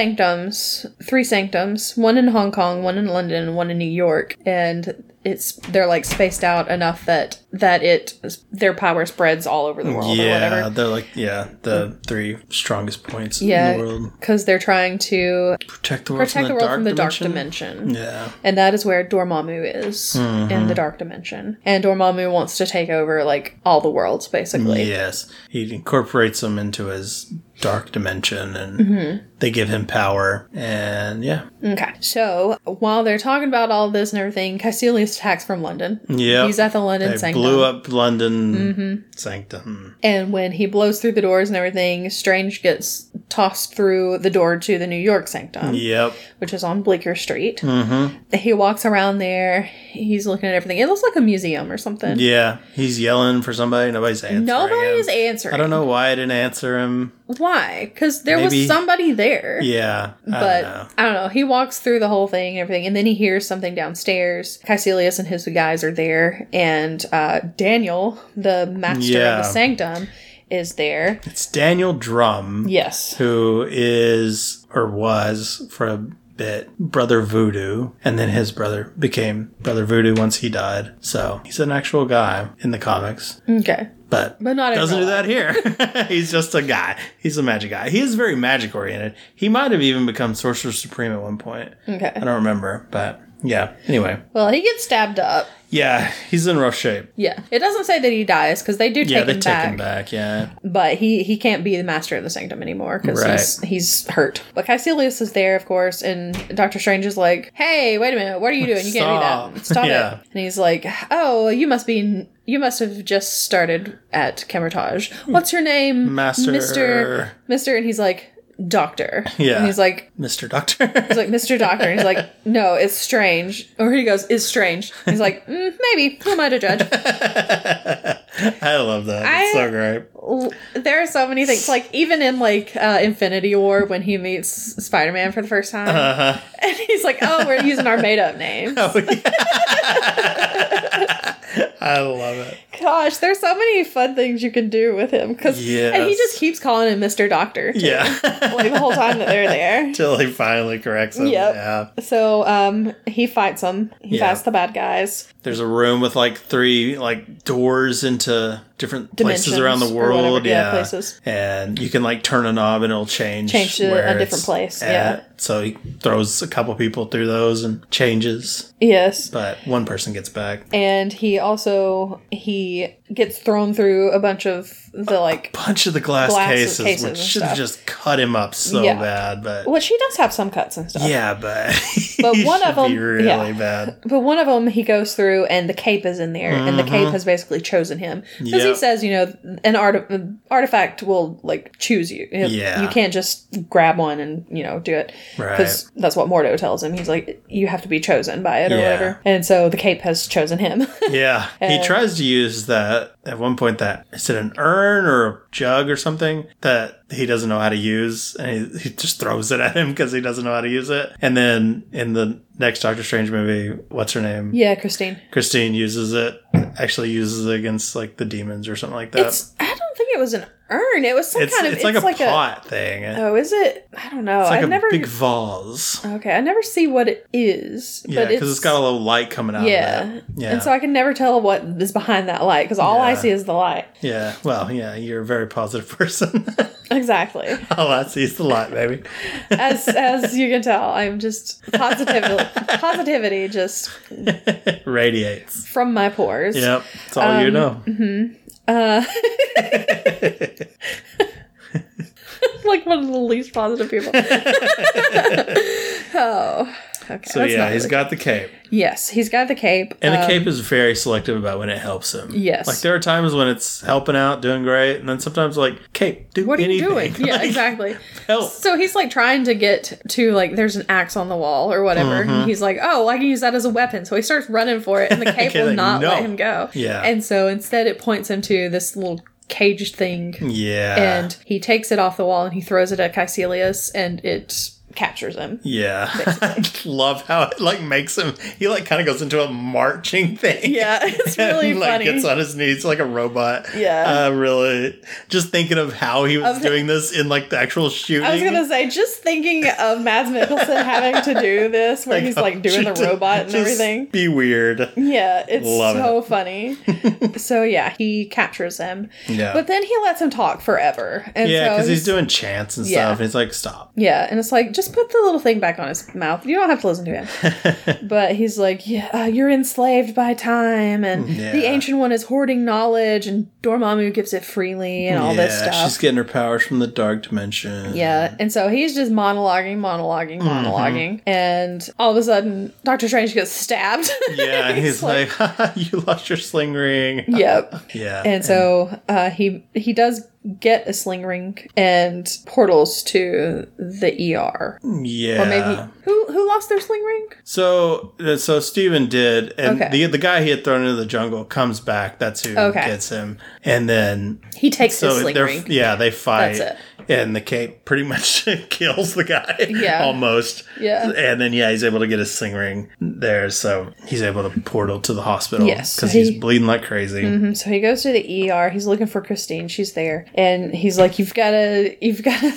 [SPEAKER 2] sanctums, three sanctums, one in Hong Kong, one in London, and one in New York, and it's they're like spaced out enough that that it their power spreads all over the world or
[SPEAKER 1] Yeah.
[SPEAKER 2] whatever.
[SPEAKER 1] They're like, yeah, the three strongest points
[SPEAKER 2] Yeah,
[SPEAKER 1] in the world.
[SPEAKER 2] because they're trying to
[SPEAKER 1] Protect the world,
[SPEAKER 2] protect the
[SPEAKER 1] from, the
[SPEAKER 2] world
[SPEAKER 1] dark
[SPEAKER 2] from the dark
[SPEAKER 1] dimension.
[SPEAKER 2] dimension.
[SPEAKER 1] Yeah. Mm-hmm.
[SPEAKER 2] And that is where Dormammu is in the Dark Dimension. And Dormammu wants to take over like all the worlds basically.
[SPEAKER 1] Yes. He incorporates them into his dark dimension and
[SPEAKER 2] Mm-hmm.
[SPEAKER 1] they give him power. And yeah.
[SPEAKER 2] Okay. So while they're talking about all this and everything, Caecilius attacks from London.
[SPEAKER 1] Yeah.
[SPEAKER 2] He's at the London
[SPEAKER 1] They
[SPEAKER 2] Sanctum. Mm-hmm.
[SPEAKER 1] blew up London Sanctum.
[SPEAKER 2] And when he blows through the doors and everything, Strange gets tossed through the door to the New York Sanctum,
[SPEAKER 1] Yep.
[SPEAKER 2] which is on Bleecker Street.
[SPEAKER 1] Mm-hmm.
[SPEAKER 2] He walks around there. He's looking at everything. It looks like a museum or something.
[SPEAKER 1] Yeah. He's yelling for somebody. Nobody's answering.
[SPEAKER 2] Nobody
[SPEAKER 1] him.
[SPEAKER 2] is answering.
[SPEAKER 1] I don't know why I didn't answer him.
[SPEAKER 2] why, because there
[SPEAKER 1] Maybe-
[SPEAKER 2] was somebody there.
[SPEAKER 1] Yeah. I
[SPEAKER 2] But
[SPEAKER 1] don't know.
[SPEAKER 2] He walks through the whole thing and everything, and then he hears something downstairs. Caecilius and his guys are there, and uh, Daniel, the master
[SPEAKER 1] Yeah.
[SPEAKER 2] of the sanctum, is there.
[SPEAKER 1] It's Daniel Drum,
[SPEAKER 2] Yes.
[SPEAKER 1] who is or was for a bit Brother Voodoo, and then his brother became Brother Voodoo once he died. So he's an actual guy in the comics.
[SPEAKER 2] Okay.
[SPEAKER 1] But,
[SPEAKER 2] But not in
[SPEAKER 1] doesn't do
[SPEAKER 2] real
[SPEAKER 1] that here. he's just a guy. He's a magic guy. He is very magic oriented. He might have even become Sorcerer Supreme at one point.
[SPEAKER 2] Okay.
[SPEAKER 1] I don't remember, but yeah. Anyway,
[SPEAKER 2] Well, he gets stabbed up.
[SPEAKER 1] yeah, he's in rough shape.
[SPEAKER 2] Yeah, it doesn't say that he dies because they do take,
[SPEAKER 1] Yeah, they
[SPEAKER 2] him,
[SPEAKER 1] take
[SPEAKER 2] back,
[SPEAKER 1] him back. Yeah,
[SPEAKER 2] but he he can't be the master of the sanctum anymore because he's he's hurt. But Caecilius is there, of course, and Doctor Strange is like, "Hey, wait a minute, what are you doing? You can't
[SPEAKER 1] Stop."
[SPEAKER 2] do that. Stop
[SPEAKER 1] Yeah.
[SPEAKER 2] it!" And he's like, "Oh, you must be." You must have just started at Camertage. What's your name,
[SPEAKER 1] Master.
[SPEAKER 2] Mister, Mister, and he's like, Doctor.
[SPEAKER 1] Yeah.
[SPEAKER 2] And he's like,
[SPEAKER 1] Mister Doctor.
[SPEAKER 2] He's like, Mr. Doctor. And he's like, no, it's strange. Or he goes, it's strange. And he's like, mm, maybe. Who am I to judge?
[SPEAKER 1] I love that.
[SPEAKER 2] I-
[SPEAKER 1] it's so great.
[SPEAKER 2] L- There are so many things. Like even in like uh, Infinity War when he meets Spider Man for the first time,
[SPEAKER 1] Uh-huh.
[SPEAKER 2] and he's like, "Oh, we're using our made up name."
[SPEAKER 1] Oh, yeah. I love it.
[SPEAKER 2] Gosh, there's so many fun things you can do with him because and he
[SPEAKER 1] Yes.
[SPEAKER 2] just keeps calling him Mister Doctor. too,
[SPEAKER 1] Yeah.
[SPEAKER 2] like the whole time that they're there.
[SPEAKER 1] Till he finally corrects him.
[SPEAKER 2] Yep.
[SPEAKER 1] Yeah.
[SPEAKER 2] So um, he fights them. He
[SPEAKER 1] Yeah.
[SPEAKER 2] fights the bad guys.
[SPEAKER 1] There's a room with like three like doors into different places
[SPEAKER 2] Dimensions
[SPEAKER 1] around the
[SPEAKER 2] or whatever,
[SPEAKER 1] world.
[SPEAKER 2] yeah,
[SPEAKER 1] yeah.
[SPEAKER 2] places.
[SPEAKER 1] And you can like turn a knob and it'll change.
[SPEAKER 2] Change to a
[SPEAKER 1] where
[SPEAKER 2] different
[SPEAKER 1] it's
[SPEAKER 2] place,
[SPEAKER 1] at.
[SPEAKER 2] yeah.
[SPEAKER 1] So he throws a couple people through those and changes,
[SPEAKER 2] Yes.
[SPEAKER 1] but one person gets back.
[SPEAKER 2] And he also he gets thrown through a bunch of the like
[SPEAKER 1] Bunch of the glass,
[SPEAKER 2] Glass
[SPEAKER 1] cases,
[SPEAKER 2] cases and
[SPEAKER 1] which should have
[SPEAKER 2] stuff.
[SPEAKER 1] just cut him up so
[SPEAKER 2] Yeah.
[SPEAKER 1] bad, but
[SPEAKER 2] which he does have some cuts and stuff.
[SPEAKER 1] yeah, but
[SPEAKER 2] But
[SPEAKER 1] he
[SPEAKER 2] one of
[SPEAKER 1] should be
[SPEAKER 2] them-
[SPEAKER 1] really
[SPEAKER 2] yeah.
[SPEAKER 1] bad.
[SPEAKER 2] But one of them he goes through, and the cape is in there, and the cape has basically chosen him because
[SPEAKER 1] Mm-hmm.
[SPEAKER 2] he
[SPEAKER 1] Yep.
[SPEAKER 2] says, you know, an art an artifact will like choose you. It-
[SPEAKER 1] Yeah.
[SPEAKER 2] you can't just grab one and you know do it because that's what Mordo tells him. He's like, you have to be chosen by it or
[SPEAKER 1] Yeah.
[SPEAKER 2] whatever, and so the cape has chosen him.
[SPEAKER 1] Yeah,
[SPEAKER 2] Uh,
[SPEAKER 1] he tries to use that at one point. That is it an urn or a jug or something that he doesn't know how to use, and he, he just throws it at him because he doesn't know how to use it. And then in the next Doctor Strange movie, what's her name?
[SPEAKER 2] yeah, Christine.
[SPEAKER 1] Christine uses it. Actually, uses it against like the demons or something like that. It's
[SPEAKER 2] It's I don't think it was an urn. It was some
[SPEAKER 1] it's,
[SPEAKER 2] kind of
[SPEAKER 1] like a pot thing. It's
[SPEAKER 2] oh, is it? I don't know.
[SPEAKER 1] like
[SPEAKER 2] I
[SPEAKER 1] a
[SPEAKER 2] never.
[SPEAKER 1] big vase.
[SPEAKER 2] okay, I never see what it is.
[SPEAKER 1] Yeah,
[SPEAKER 2] but
[SPEAKER 1] because it's got a little light coming out.
[SPEAKER 2] yeah.
[SPEAKER 1] of it. yeah,
[SPEAKER 2] And so I can never tell what is behind that light because all I
[SPEAKER 1] Yeah.
[SPEAKER 2] see is the light.
[SPEAKER 1] yeah. Well, yeah, you're a very positive person.
[SPEAKER 2] Exactly.
[SPEAKER 1] All I see is the light, baby.
[SPEAKER 2] As as you can tell, I'm just positive positivity just
[SPEAKER 1] radiates.
[SPEAKER 2] from my pores.
[SPEAKER 1] Yep, that's all
[SPEAKER 2] Um,
[SPEAKER 1] you know.
[SPEAKER 2] Uh, like one of the least positive people. oh. Okay.
[SPEAKER 1] So
[SPEAKER 2] that's
[SPEAKER 1] yeah,
[SPEAKER 2] not
[SPEAKER 1] he's
[SPEAKER 2] really-
[SPEAKER 1] got the cape,
[SPEAKER 2] Yes, he's got the cape.
[SPEAKER 1] and the
[SPEAKER 2] um,
[SPEAKER 1] cape is very selective about when it helps him.
[SPEAKER 2] Yes.
[SPEAKER 1] like there are times when it's helping out, doing great, and then sometimes like cape, do
[SPEAKER 2] What are
[SPEAKER 1] anything.
[SPEAKER 2] you doing? Yeah,
[SPEAKER 1] Like,
[SPEAKER 2] exactly.
[SPEAKER 1] Help.
[SPEAKER 2] So he's like trying to get to like there's an axe on the wall or whatever.
[SPEAKER 1] Mm-hmm.
[SPEAKER 2] And he's like, oh, I can use that as a weapon. So he starts running for it, and the cape
[SPEAKER 1] Okay,
[SPEAKER 2] will
[SPEAKER 1] like,
[SPEAKER 2] not let
[SPEAKER 1] no.
[SPEAKER 2] him go.
[SPEAKER 1] Yeah.
[SPEAKER 2] And so instead, it points him to this little caged thing,
[SPEAKER 1] Yeah.
[SPEAKER 2] and he takes it off the wall and he throws it at Caecilius, and it captures him.
[SPEAKER 1] yeah, I love how it like makes him. He like kind of goes into a marching thing.
[SPEAKER 2] Yeah, it's really
[SPEAKER 1] and, like
[SPEAKER 2] funny.
[SPEAKER 1] gets on his knees like a robot.
[SPEAKER 2] Yeah.
[SPEAKER 1] uh, really. Just thinking of how he was
[SPEAKER 2] Of-
[SPEAKER 1] doing this in like the actual shooting.
[SPEAKER 2] I was gonna say, just thinking of Mads Mikkelsen having to do this, where he's like doing the
[SPEAKER 1] Just-
[SPEAKER 2] robot and
[SPEAKER 1] just
[SPEAKER 2] everything.
[SPEAKER 1] Be weird.
[SPEAKER 2] Yeah, it's
[SPEAKER 1] Love
[SPEAKER 2] so funny. so yeah, he captures him.
[SPEAKER 1] Yeah.
[SPEAKER 2] But then he lets him talk forever. And
[SPEAKER 1] Yeah,
[SPEAKER 2] so
[SPEAKER 1] because he's doing chants and
[SPEAKER 2] Yeah.
[SPEAKER 1] stuff. And it's like, stop.
[SPEAKER 2] Yeah, and it's like just put the little thing back on his mouth. You don't have to listen to him. but he's like, yeah, uh, you're enslaved by time, and the
[SPEAKER 1] Mm, Yeah.
[SPEAKER 2] ancient one is hoarding knowledge, and Dormammu gives it freely, and all
[SPEAKER 1] yeah,
[SPEAKER 2] this stuff.
[SPEAKER 1] she's getting her powers from the dark dimension.
[SPEAKER 2] Yeah, and so he's just monologuing, monologuing,
[SPEAKER 1] Mm-hmm.
[SPEAKER 2] monologuing, and all of a sudden, Doctor Strange gets stabbed.
[SPEAKER 1] Yeah, and he's, like, "Haha, you lost your sling ring.
[SPEAKER 2] yep.
[SPEAKER 1] Yeah.
[SPEAKER 2] and so uh, he he does get a sling ring and portals to the ER
[SPEAKER 1] yeah.
[SPEAKER 2] or maybe who who lost their sling ring?
[SPEAKER 1] So uh, so Steven did and
[SPEAKER 2] Okay.
[SPEAKER 1] the the guy he had thrown into the jungle comes back. That's who
[SPEAKER 2] Okay.
[SPEAKER 1] gets him. And then
[SPEAKER 2] He takes his
[SPEAKER 1] so
[SPEAKER 2] sling
[SPEAKER 1] they're
[SPEAKER 2] ring.
[SPEAKER 1] yeah, they fight.
[SPEAKER 2] That's
[SPEAKER 1] And the cape pretty much kills the guy.
[SPEAKER 2] Yeah.
[SPEAKER 1] Almost.
[SPEAKER 2] Yeah.
[SPEAKER 1] And then yeah, he's able to get his sling ring there, so he's able to portal to the hospital.
[SPEAKER 2] Yes,
[SPEAKER 1] Because
[SPEAKER 2] he-
[SPEAKER 1] he's bleeding like crazy.
[SPEAKER 2] Mhm, So he goes to the ER. He's looking for Christine. She's there, and he's like, "You've got to, you've got to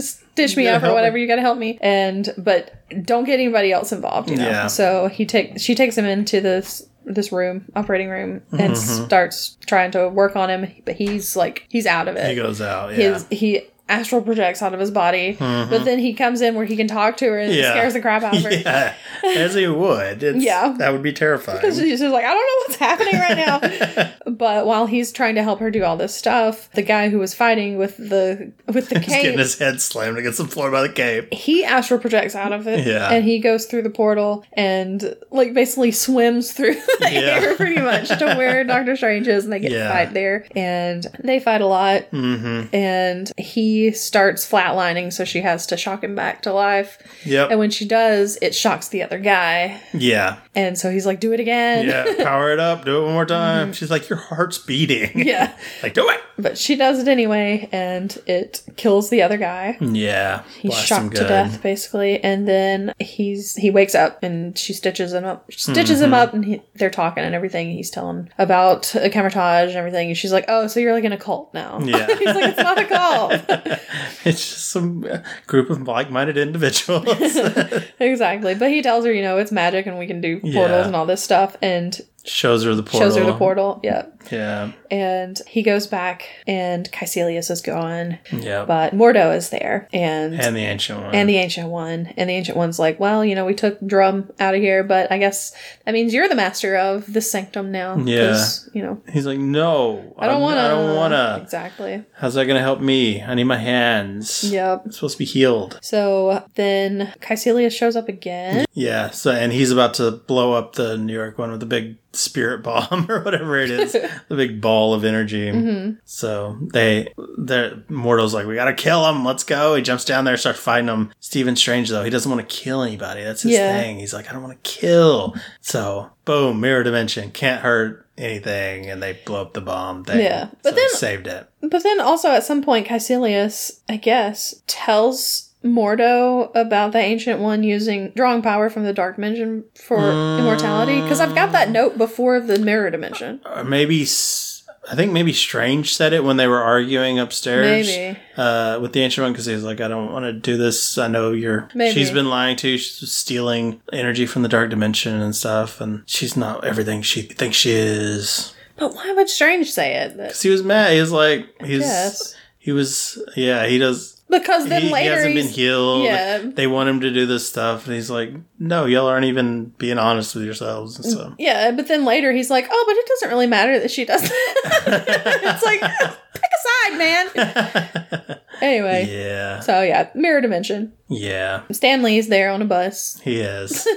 [SPEAKER 2] stitch me
[SPEAKER 1] gotta
[SPEAKER 2] up or
[SPEAKER 1] help
[SPEAKER 2] whatever. You got to help me." And but don't get anybody else involved. You know.
[SPEAKER 1] Yeah.
[SPEAKER 2] So he take she takes him into this this room, operating room, and
[SPEAKER 1] Mm-hmm.
[SPEAKER 2] starts trying to work on him. But he's like, he's out of it.
[SPEAKER 1] He goes out. Yeah. Mm-hmm.
[SPEAKER 2] his he astral projects out of his body, but then he comes in where he can talk to her and
[SPEAKER 1] Yeah.
[SPEAKER 2] scares the crap out of her.
[SPEAKER 1] yeah, as he would. It's,
[SPEAKER 2] Yeah.
[SPEAKER 1] that would be terrifying.
[SPEAKER 2] She's just like, I don't know what's happening right now. but while he's trying to help her do all this stuff, the guy who was fighting with the with the
[SPEAKER 1] He's getting
[SPEAKER 2] cape,
[SPEAKER 1] his head slammed against the floor by the cape.
[SPEAKER 2] he astral projects out of it,
[SPEAKER 1] Yeah.
[SPEAKER 2] and he goes through the portal and like basically swims through the
[SPEAKER 1] Yeah.
[SPEAKER 2] air pretty much to where Doctor Strange is, and they get
[SPEAKER 1] Yeah.
[SPEAKER 2] to fight there, and they fight a lot.
[SPEAKER 1] hmm
[SPEAKER 2] And he starts flatlining, so she has to shock him back to life.
[SPEAKER 1] Yep.
[SPEAKER 2] And when she does, it shocks the other guy.
[SPEAKER 1] yeah.
[SPEAKER 2] And so he's like, do it again.
[SPEAKER 1] Yeah, power it up. Do it one more time. She's like, your heart's beating.
[SPEAKER 2] Mm-hmm. yeah.
[SPEAKER 1] like, do it.
[SPEAKER 2] But she does it anyway, and it kills the other guy.
[SPEAKER 1] Yeah.
[SPEAKER 2] He's
[SPEAKER 1] Hmm. blast him
[SPEAKER 2] shocked to
[SPEAKER 1] good.
[SPEAKER 2] death, basically, and then he's he wakes up and she stitches him up, stitches
[SPEAKER 1] Mm-hmm.
[SPEAKER 2] him up, and he, they're talking and everything. He's telling about uh, camouflage and everything, and she's like, "Oh, so you're like in a cult now?"
[SPEAKER 1] Yeah.
[SPEAKER 2] he's like, "It's not a cult,
[SPEAKER 1] It's just some uh, group of like-minded individuals.
[SPEAKER 2] exactly." But he tells her, you know, it's magic and we can do portals
[SPEAKER 1] Yeah.
[SPEAKER 2] and all this stuff, and
[SPEAKER 1] Shows her the portal.
[SPEAKER 2] shows her the portal. Yeah,
[SPEAKER 1] Yeah.
[SPEAKER 2] and he goes back, and Caecilius is gone,
[SPEAKER 1] Yeah.
[SPEAKER 2] but Mordo is there, and
[SPEAKER 1] and the ancient one.
[SPEAKER 2] And the ancient one. And the ancient one's like, well, you know, we took Drum out of here, but I guess that means you're the master of the sanctum now. 'cause, You know,
[SPEAKER 1] He's like, no,
[SPEAKER 2] I
[SPEAKER 1] I'm-
[SPEAKER 2] don't want to.
[SPEAKER 1] I don't want to.
[SPEAKER 2] Exactly.
[SPEAKER 1] How's that gonna help me? I need my hands.
[SPEAKER 2] Yep.
[SPEAKER 1] I'm supposed to be healed.
[SPEAKER 2] So then Caecilius shows up again.
[SPEAKER 1] Yeah. So, and he's about to blow up the New York one with the big spirit bomb or whatever it is, the big ball of energy.
[SPEAKER 2] Mm-hmm.
[SPEAKER 1] So they, they're mortals like, we gotta kill him. Let's go. He jumps down there, starts fighting him. Stephen Strange though, he doesn't want to kill anybody. That's his
[SPEAKER 2] Yeah.
[SPEAKER 1] thing. He's like, I don't want to kill. So boom, mirror dimension can't hurt anything, and they blow up the bomb thing.
[SPEAKER 2] Yeah.
[SPEAKER 1] So
[SPEAKER 2] But
[SPEAKER 1] he
[SPEAKER 2] then-
[SPEAKER 1] saved it.
[SPEAKER 2] But then also at some point, Caecilius, I guess, tells Mordo about the ancient one using drawing power from the dark dimension for
[SPEAKER 1] Mm.
[SPEAKER 2] immortality. Because I've got that note before of the mirror dimension.
[SPEAKER 1] or Uh, maybe S- I think maybe Strange said it when they were arguing upstairs
[SPEAKER 2] Maybe.
[SPEAKER 1] Uh, with the ancient one because he was like, "I don't want to do this. I know you're.
[SPEAKER 2] Maybe.
[SPEAKER 1] She's been lying to you. She's stealing energy from the dark dimension and stuff, and she's not everything she thinks she is."
[SPEAKER 2] But why would Strange say it? That-
[SPEAKER 1] Because he was mad. He was like, he's
[SPEAKER 2] Yes.
[SPEAKER 1] he was yeah. He does.
[SPEAKER 2] Because then
[SPEAKER 1] he, he
[SPEAKER 2] later
[SPEAKER 1] hasn't been
[SPEAKER 2] he's-
[SPEAKER 1] healed.
[SPEAKER 2] yeah.
[SPEAKER 1] They want him to do this stuff, and he's like, "No, y'all aren't even being honest with yourselves."
[SPEAKER 2] Mm.
[SPEAKER 1] And so.
[SPEAKER 2] Yeah, but then later he's like, "Oh, but it doesn't really matter that she does." that." it's like pick a side, man. Anyway,
[SPEAKER 1] Yeah,
[SPEAKER 2] so yeah, mirror dimension.
[SPEAKER 1] yeah.
[SPEAKER 2] Stanley's there on a bus.
[SPEAKER 1] He is.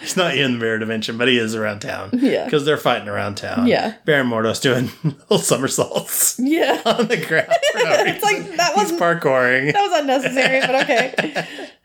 [SPEAKER 1] He's not in the mirror dimension, but he is around town.
[SPEAKER 2] Yeah.
[SPEAKER 1] Because they're fighting around town.
[SPEAKER 2] Yeah.
[SPEAKER 1] Baron Mordo's doing little somersaults
[SPEAKER 2] Yeah,
[SPEAKER 1] on the ground. For no
[SPEAKER 2] it's
[SPEAKER 1] reason.
[SPEAKER 2] like that
[SPEAKER 1] He's
[SPEAKER 2] was
[SPEAKER 1] parkouring.
[SPEAKER 2] that was unnecessary, but okay.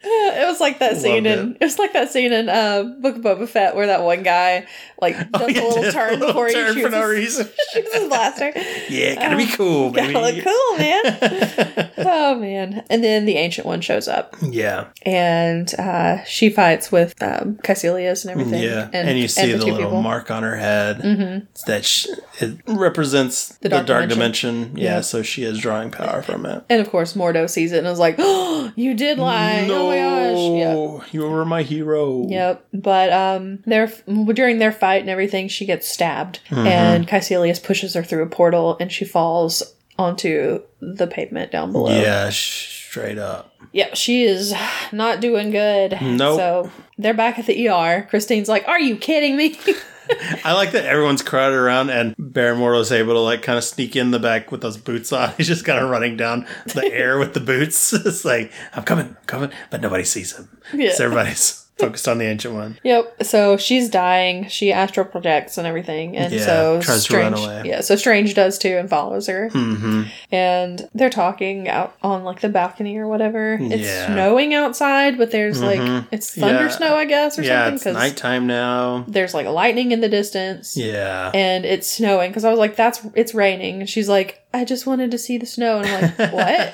[SPEAKER 2] It was like that scene
[SPEAKER 1] Loved
[SPEAKER 2] in it. was like that scene in uh, Book of Boba Fett where that one guy like does
[SPEAKER 1] Oh, yeah,
[SPEAKER 2] a little
[SPEAKER 1] did
[SPEAKER 2] turn
[SPEAKER 1] little
[SPEAKER 2] before
[SPEAKER 1] turn
[SPEAKER 2] he
[SPEAKER 1] for
[SPEAKER 2] shoots,
[SPEAKER 1] no
[SPEAKER 2] his,
[SPEAKER 1] reason.
[SPEAKER 2] shoots his blaster.
[SPEAKER 1] Yeah, gotta be cool, baby.
[SPEAKER 2] Gotta look cool, man. oh man! And then the ancient one shows up.
[SPEAKER 1] Yeah,
[SPEAKER 2] and uh, she fights with um, Caecilius and everything.
[SPEAKER 1] yeah. And, you see
[SPEAKER 2] and
[SPEAKER 1] the,
[SPEAKER 2] two
[SPEAKER 1] little
[SPEAKER 2] people. Mm-hmm.
[SPEAKER 1] mark on her head that sh- it represents the dark,
[SPEAKER 2] dark
[SPEAKER 1] dimension. Yeah,
[SPEAKER 2] Yeah.
[SPEAKER 1] so she is drawing power from it.
[SPEAKER 2] And of course, Mordo sees it and is like, "Oh, you did lie! Oh my gosh!" Yep.
[SPEAKER 1] No, you were my hero.
[SPEAKER 2] Yep. But um, their during their fight and everything, she gets stabbed,
[SPEAKER 1] Mm-hmm.
[SPEAKER 2] and Caecilius pushes her through a portal, and she falls onto the pavement down below.
[SPEAKER 1] Yeah, sh- straight up.
[SPEAKER 2] Yep, she is not doing good.
[SPEAKER 1] Nope.
[SPEAKER 2] So they're back at the ER. Christine's like, "Are you kidding me?"
[SPEAKER 1] I like that everyone's crowded around and Baron Mordo's able to like kind of sneak in the back with those boots on. He's just kind of running down the air with the boots. It's like, I'm coming, I'm coming, but nobody sees him.
[SPEAKER 2] Yeah.
[SPEAKER 1] So everybody's focused on the ancient one.
[SPEAKER 2] Yep. So she's dying. She astral projects and everything, and
[SPEAKER 1] Yeah,
[SPEAKER 2] so
[SPEAKER 1] tries to
[SPEAKER 2] Strange.
[SPEAKER 1] run away.
[SPEAKER 2] Yeah. So Strange does too and follows her.
[SPEAKER 1] hmm
[SPEAKER 2] And they're talking out on like the balcony or whatever. It's
[SPEAKER 1] Yeah.
[SPEAKER 2] snowing outside, but there's like
[SPEAKER 1] Mhm.
[SPEAKER 2] it's thunder
[SPEAKER 1] Yeah.
[SPEAKER 2] snow, I guess, or
[SPEAKER 1] Yeah, it's
[SPEAKER 2] something because
[SPEAKER 1] nighttime now.
[SPEAKER 2] there's like lightning in the distance.
[SPEAKER 1] Yeah.
[SPEAKER 2] And it's snowing because I was like, "That's it's raining." And she's like, "I just wanted to see the snow." And I'm like,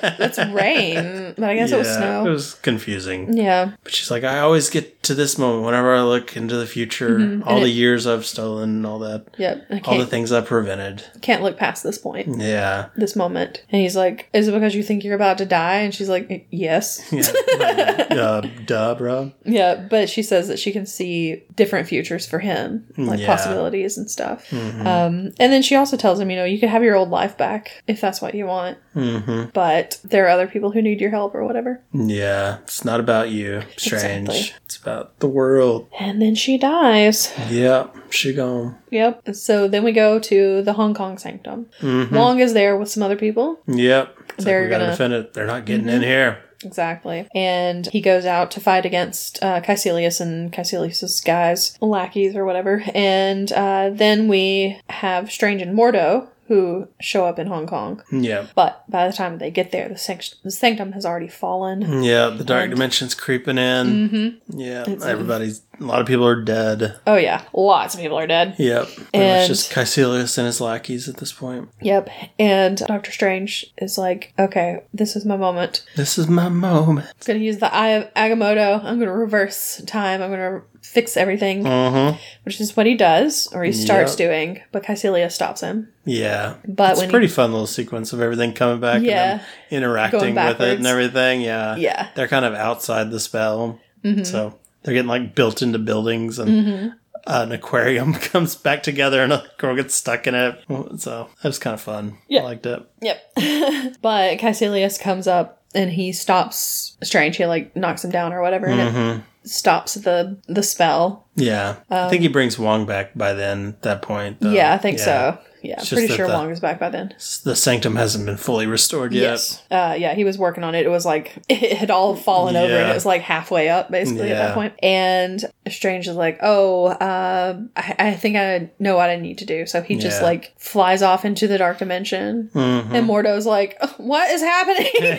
[SPEAKER 2] "What? That's rain." But I guess it was
[SPEAKER 1] Yeah,
[SPEAKER 2] snow.
[SPEAKER 1] It was confusing.
[SPEAKER 2] yeah.
[SPEAKER 1] But she's like, I always get to this moment whenever I look into the future,
[SPEAKER 2] Mhm,
[SPEAKER 1] all
[SPEAKER 2] and
[SPEAKER 1] the
[SPEAKER 2] it-
[SPEAKER 1] years I've stolen, all that,
[SPEAKER 2] Yep. I
[SPEAKER 1] all the
[SPEAKER 2] can't
[SPEAKER 1] things I've prevented.
[SPEAKER 2] can't look past this point.
[SPEAKER 1] Yeah.
[SPEAKER 2] this moment. And he's like, Is it because you think you're about to die? And she's like, Yes.
[SPEAKER 1] Yeah. uh, duh, bro.
[SPEAKER 2] Yeah, but she says that she can see different futures for him, like
[SPEAKER 1] Yeah.
[SPEAKER 2] possibilities and stuff.
[SPEAKER 1] Mm-hmm.
[SPEAKER 2] Um, and then she also tells him, You know, you could have your old life back if that's what you want,
[SPEAKER 1] hmm
[SPEAKER 2] but there are other people who need your help or whatever.
[SPEAKER 1] Yeah, it's not about you, Strange.
[SPEAKER 2] Exactly.
[SPEAKER 1] It's about the world.
[SPEAKER 2] And then she dies.
[SPEAKER 1] Yep, she gone.
[SPEAKER 2] Yep. So then we go to the Hong Kong Sanctum. Wong is there with some other people.
[SPEAKER 1] Yep. It's like,
[SPEAKER 2] They're
[SPEAKER 1] we gotta
[SPEAKER 2] gonna- Mm-hmm.
[SPEAKER 1] defend it. They're not getting in here.
[SPEAKER 2] Exactly. And he goes out to fight against uh, Caecilius and Caecilius's guys, lackeys or whatever. And uh, then we have Strange and Mordo who show up in Hong Kong.
[SPEAKER 1] Yep.
[SPEAKER 2] But by the time they get there, the, sanct- the sanctum has already fallen.
[SPEAKER 1] Yeah, the dark
[SPEAKER 2] And-
[SPEAKER 1] dimension's creeping in.
[SPEAKER 2] Mm-hmm.
[SPEAKER 1] Yeah,
[SPEAKER 2] It's-
[SPEAKER 1] everybody's A lot of people are dead.
[SPEAKER 2] Oh yeah, lots of people are dead.
[SPEAKER 1] Yep. And it's
[SPEAKER 2] And-
[SPEAKER 1] just Caecilius and his lackeys at this point.
[SPEAKER 2] Yep. And Doctor Strange is like, okay, this is my moment.
[SPEAKER 1] This is my moment.
[SPEAKER 2] It's gonna use the Eye of Agamotto. I'm gonna reverse time. I'm gonna fix everything,
[SPEAKER 1] Mm-hmm.
[SPEAKER 2] which is what he does, or he starts
[SPEAKER 1] Yep.
[SPEAKER 2] doing. But Caecilia stops him.
[SPEAKER 1] Yeah.
[SPEAKER 2] But
[SPEAKER 1] it's a
[SPEAKER 2] when he-
[SPEAKER 1] pretty fun little sequence of everything coming back and
[SPEAKER 2] Yeah.
[SPEAKER 1] them interacting
[SPEAKER 2] Going
[SPEAKER 1] with it and
[SPEAKER 2] backwards.
[SPEAKER 1] everything. Yeah.
[SPEAKER 2] Yeah.
[SPEAKER 1] They're kind of outside the spell.
[SPEAKER 2] Mm-hmm.
[SPEAKER 1] So they're getting like built into buildings and an aquarium comes back together and a girl gets stuck in it. So that was kind of fun.
[SPEAKER 2] Yeah.
[SPEAKER 1] I liked it.
[SPEAKER 2] Yep. but Caecilius comes up and he stops Strange. He like knocks him down or whatever, and
[SPEAKER 1] Mhm.
[SPEAKER 2] it stops the the spell.
[SPEAKER 1] Yeah. I think he brings Wong back by then, at that point. though.
[SPEAKER 2] Um, yeah, I think so. Yeah, I'm
[SPEAKER 1] Oh, just
[SPEAKER 2] pretty
[SPEAKER 1] that
[SPEAKER 2] sure
[SPEAKER 1] the-
[SPEAKER 2] Wong is back by then.
[SPEAKER 1] The sanctum hasn't been fully restored yet.
[SPEAKER 2] Uh, yeah, he was working on it. It was like it had all fallen over and
[SPEAKER 1] Yeah.
[SPEAKER 2] it was like halfway up basically at
[SPEAKER 1] Yeah.
[SPEAKER 2] that point. And Strange is like, "Oh, uh, I, I think I know what I need to do." So he just
[SPEAKER 1] Yeah.
[SPEAKER 2] like flies off into the dark dimension.
[SPEAKER 1] Mhm.
[SPEAKER 2] And Mordo's like, "What is happening?"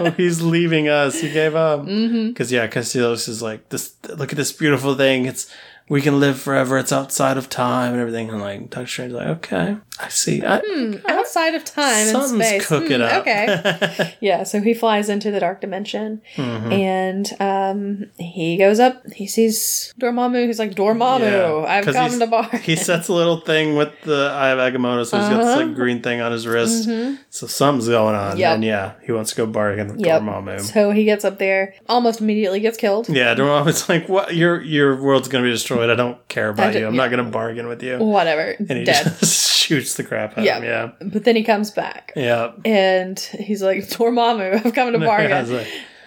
[SPEAKER 1] oh, he's leaving us. He gave up.
[SPEAKER 2] Mm-hmm.
[SPEAKER 1] Because yeah, Castilos is like this. Look at this beautiful thing. It's we can live forever. It's outside of time and everything. And like Doctor Strange, is like okay, I see. I,
[SPEAKER 2] Hmm. Outside of time and
[SPEAKER 1] something's
[SPEAKER 2] space.
[SPEAKER 1] cooking
[SPEAKER 2] Hmm,
[SPEAKER 1] up.
[SPEAKER 2] Okay. Yeah, so he flies into the dark dimension
[SPEAKER 1] Mm-hmm.
[SPEAKER 2] and um, he goes up. He sees Dormammu. He's like, Dormammu,
[SPEAKER 1] Yeah,
[SPEAKER 2] Oh, I've
[SPEAKER 1] 'cause
[SPEAKER 2] come
[SPEAKER 1] he's-
[SPEAKER 2] to bargain.
[SPEAKER 1] he sets a little thing with the Eye of Agamotto, so he's got this like green thing on his wrist. So something's going on.
[SPEAKER 2] Uh-huh. Mm-hmm. Yep.
[SPEAKER 1] And yeah, he wants to go bargain with
[SPEAKER 2] Yep.
[SPEAKER 1] Dormammu.
[SPEAKER 2] So he gets up there, almost immediately gets killed.
[SPEAKER 1] yeah, Dormammu's like, "What? Your your world's gonna be destroyed. I don't care about
[SPEAKER 2] d-
[SPEAKER 1] you. I'm
[SPEAKER 2] yeah.
[SPEAKER 1] not gonna bargain with you."
[SPEAKER 2] Whatever,
[SPEAKER 1] And he
[SPEAKER 2] dead.
[SPEAKER 1] just shoots the crap out
[SPEAKER 2] Yeah.
[SPEAKER 1] of him.
[SPEAKER 2] But then he comes back
[SPEAKER 1] Yeah, yeah.
[SPEAKER 2] and he's like, Dormammu, I've come
[SPEAKER 1] I
[SPEAKER 2] to
[SPEAKER 1] was
[SPEAKER 2] bargain.
[SPEAKER 1] like,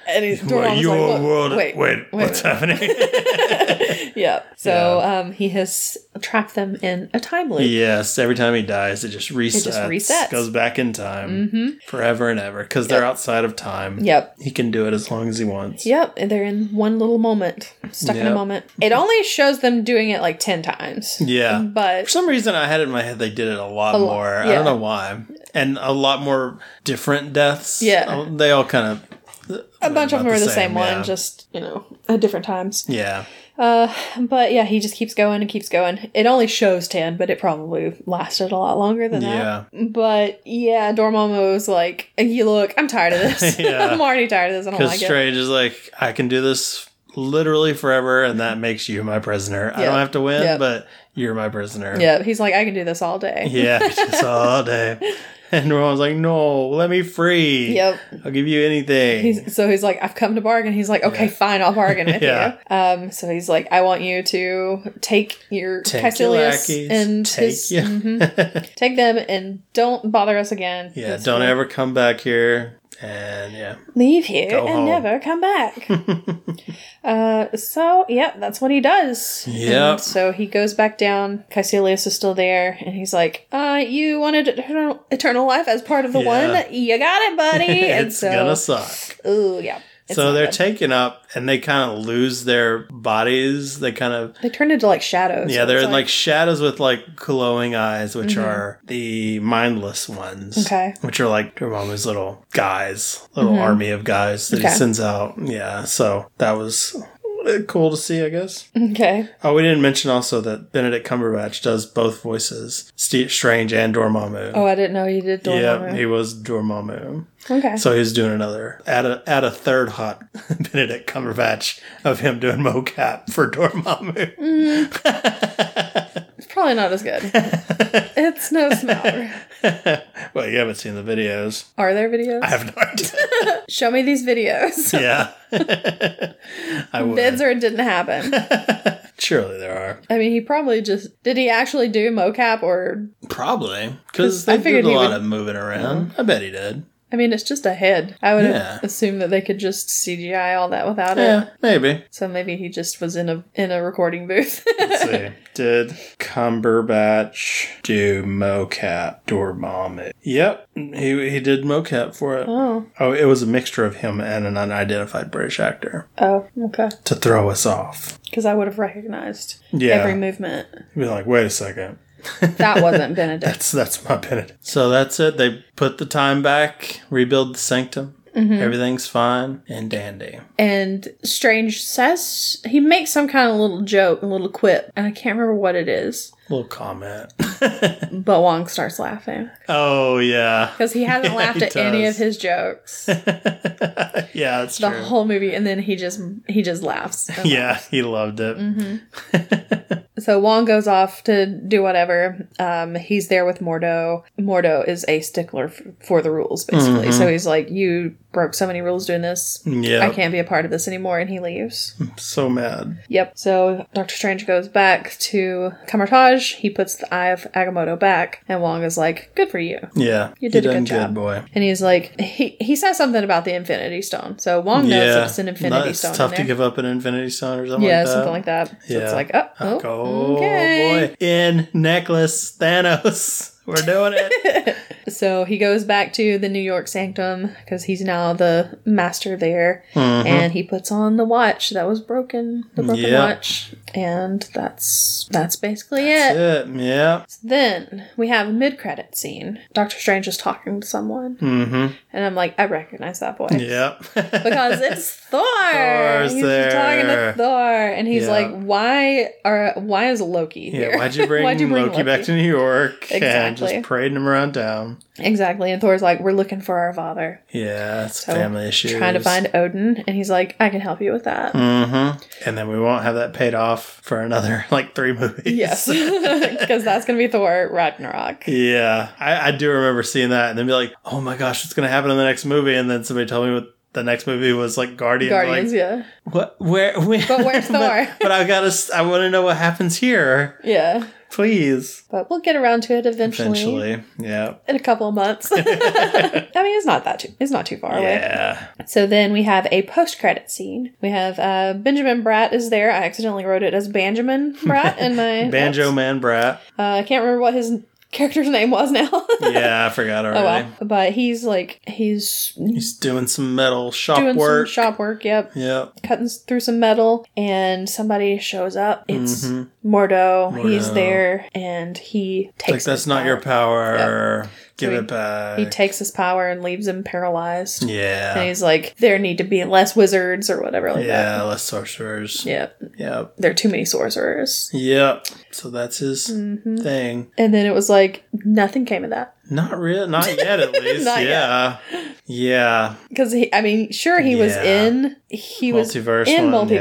[SPEAKER 2] and he's
[SPEAKER 1] Well,
[SPEAKER 2] Dormammu's
[SPEAKER 1] your
[SPEAKER 2] like, "What-
[SPEAKER 1] world.
[SPEAKER 2] wait,
[SPEAKER 1] Wait, what's happening?
[SPEAKER 2] yeah. So um, he has trapped them in a time loop.
[SPEAKER 1] yes, every time he dies, it just resets.
[SPEAKER 2] resets. Mm-hmm.
[SPEAKER 1] Goes back in time forever and ever because they're outside of time.
[SPEAKER 2] Yep.
[SPEAKER 1] He can do it as long as he wants.
[SPEAKER 2] Yep, and they're in one little moment, stuck in
[SPEAKER 1] Yep.
[SPEAKER 2] a moment. It only shows them doing it like 10 times.
[SPEAKER 1] Yeah. For
[SPEAKER 2] But
[SPEAKER 1] some reason, I had it in my head they did it a lot,
[SPEAKER 2] lot,
[SPEAKER 1] more. I
[SPEAKER 2] yeah.
[SPEAKER 1] don't know why. And a lot more different deaths.
[SPEAKER 2] Yeah.
[SPEAKER 1] Oh, They all kind of.
[SPEAKER 2] a bunch of
[SPEAKER 1] about
[SPEAKER 2] them are
[SPEAKER 1] the
[SPEAKER 2] the same,
[SPEAKER 1] same,
[SPEAKER 2] one,
[SPEAKER 1] yeah.
[SPEAKER 2] just, you know, at different times.
[SPEAKER 1] Yeah.
[SPEAKER 2] Uh, but yeah, he just keeps going and keeps going. It only shows 10, but it probably lasted a lot longer than
[SPEAKER 1] Yeah.
[SPEAKER 2] that. But yeah, Dormammu was like, you look, I'm tired of this.
[SPEAKER 1] Yeah.
[SPEAKER 2] I'm already tired of this. Oh, I don't
[SPEAKER 1] Because
[SPEAKER 2] like it.
[SPEAKER 1] Strange is like, I can do this literally forever, and that makes you my prisoner. I
[SPEAKER 2] Yep.
[SPEAKER 1] don't have to win,
[SPEAKER 2] Yep.
[SPEAKER 1] but you're my prisoner.
[SPEAKER 2] Yeah, he's like, I can do this all day.
[SPEAKER 1] Yeah, just all day. And Roman's like, no, let me free.
[SPEAKER 2] Yep.
[SPEAKER 1] I'll give you anything.
[SPEAKER 2] He's, so he's like, I've come to bargain. He's like, okay,
[SPEAKER 1] Yeah.
[SPEAKER 2] fine, I'll bargain with
[SPEAKER 1] Yeah.
[SPEAKER 2] you. Um, so he's like, I want you to take your
[SPEAKER 1] Take your
[SPEAKER 2] Caecilius
[SPEAKER 1] lackeys,
[SPEAKER 2] and
[SPEAKER 1] take
[SPEAKER 2] his-
[SPEAKER 1] you.
[SPEAKER 2] mhm. take them and don't bother us again.
[SPEAKER 1] yeah,
[SPEAKER 2] That's
[SPEAKER 1] don't
[SPEAKER 2] fine.
[SPEAKER 1] ever come back here. And yeah.
[SPEAKER 2] leave here
[SPEAKER 1] Go
[SPEAKER 2] and
[SPEAKER 1] home.
[SPEAKER 2] never come back. uh, so yeah, that's what he does.
[SPEAKER 1] Yep.
[SPEAKER 2] And so he goes back down. Caecilius is still there, and he's like, uh, "You wanted eternal, eternal life as part of the
[SPEAKER 1] Yeah.
[SPEAKER 2] one. You got it, buddy." and
[SPEAKER 1] it's
[SPEAKER 2] so,
[SPEAKER 1] gonna suck.
[SPEAKER 2] ooh, yeah. It's
[SPEAKER 1] So
[SPEAKER 2] not
[SPEAKER 1] they're
[SPEAKER 2] good.
[SPEAKER 1] taken up and they kind of lose their bodies. They kind of,
[SPEAKER 2] they turn into like shadows.
[SPEAKER 1] yeah,
[SPEAKER 2] So
[SPEAKER 1] they're
[SPEAKER 2] it's Mm-hmm.
[SPEAKER 1] in like shadows with like glowing eyes, which are the mindless ones.
[SPEAKER 2] Okay.
[SPEAKER 1] Which are like Dormammu's little guys, little
[SPEAKER 2] Mhm.
[SPEAKER 1] army of guys that he
[SPEAKER 2] Okay.
[SPEAKER 1] sends out. Yeah. So that was uh, cool to see, I guess.
[SPEAKER 2] okay,
[SPEAKER 1] Oh, we didn't mention also that Benedict Cumberbatch does both voices, St- Strange and Dormammu.
[SPEAKER 2] Oh, I didn't know you did
[SPEAKER 1] yeah,
[SPEAKER 2] Dormammu.
[SPEAKER 1] he was Dormammu.
[SPEAKER 2] okay.
[SPEAKER 1] So he's doing another add a add a third hot Benedict Cumberbatch of him doing mocap for Dormammu.
[SPEAKER 2] it's probably not as good. it's no smaller.
[SPEAKER 1] well, you haven't seen the videos.
[SPEAKER 2] Are there videos?
[SPEAKER 1] I have no idea.
[SPEAKER 2] Show me these videos.
[SPEAKER 1] yeah, I would.
[SPEAKER 2] Bids or it didn't happen.
[SPEAKER 1] Surely there are.
[SPEAKER 2] I mean, he probably just did. He actually do mocap, or
[SPEAKER 1] Probably because
[SPEAKER 2] 'Cause I
[SPEAKER 1] they did
[SPEAKER 2] figured
[SPEAKER 1] a
[SPEAKER 2] he
[SPEAKER 1] lot
[SPEAKER 2] would-
[SPEAKER 1] of moving around. I bet he did.
[SPEAKER 2] I mean, it's just a head. I would
[SPEAKER 1] Yeah.
[SPEAKER 2] have assumed that they could just CGI all that without it.
[SPEAKER 1] Yeah, maybe.
[SPEAKER 2] So maybe he just was in a in a recording booth.
[SPEAKER 1] Let's see. Did Cumberbatch do mocap Dormammu? Yep, he he did mocap for it.
[SPEAKER 2] oh,
[SPEAKER 1] Oh, it was a mixture of him and an unidentified British actor
[SPEAKER 2] oh, okay.
[SPEAKER 1] to throw us off.
[SPEAKER 2] Because I would have recognized
[SPEAKER 1] Yeah,
[SPEAKER 2] every movement.
[SPEAKER 1] You'd be like, wait a second,
[SPEAKER 2] That wasn't Benedict.
[SPEAKER 1] that's that's my Benedict. So that's it. They put the time back, rebuild the sanctum.
[SPEAKER 2] Mm-hmm.
[SPEAKER 1] Everything's fine and dandy.
[SPEAKER 2] And Strange says he makes some kind of little joke, a little quip, and I can't remember what it is.
[SPEAKER 1] Little comment.
[SPEAKER 2] But Wong starts laughing
[SPEAKER 1] oh yeah,
[SPEAKER 2] because he hasn't
[SPEAKER 1] Yeah,
[SPEAKER 2] laughed
[SPEAKER 1] he
[SPEAKER 2] at any of
[SPEAKER 1] does.
[SPEAKER 2] his jokes
[SPEAKER 1] yeah, that's
[SPEAKER 2] the
[SPEAKER 1] true.
[SPEAKER 2] whole movie, and then he just he just laughs. and
[SPEAKER 1] yeah, he loved it.
[SPEAKER 2] Mm-hmm. So Wong goes off to do whatever. Um, he's there with Mordo. Mordo is a stickler f- for the rules, basically.
[SPEAKER 1] Mm-hmm.
[SPEAKER 2] So he's like, "You broke so many rules doing this. I
[SPEAKER 1] Yeah,
[SPEAKER 2] can't be a part of this anymore." And he leaves.
[SPEAKER 1] I'm so mad.
[SPEAKER 2] yep. So Doctor Strange goes back to Kamartage. He puts the Eye of Agamotto back, and Wong is like, "Good for you."
[SPEAKER 1] Yeah,
[SPEAKER 2] You did a
[SPEAKER 1] done
[SPEAKER 2] good job.
[SPEAKER 1] boy.
[SPEAKER 2] And he's like, he he says something about the Infinity Stone. So Wong knows
[SPEAKER 1] yeah,
[SPEAKER 2] that it's an Infinity
[SPEAKER 1] it's
[SPEAKER 2] Stone. in
[SPEAKER 1] tough to
[SPEAKER 2] there.
[SPEAKER 1] give up an Infinity Stone or something.
[SPEAKER 2] yeah,
[SPEAKER 1] like that.
[SPEAKER 2] something like that. So it's
[SPEAKER 1] Yeah.
[SPEAKER 2] like, oh, oh,
[SPEAKER 1] Oh
[SPEAKER 2] okay.
[SPEAKER 1] boy, in necklace Thanos. We're doing it.
[SPEAKER 2] So he goes back to the New York Sanctum because he's now the master there, and he puts on the watch that was broken, the broken
[SPEAKER 1] Mm-hmm. Yeah.
[SPEAKER 2] watch, and that's that's basically it.
[SPEAKER 1] Yeah, yeah.
[SPEAKER 2] Then we have a mid-credit scene. Doctor Strange is talking to someone,
[SPEAKER 1] Mm-hmm.
[SPEAKER 2] and I'm like, I recognize that voice.
[SPEAKER 1] Yep.
[SPEAKER 2] Because it's Thor.
[SPEAKER 1] Thor's
[SPEAKER 2] he's talking
[SPEAKER 1] there.
[SPEAKER 2] to Thor, and he's
[SPEAKER 1] Yeah.
[SPEAKER 2] like, "Why are why is Loki here?
[SPEAKER 1] Yeah, why'd you bring, Loki, back to New York and
[SPEAKER 2] Exactly.
[SPEAKER 1] just parading him around town?
[SPEAKER 2] exactly?" And Thor's like, "We're looking for our father."
[SPEAKER 1] Yeah, it's family issues.
[SPEAKER 2] trying to find Odin, and he's like, I can help you with that.
[SPEAKER 1] Mm-hmm. And then we won't have that paid off for another like three movies.
[SPEAKER 2] Yes, because that's gonna be Thor Ragnarok.
[SPEAKER 1] yeah, I, I do remember seeing that and then be like, oh my gosh, what's gonna happen in the next movie? And then somebody told me what the next movie was like Guardians.
[SPEAKER 2] Guardians,
[SPEAKER 1] Like,
[SPEAKER 2] yeah,
[SPEAKER 1] what? Where? when-
[SPEAKER 2] But where's Thor?
[SPEAKER 1] but, but I gotta. s- I want to know what happens here,
[SPEAKER 2] yeah.
[SPEAKER 1] please.
[SPEAKER 2] But we'll get around to it eventually,
[SPEAKER 1] Eventually, yeah,
[SPEAKER 2] in a couple of months. I mean, it's not that too, it's not too far away.
[SPEAKER 1] yeah.
[SPEAKER 2] So then we have a post credit scene. We have uh, Benjamin Bratt is there. I accidentally wrote it as Benjamin Bratt in my
[SPEAKER 1] Banjo
[SPEAKER 2] notes.
[SPEAKER 1] Man Brat.
[SPEAKER 2] Uh, I can't remember what his character's name was now.
[SPEAKER 1] Yeah, I forgot already.
[SPEAKER 2] Oh well, but he's like he's
[SPEAKER 1] He's doing some metal shop
[SPEAKER 2] doing
[SPEAKER 1] work.
[SPEAKER 2] some shop work. Yep.
[SPEAKER 1] Yep.
[SPEAKER 2] cutting through some metal and somebody shows up. It's
[SPEAKER 1] Mhm.
[SPEAKER 2] Mordo. He's
[SPEAKER 1] Mordo.
[SPEAKER 2] there and he
[SPEAKER 1] Like
[SPEAKER 2] takes
[SPEAKER 1] that's
[SPEAKER 2] his
[SPEAKER 1] not your
[SPEAKER 2] power.
[SPEAKER 1] power. Give
[SPEAKER 2] So he-
[SPEAKER 1] it back.
[SPEAKER 2] He takes his power and leaves him paralyzed. And
[SPEAKER 1] yeah.
[SPEAKER 2] he's like, there need to be less wizards or whatever like
[SPEAKER 1] Yeah,
[SPEAKER 2] that.
[SPEAKER 1] less sorcerers.
[SPEAKER 2] Yeah.
[SPEAKER 1] Yep.
[SPEAKER 2] There are too many sorcerers.
[SPEAKER 1] Yep. So that's his
[SPEAKER 2] hmm
[SPEAKER 1] thing.
[SPEAKER 2] And then it was like, nothing came of that.
[SPEAKER 1] Not real not yet at least.
[SPEAKER 2] Not yet.
[SPEAKER 1] yeah. Yeah.
[SPEAKER 2] Because, I mean, sure, he was
[SPEAKER 1] Yeah.
[SPEAKER 2] in, he was
[SPEAKER 1] multiverse
[SPEAKER 2] in
[SPEAKER 1] one,
[SPEAKER 2] multiverse,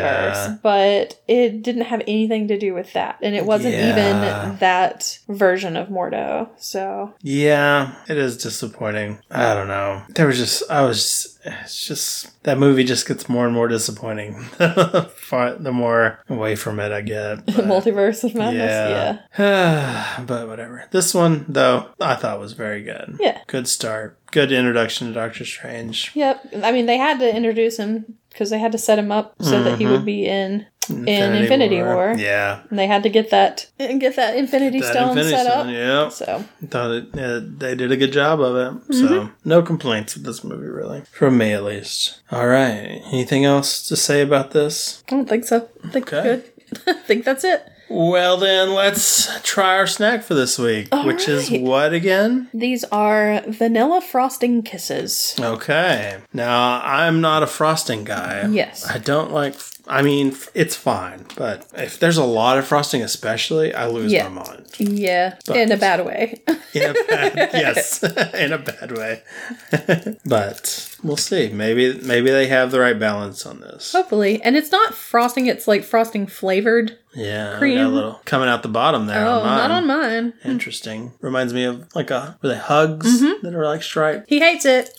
[SPEAKER 1] yeah.
[SPEAKER 2] but it didn't have anything to do with that. And it wasn't
[SPEAKER 1] Yeah.
[SPEAKER 2] even that version of Mordo. So,
[SPEAKER 1] Yeah, it is disappointing. I don't know. There was just I was it's just that movie just gets more and more disappointing. Far- the more away from it I get.
[SPEAKER 2] the
[SPEAKER 1] but-
[SPEAKER 2] multiverse of madness.
[SPEAKER 1] Yeah.
[SPEAKER 2] Yeah.
[SPEAKER 1] but whatever. This one, though, I thought was very good.
[SPEAKER 2] Yeah.
[SPEAKER 1] Good start. Good introduction to Doctor Strange.
[SPEAKER 2] Yep. I mean, they had to introduce him because they had to set him up so that he would be in, in Infinity War.
[SPEAKER 1] Mm-hmm. Yeah.
[SPEAKER 2] and they had to get that get that Infinity
[SPEAKER 1] That
[SPEAKER 2] Stone
[SPEAKER 1] Infinity
[SPEAKER 2] set
[SPEAKER 1] Stone,
[SPEAKER 2] up.
[SPEAKER 1] yeah.
[SPEAKER 2] So
[SPEAKER 1] Thought it, uh, they did a good job of it. So,
[SPEAKER 2] Mm-hmm.
[SPEAKER 1] no complaints with this movie, really. From me, at least. All right. Anything else to say about this?
[SPEAKER 2] I don't think so. I think
[SPEAKER 1] Okay.
[SPEAKER 2] good. I think that's it.
[SPEAKER 1] Well, then, let's try our snack for this week,
[SPEAKER 2] All
[SPEAKER 1] which is
[SPEAKER 2] right.
[SPEAKER 1] what again?
[SPEAKER 2] These are vanilla frosting kisses.
[SPEAKER 1] Okay. Now, I'm not a frosting guy.
[SPEAKER 2] Yes.
[SPEAKER 1] I don't like, I mean, f- it's fine, but if there's a lot of frosting, especially, I lose
[SPEAKER 2] Yeah.
[SPEAKER 1] my mind.
[SPEAKER 2] Yeah, in a bad way.
[SPEAKER 1] In a bad, yes, in a bad way. but we'll see. Maybe, maybe they have the right balance on this.
[SPEAKER 2] Hopefully, and it's not frosting. It's like frosting flavored.
[SPEAKER 1] Yeah. I Got a
[SPEAKER 2] Cream.
[SPEAKER 1] little coming out the bottom there.
[SPEAKER 2] Oh,
[SPEAKER 1] on mine.
[SPEAKER 2] not on mine.
[SPEAKER 1] Interesting. Reminds me of like a were they hugs
[SPEAKER 2] Mm-hmm.
[SPEAKER 1] that are like striped?
[SPEAKER 2] He hates it.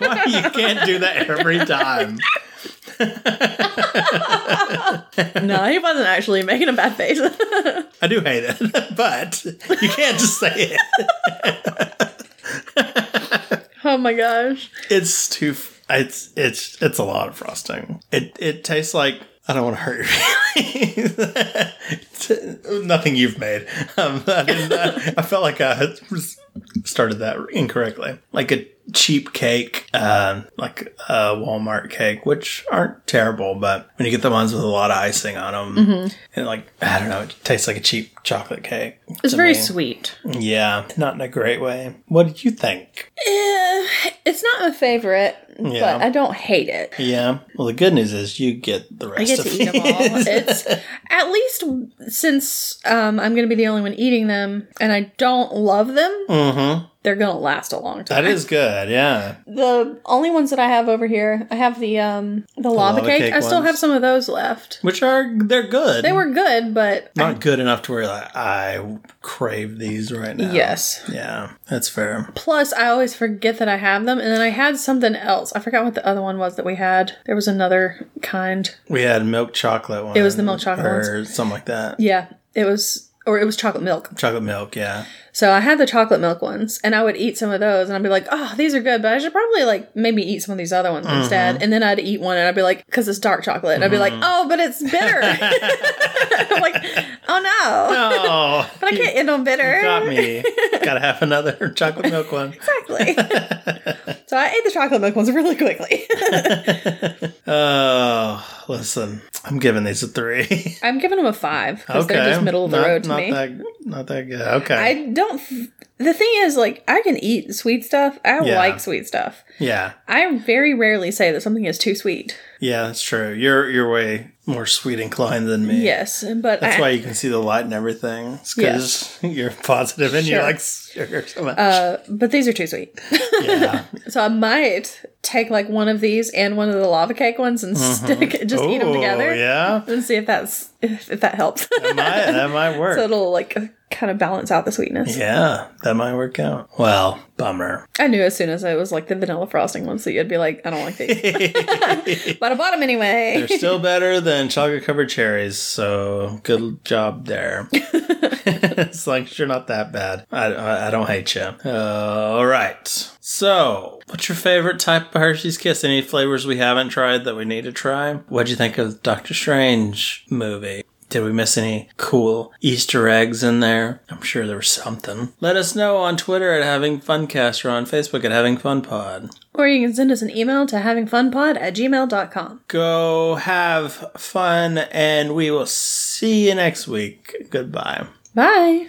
[SPEAKER 1] Why you can't do that every time?
[SPEAKER 2] No, he wasn't actually making a bad face.
[SPEAKER 1] I do hate it, but you can't just say it.
[SPEAKER 2] oh my gosh.
[SPEAKER 1] It's too. f- It's it's it's a lot of frosting. It it tastes like I don't want to hurt your feelings. It's- Nothing you've made. Um, I, didn't, I, I felt like I had s- started that incorrectly. Like a cheap cake, um, like a Walmart cake, which aren't terrible, but when you get the ones with a lot of icing on them, and like I don't know, it tastes like a cheap chocolate cake.
[SPEAKER 2] It's very sweet.
[SPEAKER 1] Yeah, not in a great way. What did you think?
[SPEAKER 2] Eh, It's not my favorite,
[SPEAKER 1] Yeah.
[SPEAKER 2] but I don't hate it.
[SPEAKER 1] Yeah. Well, the good news is you get the rest
[SPEAKER 2] I get
[SPEAKER 1] of
[SPEAKER 2] to eat them all.
[SPEAKER 1] these.
[SPEAKER 2] It's at least since um, I'm going to be the only one eating them, and I don't love them.
[SPEAKER 1] Mhm.
[SPEAKER 2] They're going to last a long time.
[SPEAKER 1] That is good. Yeah.
[SPEAKER 2] the only ones that I have over here. I have the um the lava,
[SPEAKER 1] lava
[SPEAKER 2] cake.
[SPEAKER 1] cake
[SPEAKER 2] I still
[SPEAKER 1] ones.
[SPEAKER 2] have some of those left.
[SPEAKER 1] Which are they're good.
[SPEAKER 2] They were good, but
[SPEAKER 1] not good enough to where like, I crave these right now.
[SPEAKER 2] yes.
[SPEAKER 1] Yeah. That's fair.
[SPEAKER 2] Plus, I always forget that I have them, and then I had something else. I forgot what the other one was that we had. There was another kind.
[SPEAKER 1] We had milk chocolate one.
[SPEAKER 2] It was the milk chocolate
[SPEAKER 1] or something like that.
[SPEAKER 2] Yeah, it was, or it was chocolate milk.
[SPEAKER 1] Chocolate milk. Yeah.
[SPEAKER 2] So I had the chocolate milk ones, and I would eat some of those, and I'd be like, "Oh, these are good," but I should probably like maybe eat some of these other ones instead.
[SPEAKER 1] Mm-hmm.
[SPEAKER 2] And then I'd eat one, and I'd be like, "Cause it's dark chocolate," and I'd be like, "Oh, but it's bitter." I'm like, "Oh no!"
[SPEAKER 1] Oh.
[SPEAKER 2] But I can't end on bitter.
[SPEAKER 1] Got me. Gotta have another chocolate milk one.
[SPEAKER 2] Exactly. so I ate the chocolate milk ones really quickly.
[SPEAKER 1] Oh, listen. I'm giving these a three.
[SPEAKER 2] I'm giving them a five because
[SPEAKER 1] Okay.
[SPEAKER 2] they're just middle of the
[SPEAKER 1] Not-
[SPEAKER 2] road to
[SPEAKER 1] not
[SPEAKER 2] me.
[SPEAKER 1] That, not that good. Okay.
[SPEAKER 2] I don't. The thing is, like, I can eat sweet stuff. I
[SPEAKER 1] Yeah.
[SPEAKER 2] like sweet stuff.
[SPEAKER 1] yeah.
[SPEAKER 2] I very rarely say that something is too sweet.
[SPEAKER 1] Yeah, that's true. You're you're way more sweet inclined than me.
[SPEAKER 2] Yes, but
[SPEAKER 1] That's
[SPEAKER 2] I,
[SPEAKER 1] why you can see the light and everything. It's because you're positive and you
[SPEAKER 2] Sure.
[SPEAKER 1] like sugar so much.
[SPEAKER 2] Uh, but these are too sweet.
[SPEAKER 1] yeah.
[SPEAKER 2] So I might take like one of these and one of the lava cake ones and stick just eat them
[SPEAKER 1] Mm-hmm. Ooh,
[SPEAKER 2] together
[SPEAKER 1] Yeah.
[SPEAKER 2] and see if that's if, if that helps.
[SPEAKER 1] That might, that might work.
[SPEAKER 2] so it'll like kind of balance out the sweetness.
[SPEAKER 1] yeah, that might work out. Well, bummer.
[SPEAKER 2] I knew as soon as it was like the vanilla frosting ones that you'd be like, I don't like these. but I bought them anyway.
[SPEAKER 1] They're still better than chocolate covered cherries, so good job there. it's like you're not that bad. I, I, I don't hate you. Uh, all right. So, what's your favorite type of Hershey's Kiss? Any flavors we haven't tried that we need to try? What'd you think of Doctor Strange movie? Did we miss any cool Easter eggs in there? I'm sure there was something. Let us know on Twitter at Having Funcast or on Facebook at Having Fun Pod.
[SPEAKER 2] Or you can send us an email to havingfunpod at gmail.com.
[SPEAKER 1] go have fun and we will see you next week. Goodbye.
[SPEAKER 2] Bye.